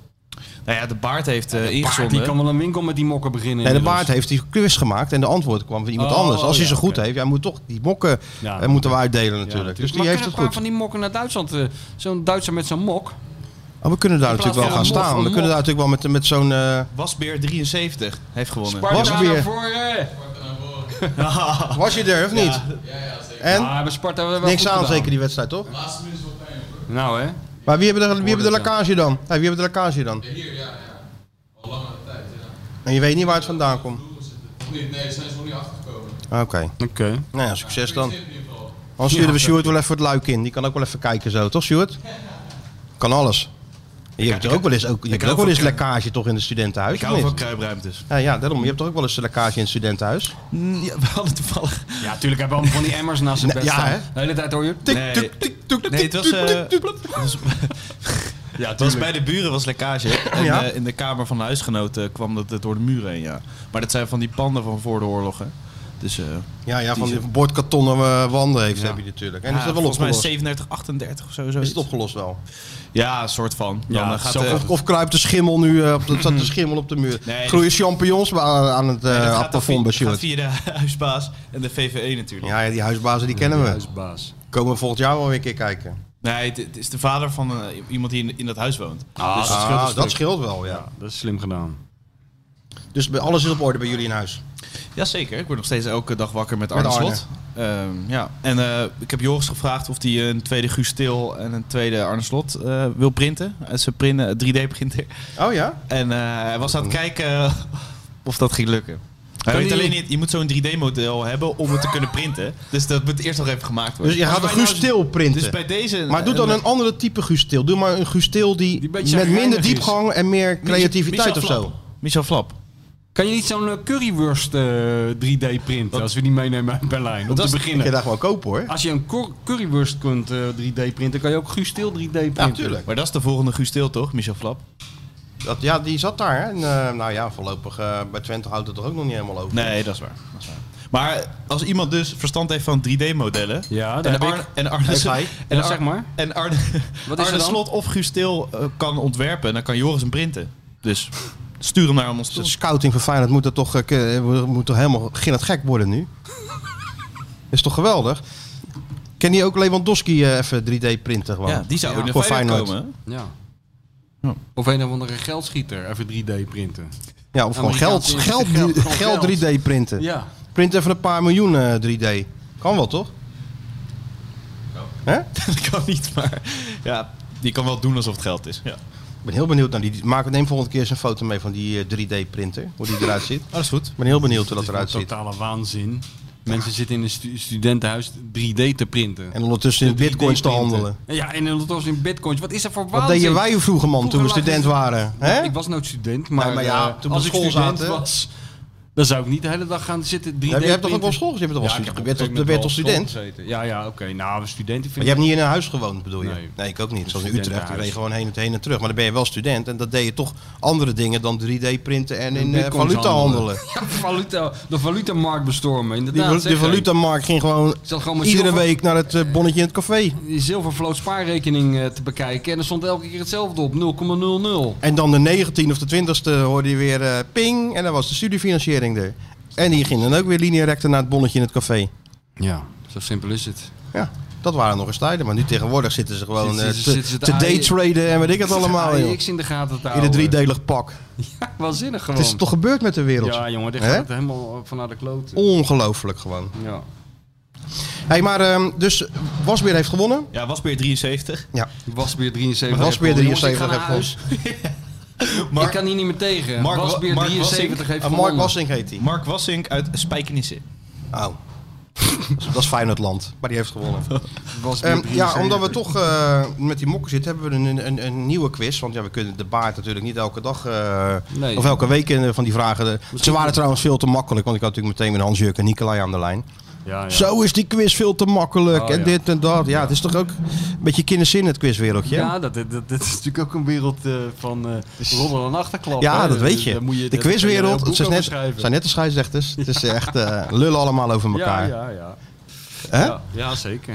[SPEAKER 5] Nou ja, de baard heeft eh
[SPEAKER 4] Paard,
[SPEAKER 5] ingezonden.
[SPEAKER 4] die kan wel een winkel met die mokken beginnen.
[SPEAKER 3] Nee, de
[SPEAKER 4] inmiddels.
[SPEAKER 3] baard heeft die quiz gemaakt en de antwoord kwam van iemand
[SPEAKER 4] Oh,
[SPEAKER 3] anders. Als hij
[SPEAKER 4] ja,
[SPEAKER 3] ze goed
[SPEAKER 4] oké.
[SPEAKER 3] heeft, hij moet toch die mokken
[SPEAKER 4] Ja,
[SPEAKER 3] eh, moeten we uitdelen natuurlijk.
[SPEAKER 4] Ja,
[SPEAKER 3] Dus die
[SPEAKER 4] maar
[SPEAKER 3] heeft
[SPEAKER 4] kunnen
[SPEAKER 3] het
[SPEAKER 4] een paar
[SPEAKER 3] goed.
[SPEAKER 4] van die mokken naar Duitsland. eh, zo'n Duitser met zo'n mok.
[SPEAKER 3] Maar we kunnen daar
[SPEAKER 4] In
[SPEAKER 3] natuurlijk
[SPEAKER 4] plaats
[SPEAKER 3] wel gaan
[SPEAKER 4] van een mok
[SPEAKER 3] staan. We
[SPEAKER 4] voor een
[SPEAKER 3] kunnen daar natuurlijk wel met, met zo'n... eh,
[SPEAKER 5] Wasbeer 73 heeft gewonnen.
[SPEAKER 3] Was
[SPEAKER 4] Sparta
[SPEAKER 3] het weer?
[SPEAKER 4] naar voren.
[SPEAKER 3] was je er of niet? En?
[SPEAKER 4] Ah, bij Sparta hebben we wel
[SPEAKER 3] Niks
[SPEAKER 4] goed
[SPEAKER 3] aan
[SPEAKER 4] gedaan.
[SPEAKER 3] zeker die wedstrijd, toch?
[SPEAKER 4] Nou hè.
[SPEAKER 3] Maar wie hebben de, wie hebben de lekkage dan? Hé, wie hebben de lekkage dan? Hier, ja. Al langere tijd, En je weet niet waar het vandaan komt? Nee, zijn ze nog niet achtergekomen. Oké.
[SPEAKER 4] Oké.
[SPEAKER 3] Nou ja, succes dan. Anders sturen we Sjoerd wel even het luik in. Die kan ook wel even kijken zo, toch Sjoerd? Kan alles. Je hebt er ook wel eens, ook, je hebt
[SPEAKER 5] hou
[SPEAKER 3] ook wel
[SPEAKER 5] van
[SPEAKER 3] eens
[SPEAKER 5] kru-
[SPEAKER 3] lekkage toch in het studentenhuis?
[SPEAKER 5] Ik hou
[SPEAKER 3] of
[SPEAKER 5] van
[SPEAKER 3] niet?
[SPEAKER 5] kruipruimtes.
[SPEAKER 3] Ja, ja, daarom. Je hebt toch ook wel eens lekkage in het studentenhuis?
[SPEAKER 5] Mm, Ja, we hadden toevallig...
[SPEAKER 4] Ja, natuurlijk hebben we allemaal van die emmers naast zijn
[SPEAKER 3] Nee,
[SPEAKER 4] bed
[SPEAKER 3] ja,
[SPEAKER 4] staan.
[SPEAKER 3] hè?
[SPEAKER 4] De hele tijd hoor je.
[SPEAKER 3] Tik,
[SPEAKER 5] Nee.
[SPEAKER 3] tuk, tik, tuk,
[SPEAKER 5] Nee,
[SPEAKER 3] tik,
[SPEAKER 5] het was,
[SPEAKER 3] tuk,
[SPEAKER 5] eh,
[SPEAKER 3] tuk, tuk, tuk.
[SPEAKER 5] Ja, het was bij de buren was lekkage. En
[SPEAKER 3] Ja.
[SPEAKER 5] eh, in de kamer van de huisgenoten kwam dat eh, door de muren heen, ja. Maar dat zijn van die panden van voor de oorlogen. Dus eh
[SPEAKER 3] Ja, ja, van die bordkartonnen eh, wanden heeft heb je natuurlijk. En
[SPEAKER 5] ja,
[SPEAKER 3] is dat wel
[SPEAKER 5] volgens mij
[SPEAKER 3] opgelost?
[SPEAKER 5] 37, 38 of zo.
[SPEAKER 3] Is
[SPEAKER 5] zoiets.
[SPEAKER 3] het opgelost wel?
[SPEAKER 5] Ja, een soort van. Dan
[SPEAKER 4] Ja,
[SPEAKER 5] eh, gaat
[SPEAKER 4] zo
[SPEAKER 5] de,
[SPEAKER 4] gaat
[SPEAKER 3] Of, of kruipt de schimmel nu, eh, op de, staat de schimmel op de muur?
[SPEAKER 5] Nee,
[SPEAKER 3] Groeien champignons aan, aan het eh
[SPEAKER 5] dat gaat dan
[SPEAKER 3] plafond bij
[SPEAKER 5] via, gaat
[SPEAKER 3] Sjoerd?
[SPEAKER 5] via de huisbaas en de VVE natuurlijk.
[SPEAKER 3] Ja, ja, die huisbazen die kennen we.
[SPEAKER 4] Huisbaas.
[SPEAKER 3] Komen we volgend jaar wel weer een keer kijken.
[SPEAKER 5] Nee, het, het is de vader van eh, iemand die in, in dat huis woont.
[SPEAKER 4] Ah,
[SPEAKER 5] Dus
[SPEAKER 4] dat
[SPEAKER 5] het
[SPEAKER 4] scheelt een
[SPEAKER 3] Ah, dat
[SPEAKER 4] stuk.
[SPEAKER 3] scheelt wel, ja.
[SPEAKER 4] Dat is slim gedaan.
[SPEAKER 3] Dus bij- alles is op orde bij jullie in huis.
[SPEAKER 5] Jazeker, ik word nog steeds elke dag wakker met Arne,
[SPEAKER 3] Met Arne.
[SPEAKER 5] Slot. Ehm, ja. En eh, ik heb Joris gevraagd of hij een tweede Guus Til en een tweede Arne Slot eh, wil printen. En ze printen, eh, 3D-printer.
[SPEAKER 3] Oh ja?
[SPEAKER 5] En eh, hij was aan het kijken of dat ging lukken. Hij weet
[SPEAKER 4] die-
[SPEAKER 5] alleen niet, je moet zo'n 3D-model hebben om het te kunnen printen. Dus dat moet eerst nog even gemaakt
[SPEAKER 3] Dus
[SPEAKER 5] worden.
[SPEAKER 3] je gaat een
[SPEAKER 5] Als wij nou-
[SPEAKER 3] gustil printen.
[SPEAKER 5] Dus bij deze...
[SPEAKER 3] maar doe dan een andere type gustil. Doe maar een gustil die,
[SPEAKER 4] Die een beetje
[SPEAKER 3] met minder
[SPEAKER 4] geinig is.
[SPEAKER 3] diepgang en meer creativiteit
[SPEAKER 5] Michel
[SPEAKER 3] of
[SPEAKER 5] Flap.
[SPEAKER 3] zo.
[SPEAKER 5] Michel Flap.
[SPEAKER 4] Kan je niet zo'n eh, currywurst eh, 3D printen als we die meenemen uit Berlijn? Om te
[SPEAKER 3] Kun je
[SPEAKER 4] beginnen.
[SPEAKER 3] daar gewoon kopen hoor.
[SPEAKER 4] Als je een cor- currywurst kunt eh, 3D printen, kan je ook Guus Stil 3D printen.
[SPEAKER 3] Ja, tuurlijk.
[SPEAKER 5] Maar dat is de volgende Gustil toch, Michel Flap?
[SPEAKER 3] Dat, ja, die zat daar. Hè? En, eh, nou ja, voorlopig eh, bij Twente houdt het er ook nog niet helemaal over.
[SPEAKER 5] Nee, dat is waar. Dat is waar. Maar als iemand dus verstand heeft van 3D-modellen...
[SPEAKER 4] Ja, daar
[SPEAKER 5] en
[SPEAKER 4] heb
[SPEAKER 5] Arne,
[SPEAKER 4] ik.
[SPEAKER 5] en Arne,
[SPEAKER 3] hij.
[SPEAKER 5] en
[SPEAKER 4] Ja,
[SPEAKER 5] Ar-
[SPEAKER 4] zeg maar.
[SPEAKER 5] En Arne,
[SPEAKER 4] Wat is er
[SPEAKER 5] Arne
[SPEAKER 4] dan?
[SPEAKER 5] Slot of Gustil kan ontwerpen, dan kan Joris hem printen. Dus stuur hem naar ons
[SPEAKER 3] De
[SPEAKER 5] toe.
[SPEAKER 3] scouting van Feyenoord moet er toch, eh, ke- moet toch helemaal het gek worden nu? is toch geweldig? Kan die ook Lewandowski eh, even 3D printen gewoon?
[SPEAKER 5] Ja, die zou
[SPEAKER 4] Ja.
[SPEAKER 5] in de
[SPEAKER 3] Voor
[SPEAKER 5] Feyenoord
[SPEAKER 3] Feyenoord.
[SPEAKER 5] komen. hè?
[SPEAKER 4] Ja.
[SPEAKER 5] Ja.
[SPEAKER 4] Of een of andere geldschieter even 3D printen.
[SPEAKER 3] Ja, of gewoon geld,
[SPEAKER 4] Amerikaanse
[SPEAKER 3] geld,
[SPEAKER 4] geld, gewoon
[SPEAKER 3] geld 3D printen.
[SPEAKER 4] Ja.
[SPEAKER 3] Print even een paar miljoen eh, 3D. Kan wel toch? Hè?
[SPEAKER 5] Dat kan niet, maar ja, die kan wel doen alsof het geld is. Ja. Oh,
[SPEAKER 3] Ik ben heel benieuwd naar die. die- Maak, neem volgende keer eens een foto mee van die eh, 3D-printer. Hoe die eruit ziet.
[SPEAKER 5] dat is goed.
[SPEAKER 3] Ik ben heel benieuwd hoe dat
[SPEAKER 4] is
[SPEAKER 3] eruit
[SPEAKER 4] een
[SPEAKER 3] ziet.
[SPEAKER 4] totale waanzin. Mensen zitten in een stu- studentenhuis 3D te printen.
[SPEAKER 3] En ondertussen in
[SPEAKER 4] 3D
[SPEAKER 3] bitcoins te
[SPEAKER 4] printen.
[SPEAKER 3] handelen.
[SPEAKER 4] Ja, en ondertussen in bitcoins. Wat is er voor
[SPEAKER 3] Wat
[SPEAKER 4] waanzin?
[SPEAKER 3] deden wij vroeger, man, toen we
[SPEAKER 4] Vroeger
[SPEAKER 3] student
[SPEAKER 4] lagen-
[SPEAKER 3] waren? Hè?
[SPEAKER 4] Ik was nooit student, maar,
[SPEAKER 3] Nee, maar ja,
[SPEAKER 4] eh,
[SPEAKER 3] toen we
[SPEAKER 4] als ik
[SPEAKER 3] op school
[SPEAKER 4] student
[SPEAKER 3] zaten.
[SPEAKER 4] was, dan zou ik niet de hele dag gaan zitten 3D
[SPEAKER 3] Ja, je hebt toch ook
[SPEAKER 4] printen.
[SPEAKER 3] wel school gezeten? Je bent
[SPEAKER 4] Ja,
[SPEAKER 3] toch
[SPEAKER 4] ik
[SPEAKER 3] wel
[SPEAKER 4] heb
[SPEAKER 3] stu-
[SPEAKER 4] op
[SPEAKER 3] je
[SPEAKER 4] een
[SPEAKER 3] bent toch- je
[SPEAKER 4] gegeven moment
[SPEAKER 3] bent toch student?
[SPEAKER 4] wel op school gezeten. Ja, ja, oké. Nou, student. ik
[SPEAKER 3] Maar
[SPEAKER 4] Vind
[SPEAKER 3] je hebt niet in een huis gewoond, bedoel je?
[SPEAKER 4] Nee.
[SPEAKER 3] Nee, ik ook niet. Zoals in
[SPEAKER 4] Studenten
[SPEAKER 3] Utrecht, ik reed
[SPEAKER 4] huis.
[SPEAKER 3] gewoon heen en, heen en terug. Maar dan ben je wel student en dat deed je toch andere dingen dan 3D printen en in eh,
[SPEAKER 4] bitcoins
[SPEAKER 3] valuta handelen.
[SPEAKER 4] Ja, valuta, de valutamarkt bestormen,
[SPEAKER 3] Die,
[SPEAKER 4] inderdaad.
[SPEAKER 3] val-
[SPEAKER 4] Nou, zeg
[SPEAKER 3] de
[SPEAKER 4] ik.
[SPEAKER 3] valutamarkt ging gewoon
[SPEAKER 4] Ik zat gewoon mijn
[SPEAKER 3] iedere
[SPEAKER 4] zilver-
[SPEAKER 3] week naar het eh, bonnetje in het café.
[SPEAKER 4] die zilvervloot spaarrekening eh, te bekijken. En er stond elke keer hetzelfde op, 0,00.
[SPEAKER 3] En dan de 19 of de 20ste hoorde je weer eh, ping en dan was de studiefinanciering er. En die ging dan ook weer lineair naar het bonnetje in het café.
[SPEAKER 4] Ja, zo simpel is het.
[SPEAKER 3] Ja, dat waren nog eens tijden. Maar nu tegenwoordig zitten ze gewoon
[SPEAKER 4] Zitten ze-
[SPEAKER 3] eh, te-
[SPEAKER 4] zitten ze te
[SPEAKER 3] te
[SPEAKER 4] aaien.
[SPEAKER 3] daytraden en weet ik het allemaal. joh.
[SPEAKER 4] Niks in de gaten te
[SPEAKER 3] In een
[SPEAKER 4] houden.
[SPEAKER 3] driedelig pak.
[SPEAKER 4] Ja, waanzinnig gewoon.
[SPEAKER 3] Het is toch gebeurd met de wereld?
[SPEAKER 4] Ja, jongen, dit
[SPEAKER 3] Hè?
[SPEAKER 4] gaat helemaal vanuit de kloten.
[SPEAKER 3] Ongelooflijk gewoon.
[SPEAKER 4] Ja.
[SPEAKER 3] hey, maar ehm, dus Wasbeer heeft gewonnen.
[SPEAKER 5] Ja, was weer 73.
[SPEAKER 4] Wasbeer 73.
[SPEAKER 3] Wasbeer
[SPEAKER 4] Apple. Jongens,
[SPEAKER 3] 73
[SPEAKER 4] ik ga naar
[SPEAKER 3] heeft
[SPEAKER 4] huis.
[SPEAKER 5] Mark-
[SPEAKER 4] ik kan hier niet meer tegen.
[SPEAKER 5] Mark-
[SPEAKER 4] Wasbeer
[SPEAKER 5] Mark
[SPEAKER 4] 73
[SPEAKER 5] Wassink-
[SPEAKER 4] heeft
[SPEAKER 3] Ah, Mark
[SPEAKER 4] gewonnen.
[SPEAKER 3] Wassink heet hij.
[SPEAKER 5] Mark Wassink uit Spijkenisse.
[SPEAKER 3] Oh. dat is Feyenoordland, maar die heeft gewonnen.
[SPEAKER 4] Wasbeer
[SPEAKER 3] Ehm, ja,
[SPEAKER 4] 73.
[SPEAKER 3] omdat we toch eh, met die mokken zitten, hebben we een, een, een nieuwe quiz. Want ja, we kunnen de baard natuurlijk niet elke dag eh,
[SPEAKER 4] Nee.
[SPEAKER 3] of elke week eh, van die vragen. eh, Ze waren trouwens veel te makkelijk, want ik had natuurlijk meteen met Hans Jurk en Nicolai aan de lijn.
[SPEAKER 4] Ja, ja.
[SPEAKER 3] Zo is die quiz veel te makkelijk
[SPEAKER 4] Oh,
[SPEAKER 3] en
[SPEAKER 4] ja.
[SPEAKER 3] dit en dat. Ja, het is toch ook een beetje kinderzin het quizwereldje. hè?
[SPEAKER 4] Ja, dat, dat, dat is natuurlijk ook een wereld eh, van eh roddel en achterklap.
[SPEAKER 3] Ja,
[SPEAKER 4] hè.
[SPEAKER 3] dat weet
[SPEAKER 4] daar
[SPEAKER 3] je.
[SPEAKER 4] moet
[SPEAKER 3] De
[SPEAKER 4] daar kan je een heel
[SPEAKER 3] quizwereld,
[SPEAKER 4] boek
[SPEAKER 3] het zijn
[SPEAKER 4] over
[SPEAKER 3] net,
[SPEAKER 4] schrijven.
[SPEAKER 3] zijn net de scheidsrechters. Het is echt eh, lullen allemaal over
[SPEAKER 4] ja,
[SPEAKER 3] elkaar.
[SPEAKER 4] ja, ja.
[SPEAKER 3] Hè?
[SPEAKER 4] Ja, ja, zeker.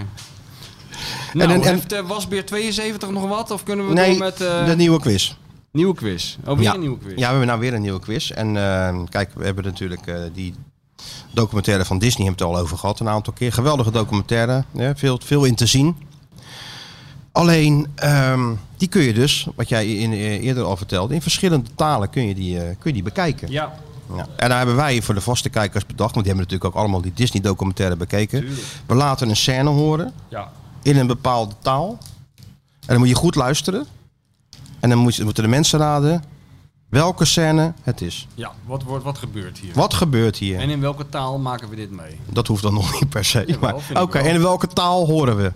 [SPEAKER 4] Nou,
[SPEAKER 3] en- en-
[SPEAKER 4] heeft eh, Wasbeer 72 nog wat? Of kunnen we
[SPEAKER 3] Nee,
[SPEAKER 4] door met eh,
[SPEAKER 3] de nieuwe quiz.
[SPEAKER 4] nieuwe quiz? Oh, weer
[SPEAKER 3] ja.
[SPEAKER 4] een nieuwe quiz.
[SPEAKER 3] Ja, we hebben nou weer een nieuwe quiz. En eh, kijk, we hebben natuurlijk eh, die documentaire van Disney hebben we het al over gehad een aantal keer. Geweldige documentaire, hè, veel, veel in te zien. Alleen, ehm, die kun je dus, wat jij in, eh, eerder al vertelde, in verschillende talen kun je die, eh, kun je die bekijken.
[SPEAKER 4] Ja,
[SPEAKER 3] Ja. En daar hebben wij voor de vaste kijkers bedacht, want die hebben natuurlijk ook allemaal die Disney-documentaire bekeken. We laten een scène horen
[SPEAKER 4] ja.
[SPEAKER 3] in een bepaalde taal. En dan moet je goed luisteren. En dan moet je- moeten de mensen raden welke scène het is.
[SPEAKER 4] ja. Wat, wordt wat gebeurt hier?
[SPEAKER 3] Wat gebeurt hier?
[SPEAKER 4] En in welke taal maken we dit mee?
[SPEAKER 3] Dat hoeft dan nog niet per se. maar
[SPEAKER 4] vind
[SPEAKER 3] Oké,
[SPEAKER 4] ik wel.
[SPEAKER 3] en in welke taal horen we?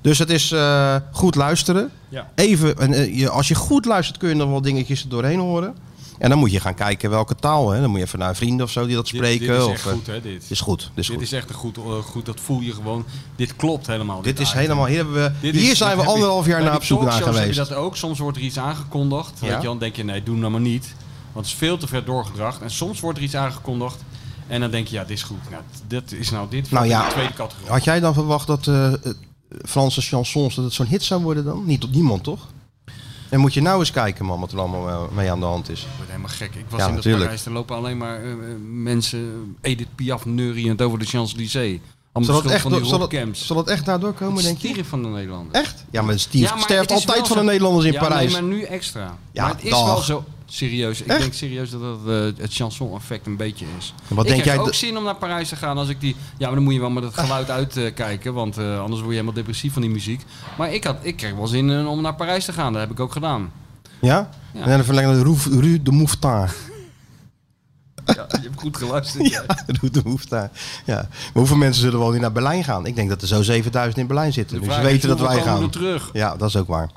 [SPEAKER 3] Dus het is eh, goed luisteren.
[SPEAKER 4] Ja.
[SPEAKER 3] Even, en, eh, je- als je goed luistert kun je nog wel dingetjes er doorheen horen. En dan moet je gaan kijken welke taal. Hè. Dan moet je even naar een vriend of zo die dat
[SPEAKER 4] Dit-
[SPEAKER 3] spreken.
[SPEAKER 4] dit, is
[SPEAKER 3] of,
[SPEAKER 4] echt
[SPEAKER 3] eh,
[SPEAKER 4] goed, hè? Dit.
[SPEAKER 3] Dit is goed. Dit is,
[SPEAKER 4] Dit
[SPEAKER 3] goed.
[SPEAKER 4] is echt een goed, eh, goed, dat voel je gewoon. Dit klopt helemaal.
[SPEAKER 3] Dit is
[SPEAKER 4] item.
[SPEAKER 3] helemaal. Hier, hebben we,
[SPEAKER 4] Dit
[SPEAKER 3] hier zijn
[SPEAKER 4] is- dat
[SPEAKER 3] we
[SPEAKER 4] heb je-
[SPEAKER 3] anderhalf jaar
[SPEAKER 4] bij
[SPEAKER 3] naar
[SPEAKER 4] die
[SPEAKER 3] op zoek naar
[SPEAKER 4] talkshows
[SPEAKER 3] geweest.
[SPEAKER 4] Heb je dat ook? Soms wordt er iets aangekondigd. Weet
[SPEAKER 3] Ja.
[SPEAKER 4] je, dan denk je, nee, doe nou maar niet. Want het is veel te ver doorgedracht. En soms wordt er iets aangekondigd. En dan denk je, ja, dit is goed. Nou, dit is nou dit.
[SPEAKER 3] Nou
[SPEAKER 4] valt in
[SPEAKER 3] ja.
[SPEAKER 4] de tweede categorie.
[SPEAKER 3] Had jij dan verwacht dat eh, eh, Franse chansons dat het zo'n hit zou worden dan? Niet op niemand, toch? En moet je nou eens kijken, man, wat er allemaal eh, mee aan de hand is.
[SPEAKER 4] Ik word helemaal gek. Ik was
[SPEAKER 3] Ja,
[SPEAKER 4] in dat
[SPEAKER 3] natuurlijk.
[SPEAKER 4] Parijs, er lopen alleen maar eh, eh, mensen Edith Piaf neuriënd over de Champs-Élysées. Allemaal
[SPEAKER 3] Zal dat,
[SPEAKER 4] schuld
[SPEAKER 3] echt,
[SPEAKER 4] van die
[SPEAKER 3] door- zal, dat,
[SPEAKER 4] rockcamps.
[SPEAKER 3] zal dat echt daardoor komen, denk je?
[SPEAKER 4] Stieren van de Nederlanders.
[SPEAKER 3] Echt? Ja, maar Steve
[SPEAKER 4] Ja, maar
[SPEAKER 3] sterft
[SPEAKER 4] het is
[SPEAKER 3] altijd
[SPEAKER 4] wel
[SPEAKER 3] van
[SPEAKER 4] zo-
[SPEAKER 3] de Nederlanders in
[SPEAKER 4] ja,
[SPEAKER 3] Parijs.
[SPEAKER 4] Nee, maar nu extra.
[SPEAKER 3] Ja,
[SPEAKER 4] maar het is
[SPEAKER 3] dag.
[SPEAKER 4] wel zo. Serieus, ik
[SPEAKER 3] Echt?
[SPEAKER 4] denk serieus dat dat eh, het chanson-effect een beetje is.
[SPEAKER 3] En wat
[SPEAKER 4] ik
[SPEAKER 3] denk
[SPEAKER 4] heb
[SPEAKER 3] jij
[SPEAKER 4] ook
[SPEAKER 3] dat-
[SPEAKER 4] zin om naar Parijs te gaan als ik die... Ja, maar dan moet je wel met het geluid uitkijken, want eh, anders word je helemaal depressief van die muziek. Maar ik, had, ik kreeg wel zin eh, om naar Parijs te gaan, dat heb ik ook gedaan.
[SPEAKER 3] Ja?
[SPEAKER 4] Ja.
[SPEAKER 3] En dan verlengen we Rue de Mouffetard.
[SPEAKER 4] Ja, je hebt goed geluisterd. ja.
[SPEAKER 3] Rue de Mouffetard. Ja. Maar hoeveel mensen zullen wel niet naar Berlijn gaan? Ik denk dat er zo 7000 in Berlijn zitten.
[SPEAKER 4] De
[SPEAKER 3] Dus ze
[SPEAKER 4] vraag is,
[SPEAKER 3] weten dat wij
[SPEAKER 4] hoeveel
[SPEAKER 3] gaan.
[SPEAKER 4] komen er terug.
[SPEAKER 3] Ja, dat is ook waar.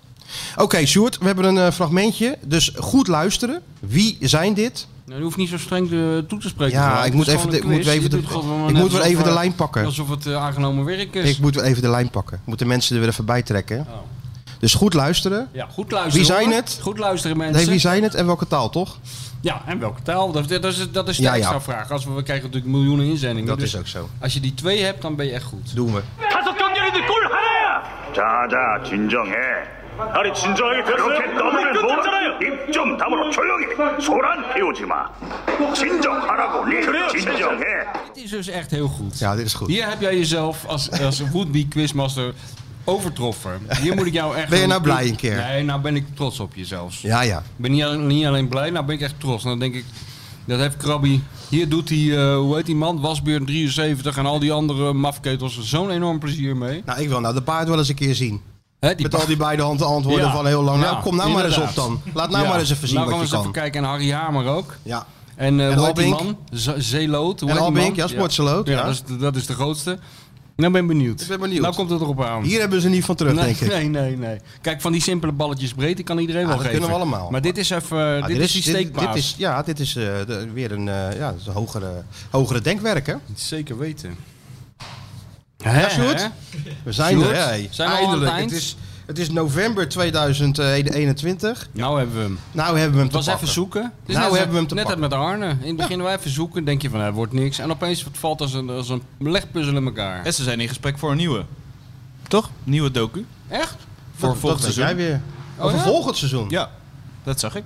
[SPEAKER 3] Oké, Sjoerd, we hebben een eh, fragmentje. Dus goed luisteren. Wie zijn dit?
[SPEAKER 4] Nou, je hoeft niet zo streng eh, toe te spreken.
[SPEAKER 3] Ja,
[SPEAKER 4] gewoon.
[SPEAKER 3] ik
[SPEAKER 4] Het
[SPEAKER 3] moet
[SPEAKER 4] is
[SPEAKER 3] even
[SPEAKER 4] gewoon
[SPEAKER 3] de-
[SPEAKER 4] een
[SPEAKER 3] moet
[SPEAKER 4] quiz.
[SPEAKER 3] even
[SPEAKER 4] Je
[SPEAKER 3] de-
[SPEAKER 4] doet gewoon
[SPEAKER 3] ik
[SPEAKER 4] net
[SPEAKER 3] moet weer
[SPEAKER 4] alsof,
[SPEAKER 3] even de
[SPEAKER 4] eh,
[SPEAKER 3] lijn pakken.
[SPEAKER 4] Alsof het eh, aangenomen werk is.
[SPEAKER 3] Ik moet weer even de lijn pakken. Ik moet de mensen er weer even bij trekken. Dus goed luisteren.
[SPEAKER 4] Oh. Ja, goed luisteren.
[SPEAKER 3] Wie zijn
[SPEAKER 4] hoor.
[SPEAKER 3] het?
[SPEAKER 4] Goed luisteren mensen.
[SPEAKER 3] Nee, wie zijn het en welke taal, toch?
[SPEAKER 4] Ja, en welke taal? Dat, dat is, dat is de
[SPEAKER 3] Ja, ja.
[SPEAKER 4] extra vraag. Als we, we krijgen natuurlijk miljoenen inzendingen.
[SPEAKER 3] Dat
[SPEAKER 4] dus
[SPEAKER 3] is ook zo.
[SPEAKER 4] Als je die twee hebt, dan ben je echt goed.
[SPEAKER 3] Doen we.
[SPEAKER 9] 다섯 경쟁인데 꼴 하나야!
[SPEAKER 10] 자자 진정해
[SPEAKER 9] 아니 진정하게 됐어요?
[SPEAKER 10] 그렇게 떠들면
[SPEAKER 9] 끝났잖아요!
[SPEAKER 10] 입좀 다물어 조용히 소란 피우지 마 진정하라고 니 진정해
[SPEAKER 4] Dit is dus echt heel goed.
[SPEAKER 3] Ja, dit is goed.
[SPEAKER 4] Hier heb jij jezelf als, als would-be quizmaster overtroffen. Hier moet ik jou echt...
[SPEAKER 3] Ben je nou blij een keer?
[SPEAKER 4] Nee, nou ben ik trots op je zelfs.
[SPEAKER 3] Ja, ja.
[SPEAKER 4] Ik ben niet alleen, niet alleen blij, nou ben ik echt trots. En dan denk ik, dat heeft Krabby. Hier doet hij, eh, hoe heet die man? Wasbeer 73 en al die andere mafketels er zo'n enorm plezier mee.
[SPEAKER 3] Nou, ik wil nou de paard wel eens een keer zien.
[SPEAKER 4] Hè, die
[SPEAKER 3] Met al die beide handen antwoorden
[SPEAKER 4] Ja.
[SPEAKER 3] van heel lang. Nou,
[SPEAKER 4] Ja,
[SPEAKER 3] kom nou maar eens
[SPEAKER 4] inderdaad.
[SPEAKER 3] op dan. Laat nou
[SPEAKER 4] Ja.
[SPEAKER 3] maar eens even zien
[SPEAKER 4] nou,
[SPEAKER 3] wat je
[SPEAKER 4] gaan we eens
[SPEAKER 3] kan.
[SPEAKER 4] even kijken. En Harry Hamer ook.
[SPEAKER 3] Ja.
[SPEAKER 4] En, eh hoe heet die
[SPEAKER 3] Albink.
[SPEAKER 4] man? Z- Zeeloot. hoe
[SPEAKER 3] En
[SPEAKER 4] heet die man?
[SPEAKER 3] Albink, ja, Sportzeeloot,
[SPEAKER 4] Ja,
[SPEAKER 3] ja.
[SPEAKER 4] Dat, is de, dat is de grootste. Nou ben ik benieuwd.
[SPEAKER 3] Ik ben benieuwd.
[SPEAKER 4] Nou komt het erop aan.
[SPEAKER 3] Hier hebben ze niet van terug,
[SPEAKER 4] nee,
[SPEAKER 3] denk ik.
[SPEAKER 4] nee, nee, nee. Kijk, van die simpele balletjes breed, die kan iedereen
[SPEAKER 3] Ja,
[SPEAKER 4] wel
[SPEAKER 3] dat
[SPEAKER 4] geven.
[SPEAKER 3] kunnen we allemaal.
[SPEAKER 4] Maar dit is even, eh,
[SPEAKER 3] Ja,
[SPEAKER 4] dit, is die steekbaas.
[SPEAKER 3] Ah, dit is, ja, dit is eh, de- weer een, eh, ja, een hogere, hogere denkwerk, hè?
[SPEAKER 4] Zeker weten.
[SPEAKER 3] Ja, Sjoerd? We zijn
[SPEAKER 4] Sjoerd,
[SPEAKER 3] er, hè?
[SPEAKER 4] zijn we al aan het
[SPEAKER 3] Eindelijk.
[SPEAKER 4] eind?
[SPEAKER 3] het, is, het is november 2021.
[SPEAKER 4] Nou hebben we hem.
[SPEAKER 3] Nou hebben we hem te
[SPEAKER 4] Het was
[SPEAKER 3] pakken.
[SPEAKER 4] even zoeken. Het is
[SPEAKER 3] Nou
[SPEAKER 4] net,
[SPEAKER 3] hebben we hem te
[SPEAKER 4] Net als
[SPEAKER 3] pakken.
[SPEAKER 4] met Arne. In het begin wel even zoeken, denk je van, nou, het wordt niks. En opeens het valt als een, als een legpuzzel in elkaar.
[SPEAKER 5] En ze zijn in gesprek voor een nieuwe. Toch? Nieuwe docu.
[SPEAKER 4] Echt?
[SPEAKER 5] Voor
[SPEAKER 3] dat,
[SPEAKER 5] volgend
[SPEAKER 3] dat weet
[SPEAKER 5] seizoen.
[SPEAKER 3] jij weer.
[SPEAKER 4] Oh,
[SPEAKER 3] Over
[SPEAKER 4] ja?
[SPEAKER 3] volgend seizoen.
[SPEAKER 5] Ja, dat zag ik.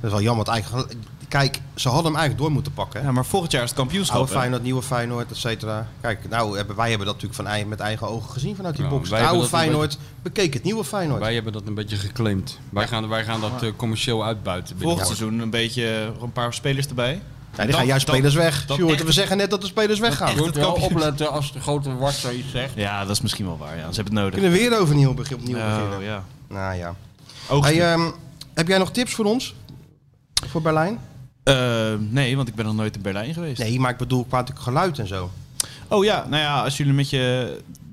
[SPEAKER 3] Dat is wel jammer. want Eigenlijk, kijk, ze hadden hem eigenlijk door moeten pakken. hè?
[SPEAKER 5] Ja, maar volgend jaar is het kampioenschap.
[SPEAKER 3] Oude
[SPEAKER 5] hè?
[SPEAKER 3] Feyenoord, nieuwe Feyenoord, et cetera. Kijk, nou hebben, wij hebben dat natuurlijk van, ei- met eigen ogen gezien vanuit die
[SPEAKER 4] Ja,
[SPEAKER 3] box.
[SPEAKER 4] wij
[SPEAKER 3] Het oude
[SPEAKER 4] hebben dat een
[SPEAKER 3] Feyenoord bekeek het nieuwe Feyenoord.
[SPEAKER 4] Wij hebben dat een beetje geclaimd. Wij, gaan, wij gaan dat eh, commercieel uitbuiten.
[SPEAKER 5] Volgend
[SPEAKER 4] binnenkort.
[SPEAKER 5] seizoen een beetje een paar spelers erbij.
[SPEAKER 3] ja, die
[SPEAKER 5] dat-
[SPEAKER 3] gaan juist
[SPEAKER 5] dat-
[SPEAKER 3] spelers weg.
[SPEAKER 5] dat
[SPEAKER 3] Sjoerd,
[SPEAKER 5] echt-
[SPEAKER 3] we zeggen net dat de spelers weggaan.
[SPEAKER 4] Je moet wel
[SPEAKER 5] kampioen-
[SPEAKER 4] opletten als de grote wasser iets zegt.
[SPEAKER 5] Ja, dat is misschien wel waar. Ja. Ze hebben het
[SPEAKER 3] We
[SPEAKER 5] nodig.
[SPEAKER 3] kunnen weer overnieuw begin, opnieuw
[SPEAKER 5] Oh,
[SPEAKER 3] beginnen.
[SPEAKER 5] ja.
[SPEAKER 3] Nou ja.
[SPEAKER 5] Oogst-
[SPEAKER 3] Hey, ehm, heb jij nog tips voor ons? Voor Berlijn?
[SPEAKER 5] Eh, nee, want ik ben nog nooit in Berlijn geweest.
[SPEAKER 3] Nee, maar ik bedoel qua geluid en zo.
[SPEAKER 5] Oh ja, nou ja, als jullie met je...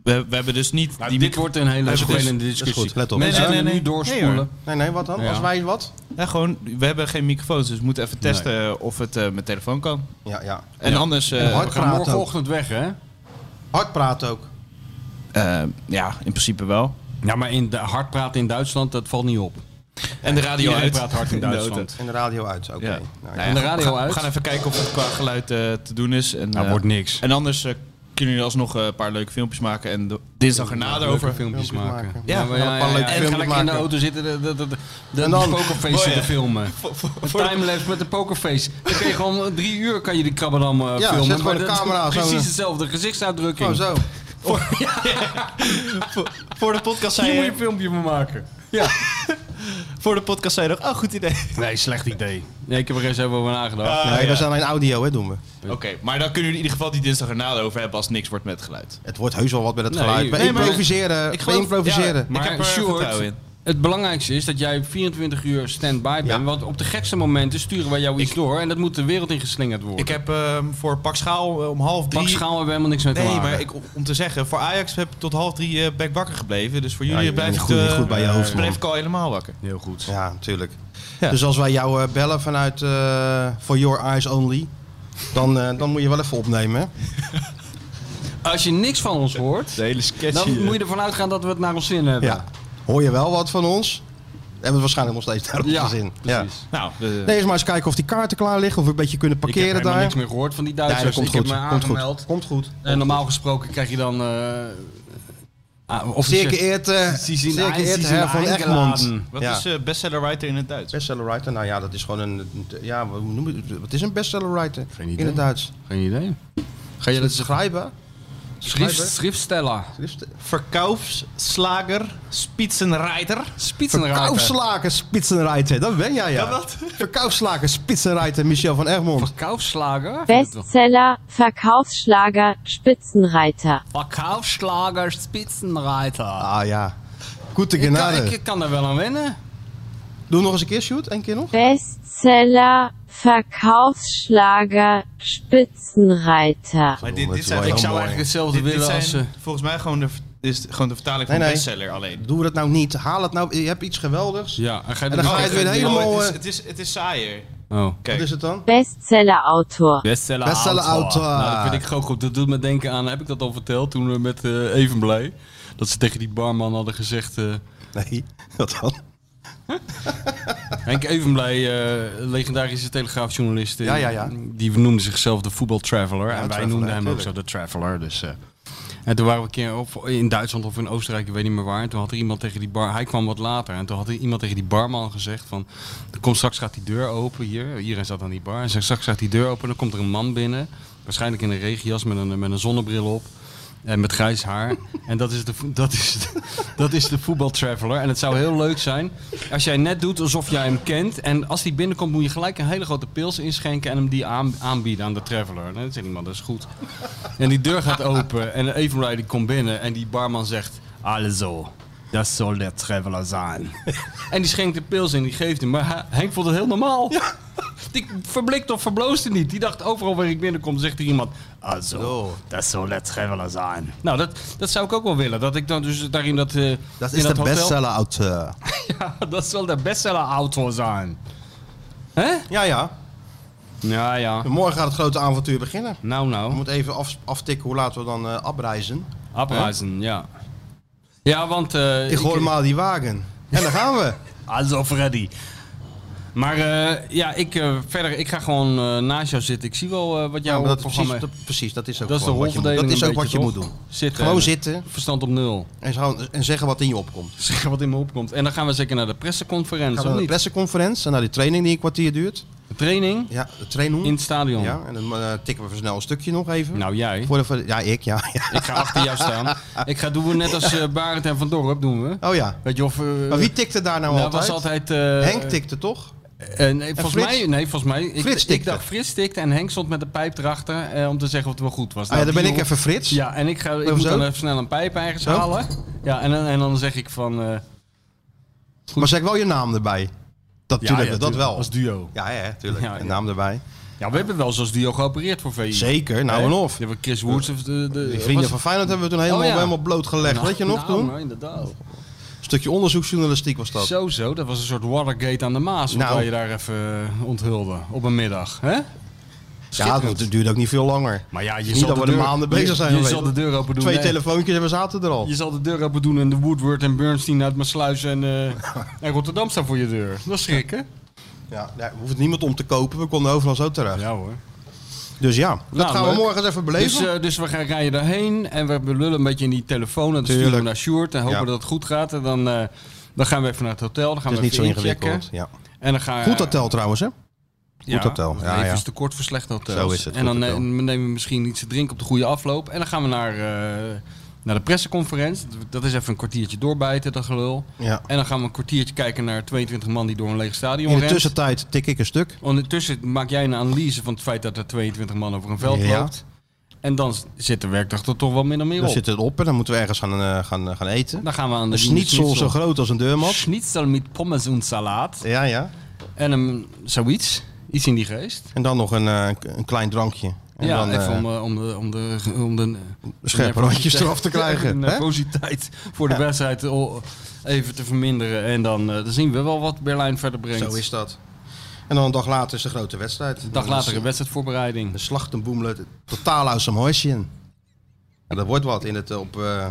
[SPEAKER 5] We, we hebben dus niet...
[SPEAKER 4] Nou,
[SPEAKER 5] die
[SPEAKER 4] dit
[SPEAKER 5] micro-
[SPEAKER 4] wordt een hele
[SPEAKER 5] is goed.
[SPEAKER 4] vervelende
[SPEAKER 3] Dat is
[SPEAKER 4] discussie.
[SPEAKER 3] goed, let op.
[SPEAKER 4] Mensen
[SPEAKER 5] Nee, nee,
[SPEAKER 4] kunnen
[SPEAKER 5] nee,
[SPEAKER 4] nu
[SPEAKER 5] nee. Nee, hoor.
[SPEAKER 4] doorspoelen.
[SPEAKER 3] Nee, nee, wat dan?
[SPEAKER 4] Ja.
[SPEAKER 3] Als wij wat?
[SPEAKER 5] Ja, gewoon, we hebben geen microfoons, dus we moeten even testen of het eh, met telefoon kan.
[SPEAKER 3] Ja, ja.
[SPEAKER 5] En anders...
[SPEAKER 3] hard
[SPEAKER 5] eh,
[SPEAKER 4] we gaan
[SPEAKER 3] praten
[SPEAKER 4] morgenochtend weg, hè?
[SPEAKER 3] Hard praten ook.
[SPEAKER 5] eh, ja, in principe wel.
[SPEAKER 4] Ja, maar in de, hard praten in Duitsland, dat valt niet op.
[SPEAKER 5] En de radio
[SPEAKER 4] Iedereen
[SPEAKER 5] uit.
[SPEAKER 4] praat hard in
[SPEAKER 5] de auto.
[SPEAKER 4] Duitsland.
[SPEAKER 3] En de radio uit. Oké.
[SPEAKER 5] Ja.
[SPEAKER 3] Nou, ja.
[SPEAKER 5] Nou ja,
[SPEAKER 4] En de radio
[SPEAKER 5] we gaan,
[SPEAKER 4] uit.
[SPEAKER 5] We gaan even kijken of het qua geluid eh, te doen is. En,
[SPEAKER 4] Nou,
[SPEAKER 5] eh,
[SPEAKER 4] wordt niks.
[SPEAKER 5] En anders eh, kunnen jullie alsnog eh, een paar leuke filmpjes maken. En de, dinsdag erna
[SPEAKER 4] Leuke
[SPEAKER 5] erover.
[SPEAKER 4] filmpjes
[SPEAKER 3] Filmpjes
[SPEAKER 4] maken.
[SPEAKER 3] maken.
[SPEAKER 5] Ja,
[SPEAKER 4] maar
[SPEAKER 3] een paar leuke
[SPEAKER 4] En
[SPEAKER 3] filmpjes
[SPEAKER 4] ga lekker in de
[SPEAKER 3] maken.
[SPEAKER 4] auto zitten, de, de, de, de, de
[SPEAKER 3] En dan-
[SPEAKER 4] pokerface
[SPEAKER 5] Mooi,
[SPEAKER 4] te
[SPEAKER 5] hè?
[SPEAKER 4] filmen. Een timelapse met de pokerface. Dan kun je gewoon drie uur kan je die krabbedam eh,
[SPEAKER 3] Ja,
[SPEAKER 4] filmen.
[SPEAKER 3] zet gewoon de
[SPEAKER 4] dat is
[SPEAKER 3] camera, zo.
[SPEAKER 4] Precies hetzelfde, gezichtsuitdrukking.
[SPEAKER 3] Gewoon zo.
[SPEAKER 5] Voor de podcast
[SPEAKER 4] Hier
[SPEAKER 5] zei
[SPEAKER 4] moet je
[SPEAKER 5] je,
[SPEAKER 4] een filmpje van maken. Ja.
[SPEAKER 5] voor de podcast zei je nog, oh goed idee.
[SPEAKER 4] Nee, slecht idee. Nee, ik heb er eens even over nagedacht.
[SPEAKER 5] Ah,
[SPEAKER 3] nee,
[SPEAKER 5] ja.
[SPEAKER 3] we zijn alleen audio, hè, doen we.
[SPEAKER 5] Oké, maar dan kunnen jullie in ieder geval die dinsdag erna erover hebben als het niks wordt met geluid.
[SPEAKER 3] Het wordt heus wel wat met het
[SPEAKER 4] Nee,
[SPEAKER 3] geluid. We
[SPEAKER 4] nee, maar-
[SPEAKER 3] improviseren.
[SPEAKER 5] Ik
[SPEAKER 3] we
[SPEAKER 5] geloof-
[SPEAKER 3] improviseren.
[SPEAKER 5] ja, ik heb
[SPEAKER 4] Maar
[SPEAKER 5] er
[SPEAKER 4] Sjoerd,
[SPEAKER 5] vertrouwen in.
[SPEAKER 4] het belangrijkste is dat jij 24 uur stand-by bent.
[SPEAKER 3] Ja.
[SPEAKER 4] Want op de gekste momenten sturen wij jou iets door. En dat moet de wereld in geslingerd worden.
[SPEAKER 5] Ik heb ehm, voor Pak Schaal eh, om half drie...
[SPEAKER 4] Pak schaal hebben we helemaal niks mee te
[SPEAKER 5] Nee,
[SPEAKER 4] maken.
[SPEAKER 5] maar ik, om te zeggen, voor Ajax heb ik tot half drie eh, ben ik wakker gebleven. Dus voor
[SPEAKER 3] Ja,
[SPEAKER 5] jullie
[SPEAKER 3] je bent
[SPEAKER 5] blijf,
[SPEAKER 3] niet
[SPEAKER 5] ik,
[SPEAKER 3] goed-
[SPEAKER 5] eh,
[SPEAKER 3] niet goed bij je hoofd,
[SPEAKER 5] blijf
[SPEAKER 3] man.
[SPEAKER 5] ik al helemaal wakker.
[SPEAKER 4] Heel goed.
[SPEAKER 3] Ja, natuurlijk.
[SPEAKER 5] Ja.
[SPEAKER 3] Dus als wij jou eh, bellen vanuit eh, For Your Eyes Only, dan, eh, dan moet je wel even opnemen. hè?
[SPEAKER 4] Als je niks van ons hoort,
[SPEAKER 5] De hele sketch
[SPEAKER 4] dan moet je ervan uitgaan dat we het naar ons zin hebben.
[SPEAKER 3] Ja. Hoor je wel wat van ons? Hebben we waarschijnlijk nog steeds daar op
[SPEAKER 4] Ja,
[SPEAKER 3] gezin.
[SPEAKER 4] precies. eh.
[SPEAKER 5] Nou, de-
[SPEAKER 3] Nee, eens maar eens kijken of die kaarten klaar liggen. Of we een beetje kunnen
[SPEAKER 4] Ik heb
[SPEAKER 3] parkeren
[SPEAKER 4] helemaal
[SPEAKER 3] daar.
[SPEAKER 4] niks meer gehoord van die
[SPEAKER 3] Ja, dat
[SPEAKER 4] Duitsers.
[SPEAKER 3] komt
[SPEAKER 4] ik
[SPEAKER 3] goed.
[SPEAKER 4] heb me
[SPEAKER 3] komt
[SPEAKER 4] aangemeld.
[SPEAKER 3] goed. Komt goed.
[SPEAKER 4] En normaal gesproken krijg je dan... eh ah,
[SPEAKER 3] Zeer
[SPEAKER 4] officieel-
[SPEAKER 3] geëerd, eh,
[SPEAKER 4] Sie sind
[SPEAKER 3] zeer
[SPEAKER 4] ein- Sie
[SPEAKER 3] geëerd
[SPEAKER 4] sind
[SPEAKER 3] Herr van
[SPEAKER 4] eingeladen.
[SPEAKER 3] Egmond.
[SPEAKER 5] Wat
[SPEAKER 3] ja.
[SPEAKER 5] is eh, bestseller writer in het Duits?
[SPEAKER 3] Bestseller writer, nou ja, dat is gewoon een. een- Ja, hoe noem je het? Wat is een bestseller writer?
[SPEAKER 4] Geen idee.
[SPEAKER 3] In het Duits.
[SPEAKER 4] Geen idee. Ga je
[SPEAKER 3] Het
[SPEAKER 4] dat schrijven?
[SPEAKER 3] schrijven?
[SPEAKER 4] Schrift, schriftsteller.
[SPEAKER 3] Schrift-
[SPEAKER 5] Verkaufsslager, spitsenreiter.
[SPEAKER 4] Spitsenraker.
[SPEAKER 3] Verkoufslaken Spitsenreiter, dat ben jij ja. Verkoufslaken Spitsenreiter Michel van Egmond.
[SPEAKER 4] Verkaufsslager?
[SPEAKER 11] Bestseller, Verkaufsschlager, Spitzenreiter.
[SPEAKER 4] Verkaufsslager, Spitsenreiter.
[SPEAKER 3] Ah ja. Goede
[SPEAKER 4] ik, kan,
[SPEAKER 3] genade.
[SPEAKER 4] ik kan daar wel aan wennen.
[SPEAKER 3] Doe nog eens een keer, shoot, één keer nog.
[SPEAKER 11] Bestseller, Verkaufsschlager, Spitzenreiter.
[SPEAKER 5] Maar
[SPEAKER 3] dit- dit zijn-
[SPEAKER 4] Ik zou
[SPEAKER 3] mooi.
[SPEAKER 4] eigenlijk hetzelfde willen als... eh,
[SPEAKER 5] volgens mij gewoon de, is gewoon de vertaling van
[SPEAKER 3] Nee, nee.
[SPEAKER 5] bestseller alleen.
[SPEAKER 3] Doe dat nou niet. Haal het nou. Je hebt iets geweldigs.
[SPEAKER 4] ja, en ga je
[SPEAKER 3] En dan
[SPEAKER 4] dat
[SPEAKER 12] Nou,
[SPEAKER 3] ga je
[SPEAKER 4] nog
[SPEAKER 3] het weer
[SPEAKER 4] even-
[SPEAKER 3] helemaal.
[SPEAKER 5] Oh, het, is,
[SPEAKER 3] eh,
[SPEAKER 5] het, is, het is saaier.
[SPEAKER 4] Oh.
[SPEAKER 5] Kijk.
[SPEAKER 3] Is het dan?
[SPEAKER 11] Bestseller-Autor.
[SPEAKER 4] Bestseller,
[SPEAKER 3] Bestsellerautor.
[SPEAKER 4] Nou, dat vind ik gewoon goed. Dat doet me denken aan, heb ik dat al verteld toen we met eh Evenblij, dat ze tegen die barman hadden gezegd... eh,
[SPEAKER 3] Nee, wat dan?
[SPEAKER 4] Henk Evenblij, eh legendarische telegraafjournalist. eh,
[SPEAKER 3] Ja, ja, ja.
[SPEAKER 4] Die noemde zichzelf de voetbaltraveler. en wij
[SPEAKER 3] Traveler,
[SPEAKER 4] noemden hem ook
[SPEAKER 3] tuurlijk.
[SPEAKER 4] zo de traveler. Dus, eh, en toen waren we een keer op, in Duitsland of in Oostenrijk, ik weet niet meer waar. En toen had er iemand tegen die bar... Hij kwam wat later. En toen had er iemand tegen die barman gezegd van... Er komt, straks gaat die deur open hier. Iedereen zat aan die bar. En zei, straks gaat die deur open en dan komt er een man binnen. Waarschijnlijk in een regenjas met een, met een zonnebril op. En met grijs haar. En dat is de, vo- dat is de, dat is de voetbaltraveler. En het zou heel leuk zijn als jij net doet alsof jij hem kent. En als die binnenkomt moet je gelijk een hele grote pils inschenken en hem die aan, aanbieden aan de traveler. En dan zegt iemand, dat is goed. En die deur gaat open en Evenrij die komt binnen en die barman zegt... Also, dat zal de traveler zijn. En die schenkt de pils in, die geeft hem. Maar hij- Henk vond het heel normaal. Die verblikt of verbloosde niet. Die dacht overal waar ik binnenkom, zegt er iemand... Also, dat zal de traveler zijn. Nou, dat, dat zou ik ook wel willen. Dat ik dan dus daarin dat... eh,
[SPEAKER 3] Dat
[SPEAKER 4] in
[SPEAKER 3] is de
[SPEAKER 4] hotel-
[SPEAKER 3] bestseller-auteur.
[SPEAKER 4] Ja, dat zal de bestseller-auto zijn. Hè?
[SPEAKER 3] Ja, ja.
[SPEAKER 4] Ja, ja.
[SPEAKER 3] Morgen gaat het grote avontuur beginnen.
[SPEAKER 4] Nou,
[SPEAKER 3] We
[SPEAKER 4] nou.
[SPEAKER 3] moeten even af- aftikken hoe laten we dan eh afreizen.
[SPEAKER 4] Abreizen, ja. Ja, want... eh,
[SPEAKER 3] Ik hoor
[SPEAKER 4] ik-
[SPEAKER 3] maar die wagen. En daar gaan we.
[SPEAKER 4] Also Freddy. Maar eh, ja, ik, eh, verder, ik ga gewoon eh, naast jou zitten. Ik zie wel eh, wat
[SPEAKER 3] Ja,
[SPEAKER 4] jouw
[SPEAKER 3] maar dat,
[SPEAKER 4] programma...
[SPEAKER 3] precies, dat, precies, dat is ook,
[SPEAKER 4] dat is de
[SPEAKER 3] gewoon wat je moet-
[SPEAKER 4] rolverdeling
[SPEAKER 3] dat is
[SPEAKER 4] een
[SPEAKER 3] ook wat
[SPEAKER 4] beetje,
[SPEAKER 3] je moet
[SPEAKER 4] toch?
[SPEAKER 3] doen.
[SPEAKER 4] Zitten,
[SPEAKER 3] Gewoon
[SPEAKER 4] eh,
[SPEAKER 3] zitten
[SPEAKER 4] Verstand op nul.
[SPEAKER 3] en, zo- en zeggen wat in je opkomt.
[SPEAKER 4] Zeggen wat in me opkomt. En dan gaan we zeker naar de
[SPEAKER 3] Gaan
[SPEAKER 4] presseconferentie,
[SPEAKER 3] we
[SPEAKER 4] of
[SPEAKER 3] naar de
[SPEAKER 4] niet?
[SPEAKER 3] presseconferentie en naar die training die een kwartier duurt.
[SPEAKER 4] Training
[SPEAKER 3] Ja, de training.
[SPEAKER 4] in het stadion.
[SPEAKER 3] Ja, en dan eh, tikken we snel een stukje nog even.
[SPEAKER 4] Nou, jij.
[SPEAKER 3] Voor de, voor de- ja, ik, ja, ja.
[SPEAKER 4] Ik ga achter jou staan. Ik ga doen we net als eh Barend en Van Dorp, doen we.
[SPEAKER 3] Oh ja.
[SPEAKER 4] Weet je of... eh,
[SPEAKER 3] Maar wie tikte daar nou,
[SPEAKER 4] nou,
[SPEAKER 3] altijd?
[SPEAKER 4] was altijd...
[SPEAKER 3] Henk
[SPEAKER 4] tikte.
[SPEAKER 3] tikte toch?
[SPEAKER 4] Eh, nee, volgens
[SPEAKER 3] Frits?
[SPEAKER 4] mij, nee, volgens mij. Ik,
[SPEAKER 3] Frits
[SPEAKER 4] ik
[SPEAKER 3] tikte.
[SPEAKER 4] dacht Frits tikte en Henk stond met de pijp erachter eh, om te zeggen of het wel goed was.
[SPEAKER 3] Ah ja,
[SPEAKER 4] Nou,
[SPEAKER 3] dan ben
[SPEAKER 4] die
[SPEAKER 3] ik
[SPEAKER 4] jongen-
[SPEAKER 3] even Frits.
[SPEAKER 4] Ja, en ik, ga, ik
[SPEAKER 3] Of
[SPEAKER 4] moet
[SPEAKER 3] zo?
[SPEAKER 4] dan even snel een pijp ergens
[SPEAKER 3] Zo?
[SPEAKER 4] halen. Ja, en, dan- en dan zeg ik van... eh,
[SPEAKER 3] Maar zeg wel je naam erbij. Dat,
[SPEAKER 4] ja,
[SPEAKER 3] tuurlijk,
[SPEAKER 4] ja,
[SPEAKER 3] dat
[SPEAKER 4] tu-
[SPEAKER 3] wel.
[SPEAKER 4] Als duo.
[SPEAKER 3] Ja, ja, tuurlijk.
[SPEAKER 4] Ja,
[SPEAKER 3] Een
[SPEAKER 4] ja.
[SPEAKER 3] naam erbij.
[SPEAKER 4] Ja, we hebben wel zoals duo geopereerd voor VI.
[SPEAKER 3] Zeker, nou
[SPEAKER 4] Hè?
[SPEAKER 3] en of.
[SPEAKER 4] Die hebben Chris Woods... De, de,
[SPEAKER 3] Die vrienden van Feyenoord hebben we toen helemaal,
[SPEAKER 4] Oh ja.
[SPEAKER 3] helemaal blootgelegd.
[SPEAKER 4] Nou,
[SPEAKER 3] Weet je nog
[SPEAKER 4] nou,
[SPEAKER 3] toen?
[SPEAKER 4] nou, inderdaad.
[SPEAKER 3] Een stukje onderzoeksjournalistiek was dat.
[SPEAKER 4] Zo, zo. Dat was een soort Watergate aan de Maas. Wat
[SPEAKER 3] Nou.
[SPEAKER 4] wij je daar even eh, onthulde op een middag. Hè?
[SPEAKER 3] ja, dat duurde ook niet veel langer.
[SPEAKER 4] Maar ja, je
[SPEAKER 3] Niet
[SPEAKER 4] zal
[SPEAKER 3] dat
[SPEAKER 4] de
[SPEAKER 3] we er
[SPEAKER 4] deur-
[SPEAKER 3] maanden bezig zijn
[SPEAKER 4] je, je
[SPEAKER 3] geweest.
[SPEAKER 4] zal de deur open doen.
[SPEAKER 3] Twee
[SPEAKER 4] nee.
[SPEAKER 3] telefoontjes en we zaten er al.
[SPEAKER 4] Je zal de deur open doen en de Woodward en Bernstein uit Maasluis en, eh, en Rotterdam staan voor je deur. Dat is schrikken.
[SPEAKER 3] Ja, daar hoeft niemand om te kopen. We konden overal zo terecht.
[SPEAKER 4] Ja hoor.
[SPEAKER 3] Dus ja, dat
[SPEAKER 4] Nou,
[SPEAKER 3] gaan
[SPEAKER 4] leuk.
[SPEAKER 3] we morgen eens even beleven.
[SPEAKER 4] Dus, eh, dus we gaan rijden daarheen en we lullen een beetje in die telefoon. En dan sturen we
[SPEAKER 3] Tuurlijk.
[SPEAKER 4] naar Sjoerd en hopen
[SPEAKER 3] Ja.
[SPEAKER 4] dat het goed gaat. En dan, eh, dan gaan we even naar het hotel. Dan gaan
[SPEAKER 3] het is
[SPEAKER 4] we
[SPEAKER 3] niet zo
[SPEAKER 4] even inchecken. Eh,
[SPEAKER 3] ingewikkeld. Ja.
[SPEAKER 4] En dan gaan,
[SPEAKER 3] Goed hotel trouwens, hè?
[SPEAKER 4] Ja,
[SPEAKER 3] Goed hotel. Ja,
[SPEAKER 4] even
[SPEAKER 3] ja.
[SPEAKER 4] is te kort voor slecht hotels.
[SPEAKER 3] Zo is het,
[SPEAKER 4] En dan
[SPEAKER 3] goed
[SPEAKER 4] eh,
[SPEAKER 3] hotel.
[SPEAKER 4] nemen we misschien iets te drinken op de goede afloop. En dan gaan we naar, eh, naar de presseconferentie. Dat is even een kwartiertje doorbijten, dat gelul.
[SPEAKER 3] Ja.
[SPEAKER 4] En dan gaan we een kwartiertje kijken naar 22 man die door een leeg stadion
[SPEAKER 3] In de
[SPEAKER 4] rent.
[SPEAKER 3] tussentijd tik ik een stuk.
[SPEAKER 4] Ondertussen maak jij een analyse van het feit dat er 22 man over een veld
[SPEAKER 3] Ja.
[SPEAKER 4] loopt. En dan s- zit de werkdag er toch wel min of meer
[SPEAKER 3] Dan
[SPEAKER 4] op.
[SPEAKER 3] zit
[SPEAKER 4] Nou,
[SPEAKER 3] het op en dan moeten we ergens gaan, eh, gaan, gaan eten.
[SPEAKER 4] Dan gaan we aan de
[SPEAKER 3] Een schnitzel zo
[SPEAKER 4] schnitzel.
[SPEAKER 3] groot als een deurmat.
[SPEAKER 4] Schnitzel met pommes en salaat.
[SPEAKER 3] Ja, ja.
[SPEAKER 4] En een, zoiets. Iets in die geest.
[SPEAKER 3] En dan nog een, eh, een klein drankje. En
[SPEAKER 4] ja,
[SPEAKER 3] dan, eh,
[SPEAKER 4] even om, eh, om de, om de, om de, de
[SPEAKER 3] scherpe randjes eraf te
[SPEAKER 4] De
[SPEAKER 3] krijgen. hè?
[SPEAKER 4] nervositeit voor de wedstrijd o- even te verminderen. En dan, eh, dan zien we wel wat Berlijn verder brengt.
[SPEAKER 3] Zo is dat. En dan een dag later is de grote wedstrijd.
[SPEAKER 4] eh,
[SPEAKER 3] Dus,
[SPEAKER 4] Een dag later een
[SPEAKER 3] De
[SPEAKER 4] wedstrijdvoorbereiding.
[SPEAKER 3] slachtenboemelen totaal uit zijn huisjen. En dat wordt wat in het, eh, op, eh,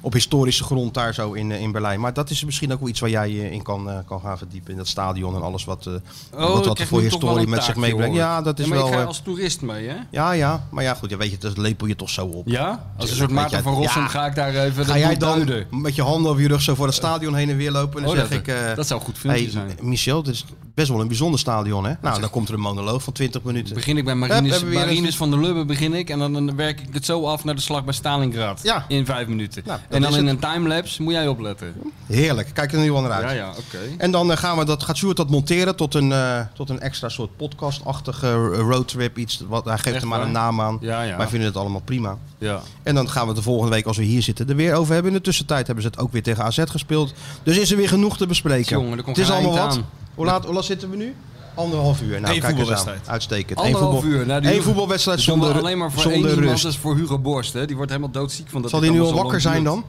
[SPEAKER 3] op historische grond daar zo in, eh, in Berlijn. Maar dat is misschien ook wel iets waar jij je in kan, eh, kan gaan verdiepen. In dat stadion en alles wat, eh
[SPEAKER 4] Oh, ik
[SPEAKER 3] wat,
[SPEAKER 4] krijg
[SPEAKER 3] wat
[SPEAKER 4] nu
[SPEAKER 3] voor
[SPEAKER 4] toch wel
[SPEAKER 3] historie
[SPEAKER 4] een
[SPEAKER 3] met zich
[SPEAKER 4] taakje,
[SPEAKER 3] meebrengt.
[SPEAKER 4] hoor.
[SPEAKER 3] Ja, dat is
[SPEAKER 4] maar
[SPEAKER 3] wel...
[SPEAKER 4] Ik ga
[SPEAKER 3] eh,
[SPEAKER 4] als toerist mee, hè?
[SPEAKER 3] Ja, ja. Maar ja, goed. Ja, weet je, dat lepel je toch zo op.
[SPEAKER 4] Ja? Als een
[SPEAKER 3] Tuurlijk,
[SPEAKER 4] soort
[SPEAKER 3] weet
[SPEAKER 4] Maarten
[SPEAKER 3] je,
[SPEAKER 4] van Rossum
[SPEAKER 3] ja.
[SPEAKER 4] ga ik daar even
[SPEAKER 3] Ga
[SPEAKER 4] de
[SPEAKER 3] jij
[SPEAKER 4] boel
[SPEAKER 3] dan
[SPEAKER 4] duiden.
[SPEAKER 3] met je handen over je rug zo voor het stadion heen en weer lopen? En dan
[SPEAKER 4] Oh,
[SPEAKER 3] zeg
[SPEAKER 4] dat-
[SPEAKER 3] ik... eh,
[SPEAKER 4] dat zou een goed filmpje
[SPEAKER 3] Hey,
[SPEAKER 4] zijn.
[SPEAKER 3] Michel, dit is best wel een bijzonder stadion, hè? Nou, dan komt er een monoloog van 20 minuten.
[SPEAKER 4] Begin ik bij
[SPEAKER 3] Hup,
[SPEAKER 4] Marines,
[SPEAKER 3] hebben we weer
[SPEAKER 4] Marines
[SPEAKER 3] een-
[SPEAKER 4] van der Lubbe begin ik en dan, dan werk ik het zo af naar de slag bij Stalingrad
[SPEAKER 3] Ja.
[SPEAKER 4] in vijf minuten.
[SPEAKER 3] Nou, dat
[SPEAKER 4] en dan
[SPEAKER 3] is
[SPEAKER 4] in
[SPEAKER 3] het.
[SPEAKER 4] een timelapse moet jij opletten.
[SPEAKER 3] Heerlijk. Kijk er nu wel naar uit.
[SPEAKER 4] Ja, ja, oké.
[SPEAKER 3] En dan eh, gaan we dat, gaat Sjoerd dat monteren tot een, eh, tot een extra soort podcast-achtige eh, roadtrip. Iets wat, hij geeft
[SPEAKER 4] Echt
[SPEAKER 3] er maar
[SPEAKER 4] waar?
[SPEAKER 3] een naam aan.
[SPEAKER 4] Ja, ja.
[SPEAKER 3] Wij vinden het allemaal prima.
[SPEAKER 4] Ja.
[SPEAKER 3] En dan gaan we het de volgende week, als we hier zitten, er weer over hebben. In de tussentijd hebben ze het ook weer tegen AZ gespeeld. Dus is er weer genoeg te bespreken.
[SPEAKER 4] Jongen, er komt
[SPEAKER 3] het is
[SPEAKER 4] geen
[SPEAKER 3] allemaal
[SPEAKER 4] eind
[SPEAKER 3] wat.
[SPEAKER 4] aan.
[SPEAKER 3] Hoe, laat, hoe laat zitten we nu? Anderhalf uur. Nou,
[SPEAKER 5] Eén
[SPEAKER 3] kijk eens aan.
[SPEAKER 5] voetbalwedstrijd.
[SPEAKER 3] Uitstekend. Eén
[SPEAKER 4] Anderhalf
[SPEAKER 3] voetbal-
[SPEAKER 4] uur. Nou, die
[SPEAKER 3] één
[SPEAKER 4] Hugo-
[SPEAKER 3] voetbalwedstrijd
[SPEAKER 4] Dus dan
[SPEAKER 3] zonder,
[SPEAKER 4] wel alleen maar voor
[SPEAKER 3] zonder
[SPEAKER 4] één
[SPEAKER 3] rust.
[SPEAKER 4] iemand, dat is voor Hugo Borst. Hè. Die wordt helemaal doodziek van dat
[SPEAKER 3] Zal
[SPEAKER 4] dit
[SPEAKER 3] die nu al
[SPEAKER 4] allemaal zo
[SPEAKER 3] wakker
[SPEAKER 4] lang
[SPEAKER 3] zijn
[SPEAKER 4] duurt.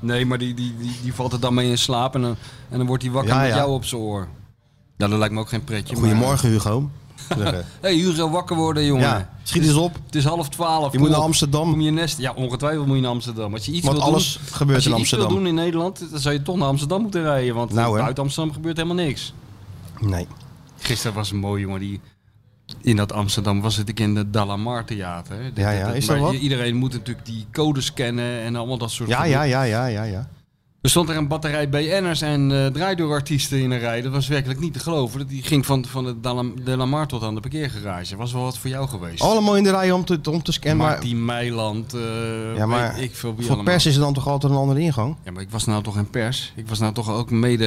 [SPEAKER 3] dan?
[SPEAKER 4] Nee, maar die, die, die, die valt er dan mee in slaap en dan, en dan wordt hij wakker
[SPEAKER 3] Ja,
[SPEAKER 4] met
[SPEAKER 3] ja.
[SPEAKER 4] jou op zijn oor. Nou, dat lijkt me ook geen pretje. maar-
[SPEAKER 3] Goedemorgen, Hugo. Zeggen.
[SPEAKER 4] hey, Hugo, wakker worden, jongen.
[SPEAKER 3] Ja, schiet eens op.
[SPEAKER 4] Het is half twaalf.
[SPEAKER 3] Je moet naar
[SPEAKER 4] Amsterdam. Kom je nest. Ja, ongetwijfeld moet je naar Amsterdam. Als je iets
[SPEAKER 3] Want
[SPEAKER 4] wil doen-
[SPEAKER 3] alles gebeurt
[SPEAKER 4] als je
[SPEAKER 3] in
[SPEAKER 4] iets wil
[SPEAKER 3] Amsterdam.
[SPEAKER 4] doen in Nederland, dan zou je toch naar Amsterdam moeten rijden. Want
[SPEAKER 3] Nou, hè.
[SPEAKER 4] uit Amsterdam gebeurt helemaal niks.
[SPEAKER 3] Nee.
[SPEAKER 4] Gisteren was een mooi jongen die... In dat Amsterdam was het ik in het Dalamar Theater. hè.
[SPEAKER 3] Ja, ja, is
[SPEAKER 4] maar
[SPEAKER 3] dat wat?
[SPEAKER 4] Iedereen moet natuurlijk die codes kennen en allemaal dat soort
[SPEAKER 3] Ja,
[SPEAKER 4] gedoe.
[SPEAKER 3] ja, ja, ja, ja, ja.
[SPEAKER 4] Er stond er een batterij BN'ers en eh draaidoorartiesten in een rij. Dat was werkelijk niet te geloven. Dat Die ging van, van de Dalam- de Lamar tot aan de parkeergarage. Was wel wat voor jou geweest.
[SPEAKER 3] Allemaal in de rij om te, om te scannen. Oh, Maar,
[SPEAKER 4] Martien Meiland, eh,
[SPEAKER 3] ja, maar
[SPEAKER 4] weet ik veel wie
[SPEAKER 3] voor
[SPEAKER 4] allemaal.
[SPEAKER 3] pers is er dan toch altijd een andere ingang?
[SPEAKER 4] Ja, maar ik was nou toch geen pers. Ik was nou toch ook mede...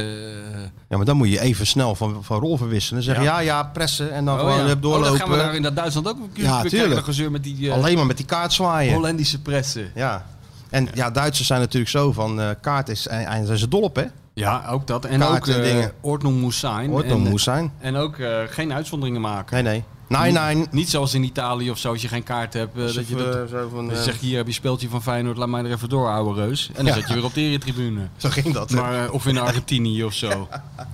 [SPEAKER 4] eh,
[SPEAKER 3] Ja, maar dan moet je even snel van, van rol verwisselen. Zeggen ja, ja, pressen en dan
[SPEAKER 4] Oh,
[SPEAKER 3] gewoon
[SPEAKER 4] ja.
[SPEAKER 3] eh, doorlopen.
[SPEAKER 4] Oh, dat gaan we daar in dat Duitsland ook
[SPEAKER 3] Ja, tuurlijk.
[SPEAKER 4] Dat gezeur met die... eh,
[SPEAKER 3] Alleen maar met die kaart zwaaien.
[SPEAKER 4] Hollandische pressen.
[SPEAKER 3] Ja. En ja, Duitsers zijn natuurlijk zo van eh, kaart is en, en zijn ze dol op, hè?
[SPEAKER 4] Ja, ook dat. En
[SPEAKER 3] Kaarten
[SPEAKER 4] ook
[SPEAKER 3] en
[SPEAKER 4] eh,
[SPEAKER 3] dingen.
[SPEAKER 4] Ordnung moest zijn.
[SPEAKER 3] Ordnung
[SPEAKER 4] En-
[SPEAKER 3] moest zijn.
[SPEAKER 4] En ook eh, geen uitzonderingen maken.
[SPEAKER 3] Nee, nee. Nee, nee.
[SPEAKER 4] Niet, niet zoals in Italië of zo, als je geen kaart hebt. eh,
[SPEAKER 3] Alsof,
[SPEAKER 4] dat je,
[SPEAKER 3] eh,
[SPEAKER 4] dat,
[SPEAKER 3] zo van,
[SPEAKER 4] dat je
[SPEAKER 3] eh,
[SPEAKER 4] zegt, hier heb je speeltje van Feyenoord, laat mij er even door, ouwe reus. En dan
[SPEAKER 3] Ja.
[SPEAKER 4] zet je weer op de eretribune.
[SPEAKER 3] Zo ging dat. hè?
[SPEAKER 4] Maar, eh, of in Argentinië of zo.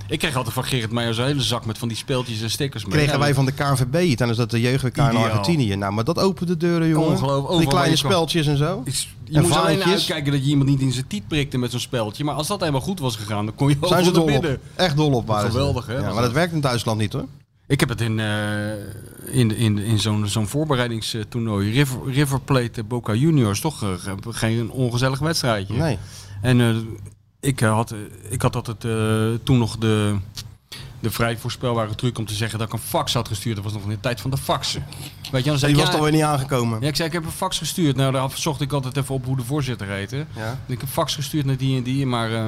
[SPEAKER 4] Ik kreeg altijd van Gerrit Meijer zo'n hele zak met van die speeltjes en stickers mee.
[SPEAKER 3] Kregen wij van de KNVB, tijdens dat de jeugd-WK in
[SPEAKER 4] Ideaal.
[SPEAKER 3] Argentinië. Nou, maar dat opent de deuren, jongen.
[SPEAKER 4] Ongelooflijk.
[SPEAKER 3] Die
[SPEAKER 4] Overal waar
[SPEAKER 3] kleine
[SPEAKER 4] je kwam.
[SPEAKER 3] speltjes en zo.
[SPEAKER 4] Je moest alleen
[SPEAKER 3] vaantjes.
[SPEAKER 4] uitkijken dat je iemand niet in zijn tiet prikte met zo'n speldje. Maar als dat helemaal goed was gegaan, dan kon je
[SPEAKER 3] Zijn ze
[SPEAKER 4] overal
[SPEAKER 3] dol
[SPEAKER 4] naar
[SPEAKER 3] op.
[SPEAKER 4] binnen.
[SPEAKER 3] Echt dol op waren ze.
[SPEAKER 4] Geweldig, hè,
[SPEAKER 3] Ja,
[SPEAKER 4] was
[SPEAKER 3] maar
[SPEAKER 4] dat.
[SPEAKER 3] dat werkt in Duitsland niet, hoor.
[SPEAKER 4] Ik heb het in, eh, in, in, in zo'n zo'n voorbereidingstoernooi. River, River Plate eh, Boca Juniors. Toch eh, ge- geen ongezellig wedstrijdje.
[SPEAKER 3] Nee.
[SPEAKER 4] En eh, ik, eh, had, eh, ik had altijd eh, toen nog de, de vrij voorspelbare truc om te zeggen dat ik een fax had gestuurd. Dat was nog in de tijd van de faxen. Weet je, dan
[SPEAKER 3] Die
[SPEAKER 4] zei ik,
[SPEAKER 3] was
[SPEAKER 4] ja,
[SPEAKER 3] toch weer niet aangekomen.
[SPEAKER 4] Ja, ik zei, ik heb een fax gestuurd. Nou, daar zocht ik altijd even op hoe de voorzitter heette.
[SPEAKER 3] Ja.
[SPEAKER 4] Ik heb fax gestuurd naar die en die, maar eh,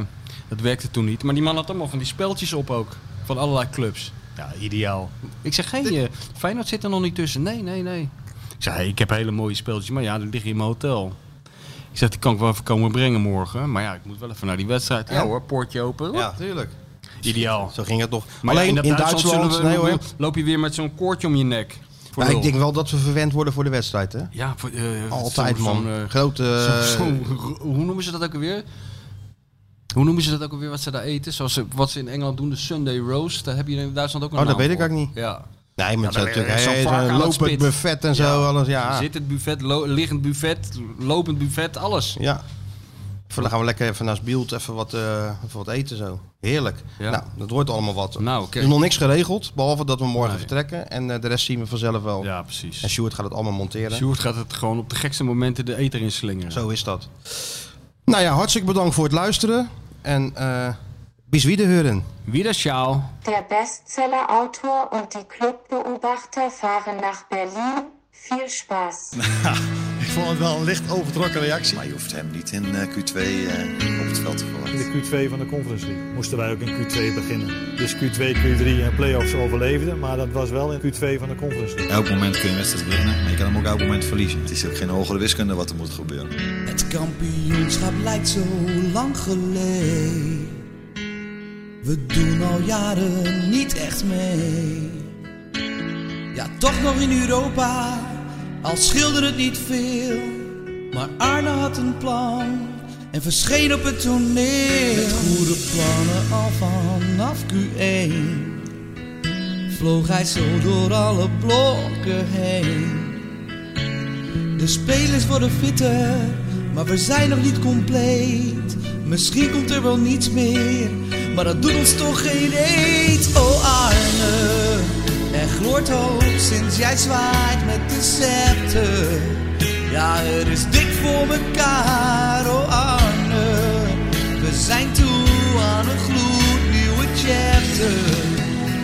[SPEAKER 4] dat werkte toen niet. Maar die man had allemaal van die speltjes op ook. Van allerlei clubs. Ja, ideaal. Ik zeg, geen je Feyenoord zit er nog niet tussen. Nee, nee, nee. Ik zei, hey, ik heb hele mooie speltjes, maar ja, die liggen in mijn hotel. Ik zeg, die kan ik wel even komen brengen morgen. Maar ja, ik moet wel even naar die wedstrijd. Ja,
[SPEAKER 3] Ja.
[SPEAKER 4] hoor, poortje open.
[SPEAKER 3] Ja, tuurlijk.
[SPEAKER 4] Ideaal.
[SPEAKER 3] Zo ging het toch.
[SPEAKER 4] Maar ja,
[SPEAKER 3] Alleen in
[SPEAKER 4] dat
[SPEAKER 3] Duitsland,
[SPEAKER 4] zullen we-
[SPEAKER 3] nee, hoor.
[SPEAKER 4] loop je weer met zo'n koordje om je nek. Voor
[SPEAKER 3] Maar ik
[SPEAKER 4] lul.
[SPEAKER 3] denk wel dat we verwend worden voor de wedstrijd, hè?
[SPEAKER 4] Ja, voor, eh,
[SPEAKER 3] Altijd,
[SPEAKER 4] zo'n-
[SPEAKER 3] man.
[SPEAKER 4] zo'n, eh,
[SPEAKER 3] Grote...
[SPEAKER 4] Zo- zo'n ro- hoe noemen ze dat ook alweer? Hoe noemen ze dat ook alweer wat ze daar eten? Zoals ze, wat ze in Engeland doen, de Sunday roast. Daar heb je in Duitsland ook een
[SPEAKER 3] Oh, dat
[SPEAKER 4] naam
[SPEAKER 3] weet ik
[SPEAKER 4] voor.
[SPEAKER 3] eigenlijk
[SPEAKER 4] Ja.
[SPEAKER 3] Nee, maar het
[SPEAKER 4] Ja,
[SPEAKER 3] is
[SPEAKER 4] dan-
[SPEAKER 3] natuurlijk
[SPEAKER 4] zo'n
[SPEAKER 3] hey, zo'n
[SPEAKER 4] vark aan het
[SPEAKER 3] lopend
[SPEAKER 4] spit.
[SPEAKER 3] buffet en zo. Alles, ja.
[SPEAKER 4] Zit het buffet, lo- liggend buffet, lopend buffet, alles.
[SPEAKER 3] Ja. Voor- Dan gaan we lekker even naast Bielt even wat, eh, even wat eten zo. Heerlijk.
[SPEAKER 4] Ja.
[SPEAKER 3] Nou, dat wordt allemaal wat.
[SPEAKER 4] Nou, oké.
[SPEAKER 3] Er is nog niks geregeld, behalve dat we morgen
[SPEAKER 4] Nee.
[SPEAKER 3] vertrekken. En eh, de rest zien we vanzelf wel.
[SPEAKER 4] Ja,
[SPEAKER 3] En
[SPEAKER 4] precies.
[SPEAKER 3] Stuart gaat het allemaal monteren.
[SPEAKER 4] Sjoerd gaat het gewoon op de gekste momenten de eter in slingeren.
[SPEAKER 3] Zo is dat. Nou ja, hartstikke bedankt voor het luisteren. En eh, bis wiederhören.
[SPEAKER 4] Wieder sjaal.
[SPEAKER 13] Der Bestseller-Autor und die Clubbeobachter fahren nach Berlin. Viel Spaß.
[SPEAKER 12] Ik vond het wel een licht overtrokken reactie. Maar je hoeft hem niet in eh, Q2 eh, op het veld te verwachten.
[SPEAKER 14] In de Q2 van de Conference League moesten wij ook in Q2 beginnen. Dus Q2, Q3 en playoffs overleefden, maar dat was wel in Q2 van de Conference League.
[SPEAKER 12] Elk moment kun je een wedstrijd winnen, maar je kan hem ook elk moment verliezen. Het is ook geen hogere wiskunde wat er moet gebeuren.
[SPEAKER 2] Het kampioenschap lijkt zo lang geleden. We doen al jaren niet echt mee. Ja, toch nog in Europa, al schilderde het niet veel. Maar Arne had een plan en verscheen op het toneel. Met goede plannen al vanaf Q1 vloog hij zo door alle blokken heen. De spelers worden fitter, maar we zijn nog niet compleet. Misschien komt er wel niets meer, maar dat doet ons toch geen eet. Oh Arne, er gloort hoop sinds jij zwaait met de scepter. Ja, het is dik voor mekaar, oh Arne. We zijn toe aan een gloednieuwe chapter.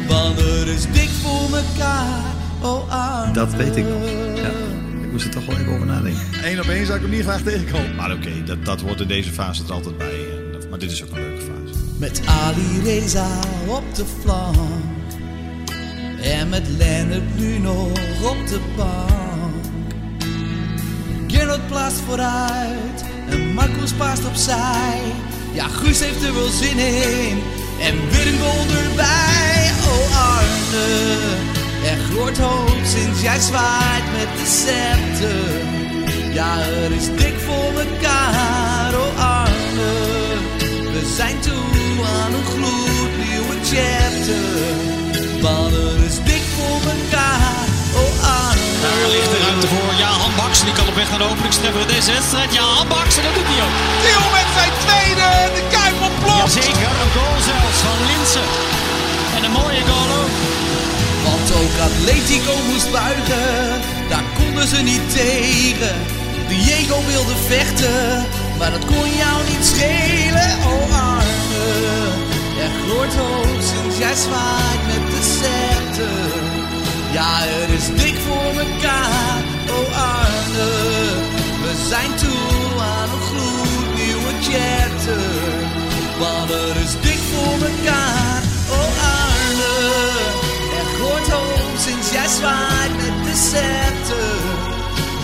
[SPEAKER 2] Want het is dik voor mekaar, oh Arne.
[SPEAKER 12] Dat weet ik nog. Ja, ik moest er toch wel even over nadenken. Eén op één zou ik hem niet graag tegenkomen. Maar oké, dat, dat hoort in deze fase er altijd bij. En dat- Maar dit is ook een leuke fase.
[SPEAKER 2] Met Ali Reza op de flank. En met Lennart nu nog op de bank. Gerard plaatst vooruit. En Marcus paast opzij. Ja, Guus heeft er wel zin in. En Willem erbij. Oh Arne, er gloort hoop sinds jij zwaait met de scepter. Ja, er is dik voor mekaar, oh Arne. We zijn toe aan een gloednieuwe chapter. Oh,
[SPEAKER 4] Bakstra voor deze wedstrijd. Ja, Bakstra, dat doet hij ook. Theo met zijn tweede, de Kuip ontploft. Jazeker, een goal zelfs van Linsen. En een mooie goal ook.
[SPEAKER 2] Want ook Atletico moest buigen, daar konden ze niet tegen. Diego wilde vechten, maar dat kon jou niet schelen, oh arme. Er gloort hoop sinds jij zwaait met de scepter. Ja, het is dik voor mekaar, oh arme. We zijn toe aan een gloednieuwe chapter. Want het is dik voor mekaar, oh arme. Er gloort hoop sinds jij zwaait met de scepter.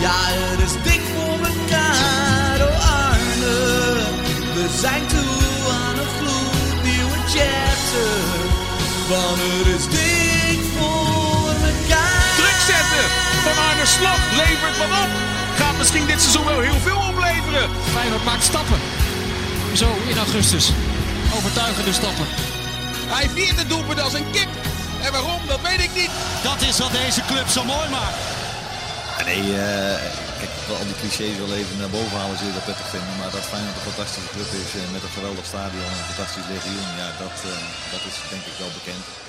[SPEAKER 2] Ja, het is dik voor elkaar, oh Arne. We zijn toe aan een gloednieuwe chapter. Want het is dik voor elkaar.
[SPEAKER 4] Druk zetten van Arne Slot levert wat op. Gaat misschien dit seizoen wel heel veel opleveren. Feyenoord maakt stappen. Zo in augustus. Overtuigende stappen. Hij viert het doelpunt als een kip. En waarom, dat weet ik niet. Dat is wat deze club zo mooi maakt.
[SPEAKER 5] Ja, nee, eh, kijk, ik wil al die clichés wel even naar boven halen, zul je dat prettig vinden. Maar dat Feyenoord een fantastische club is eh, met een geweldig stadion en een fantastisch legioen, ja, dat, eh, dat is denk ik wel bekend.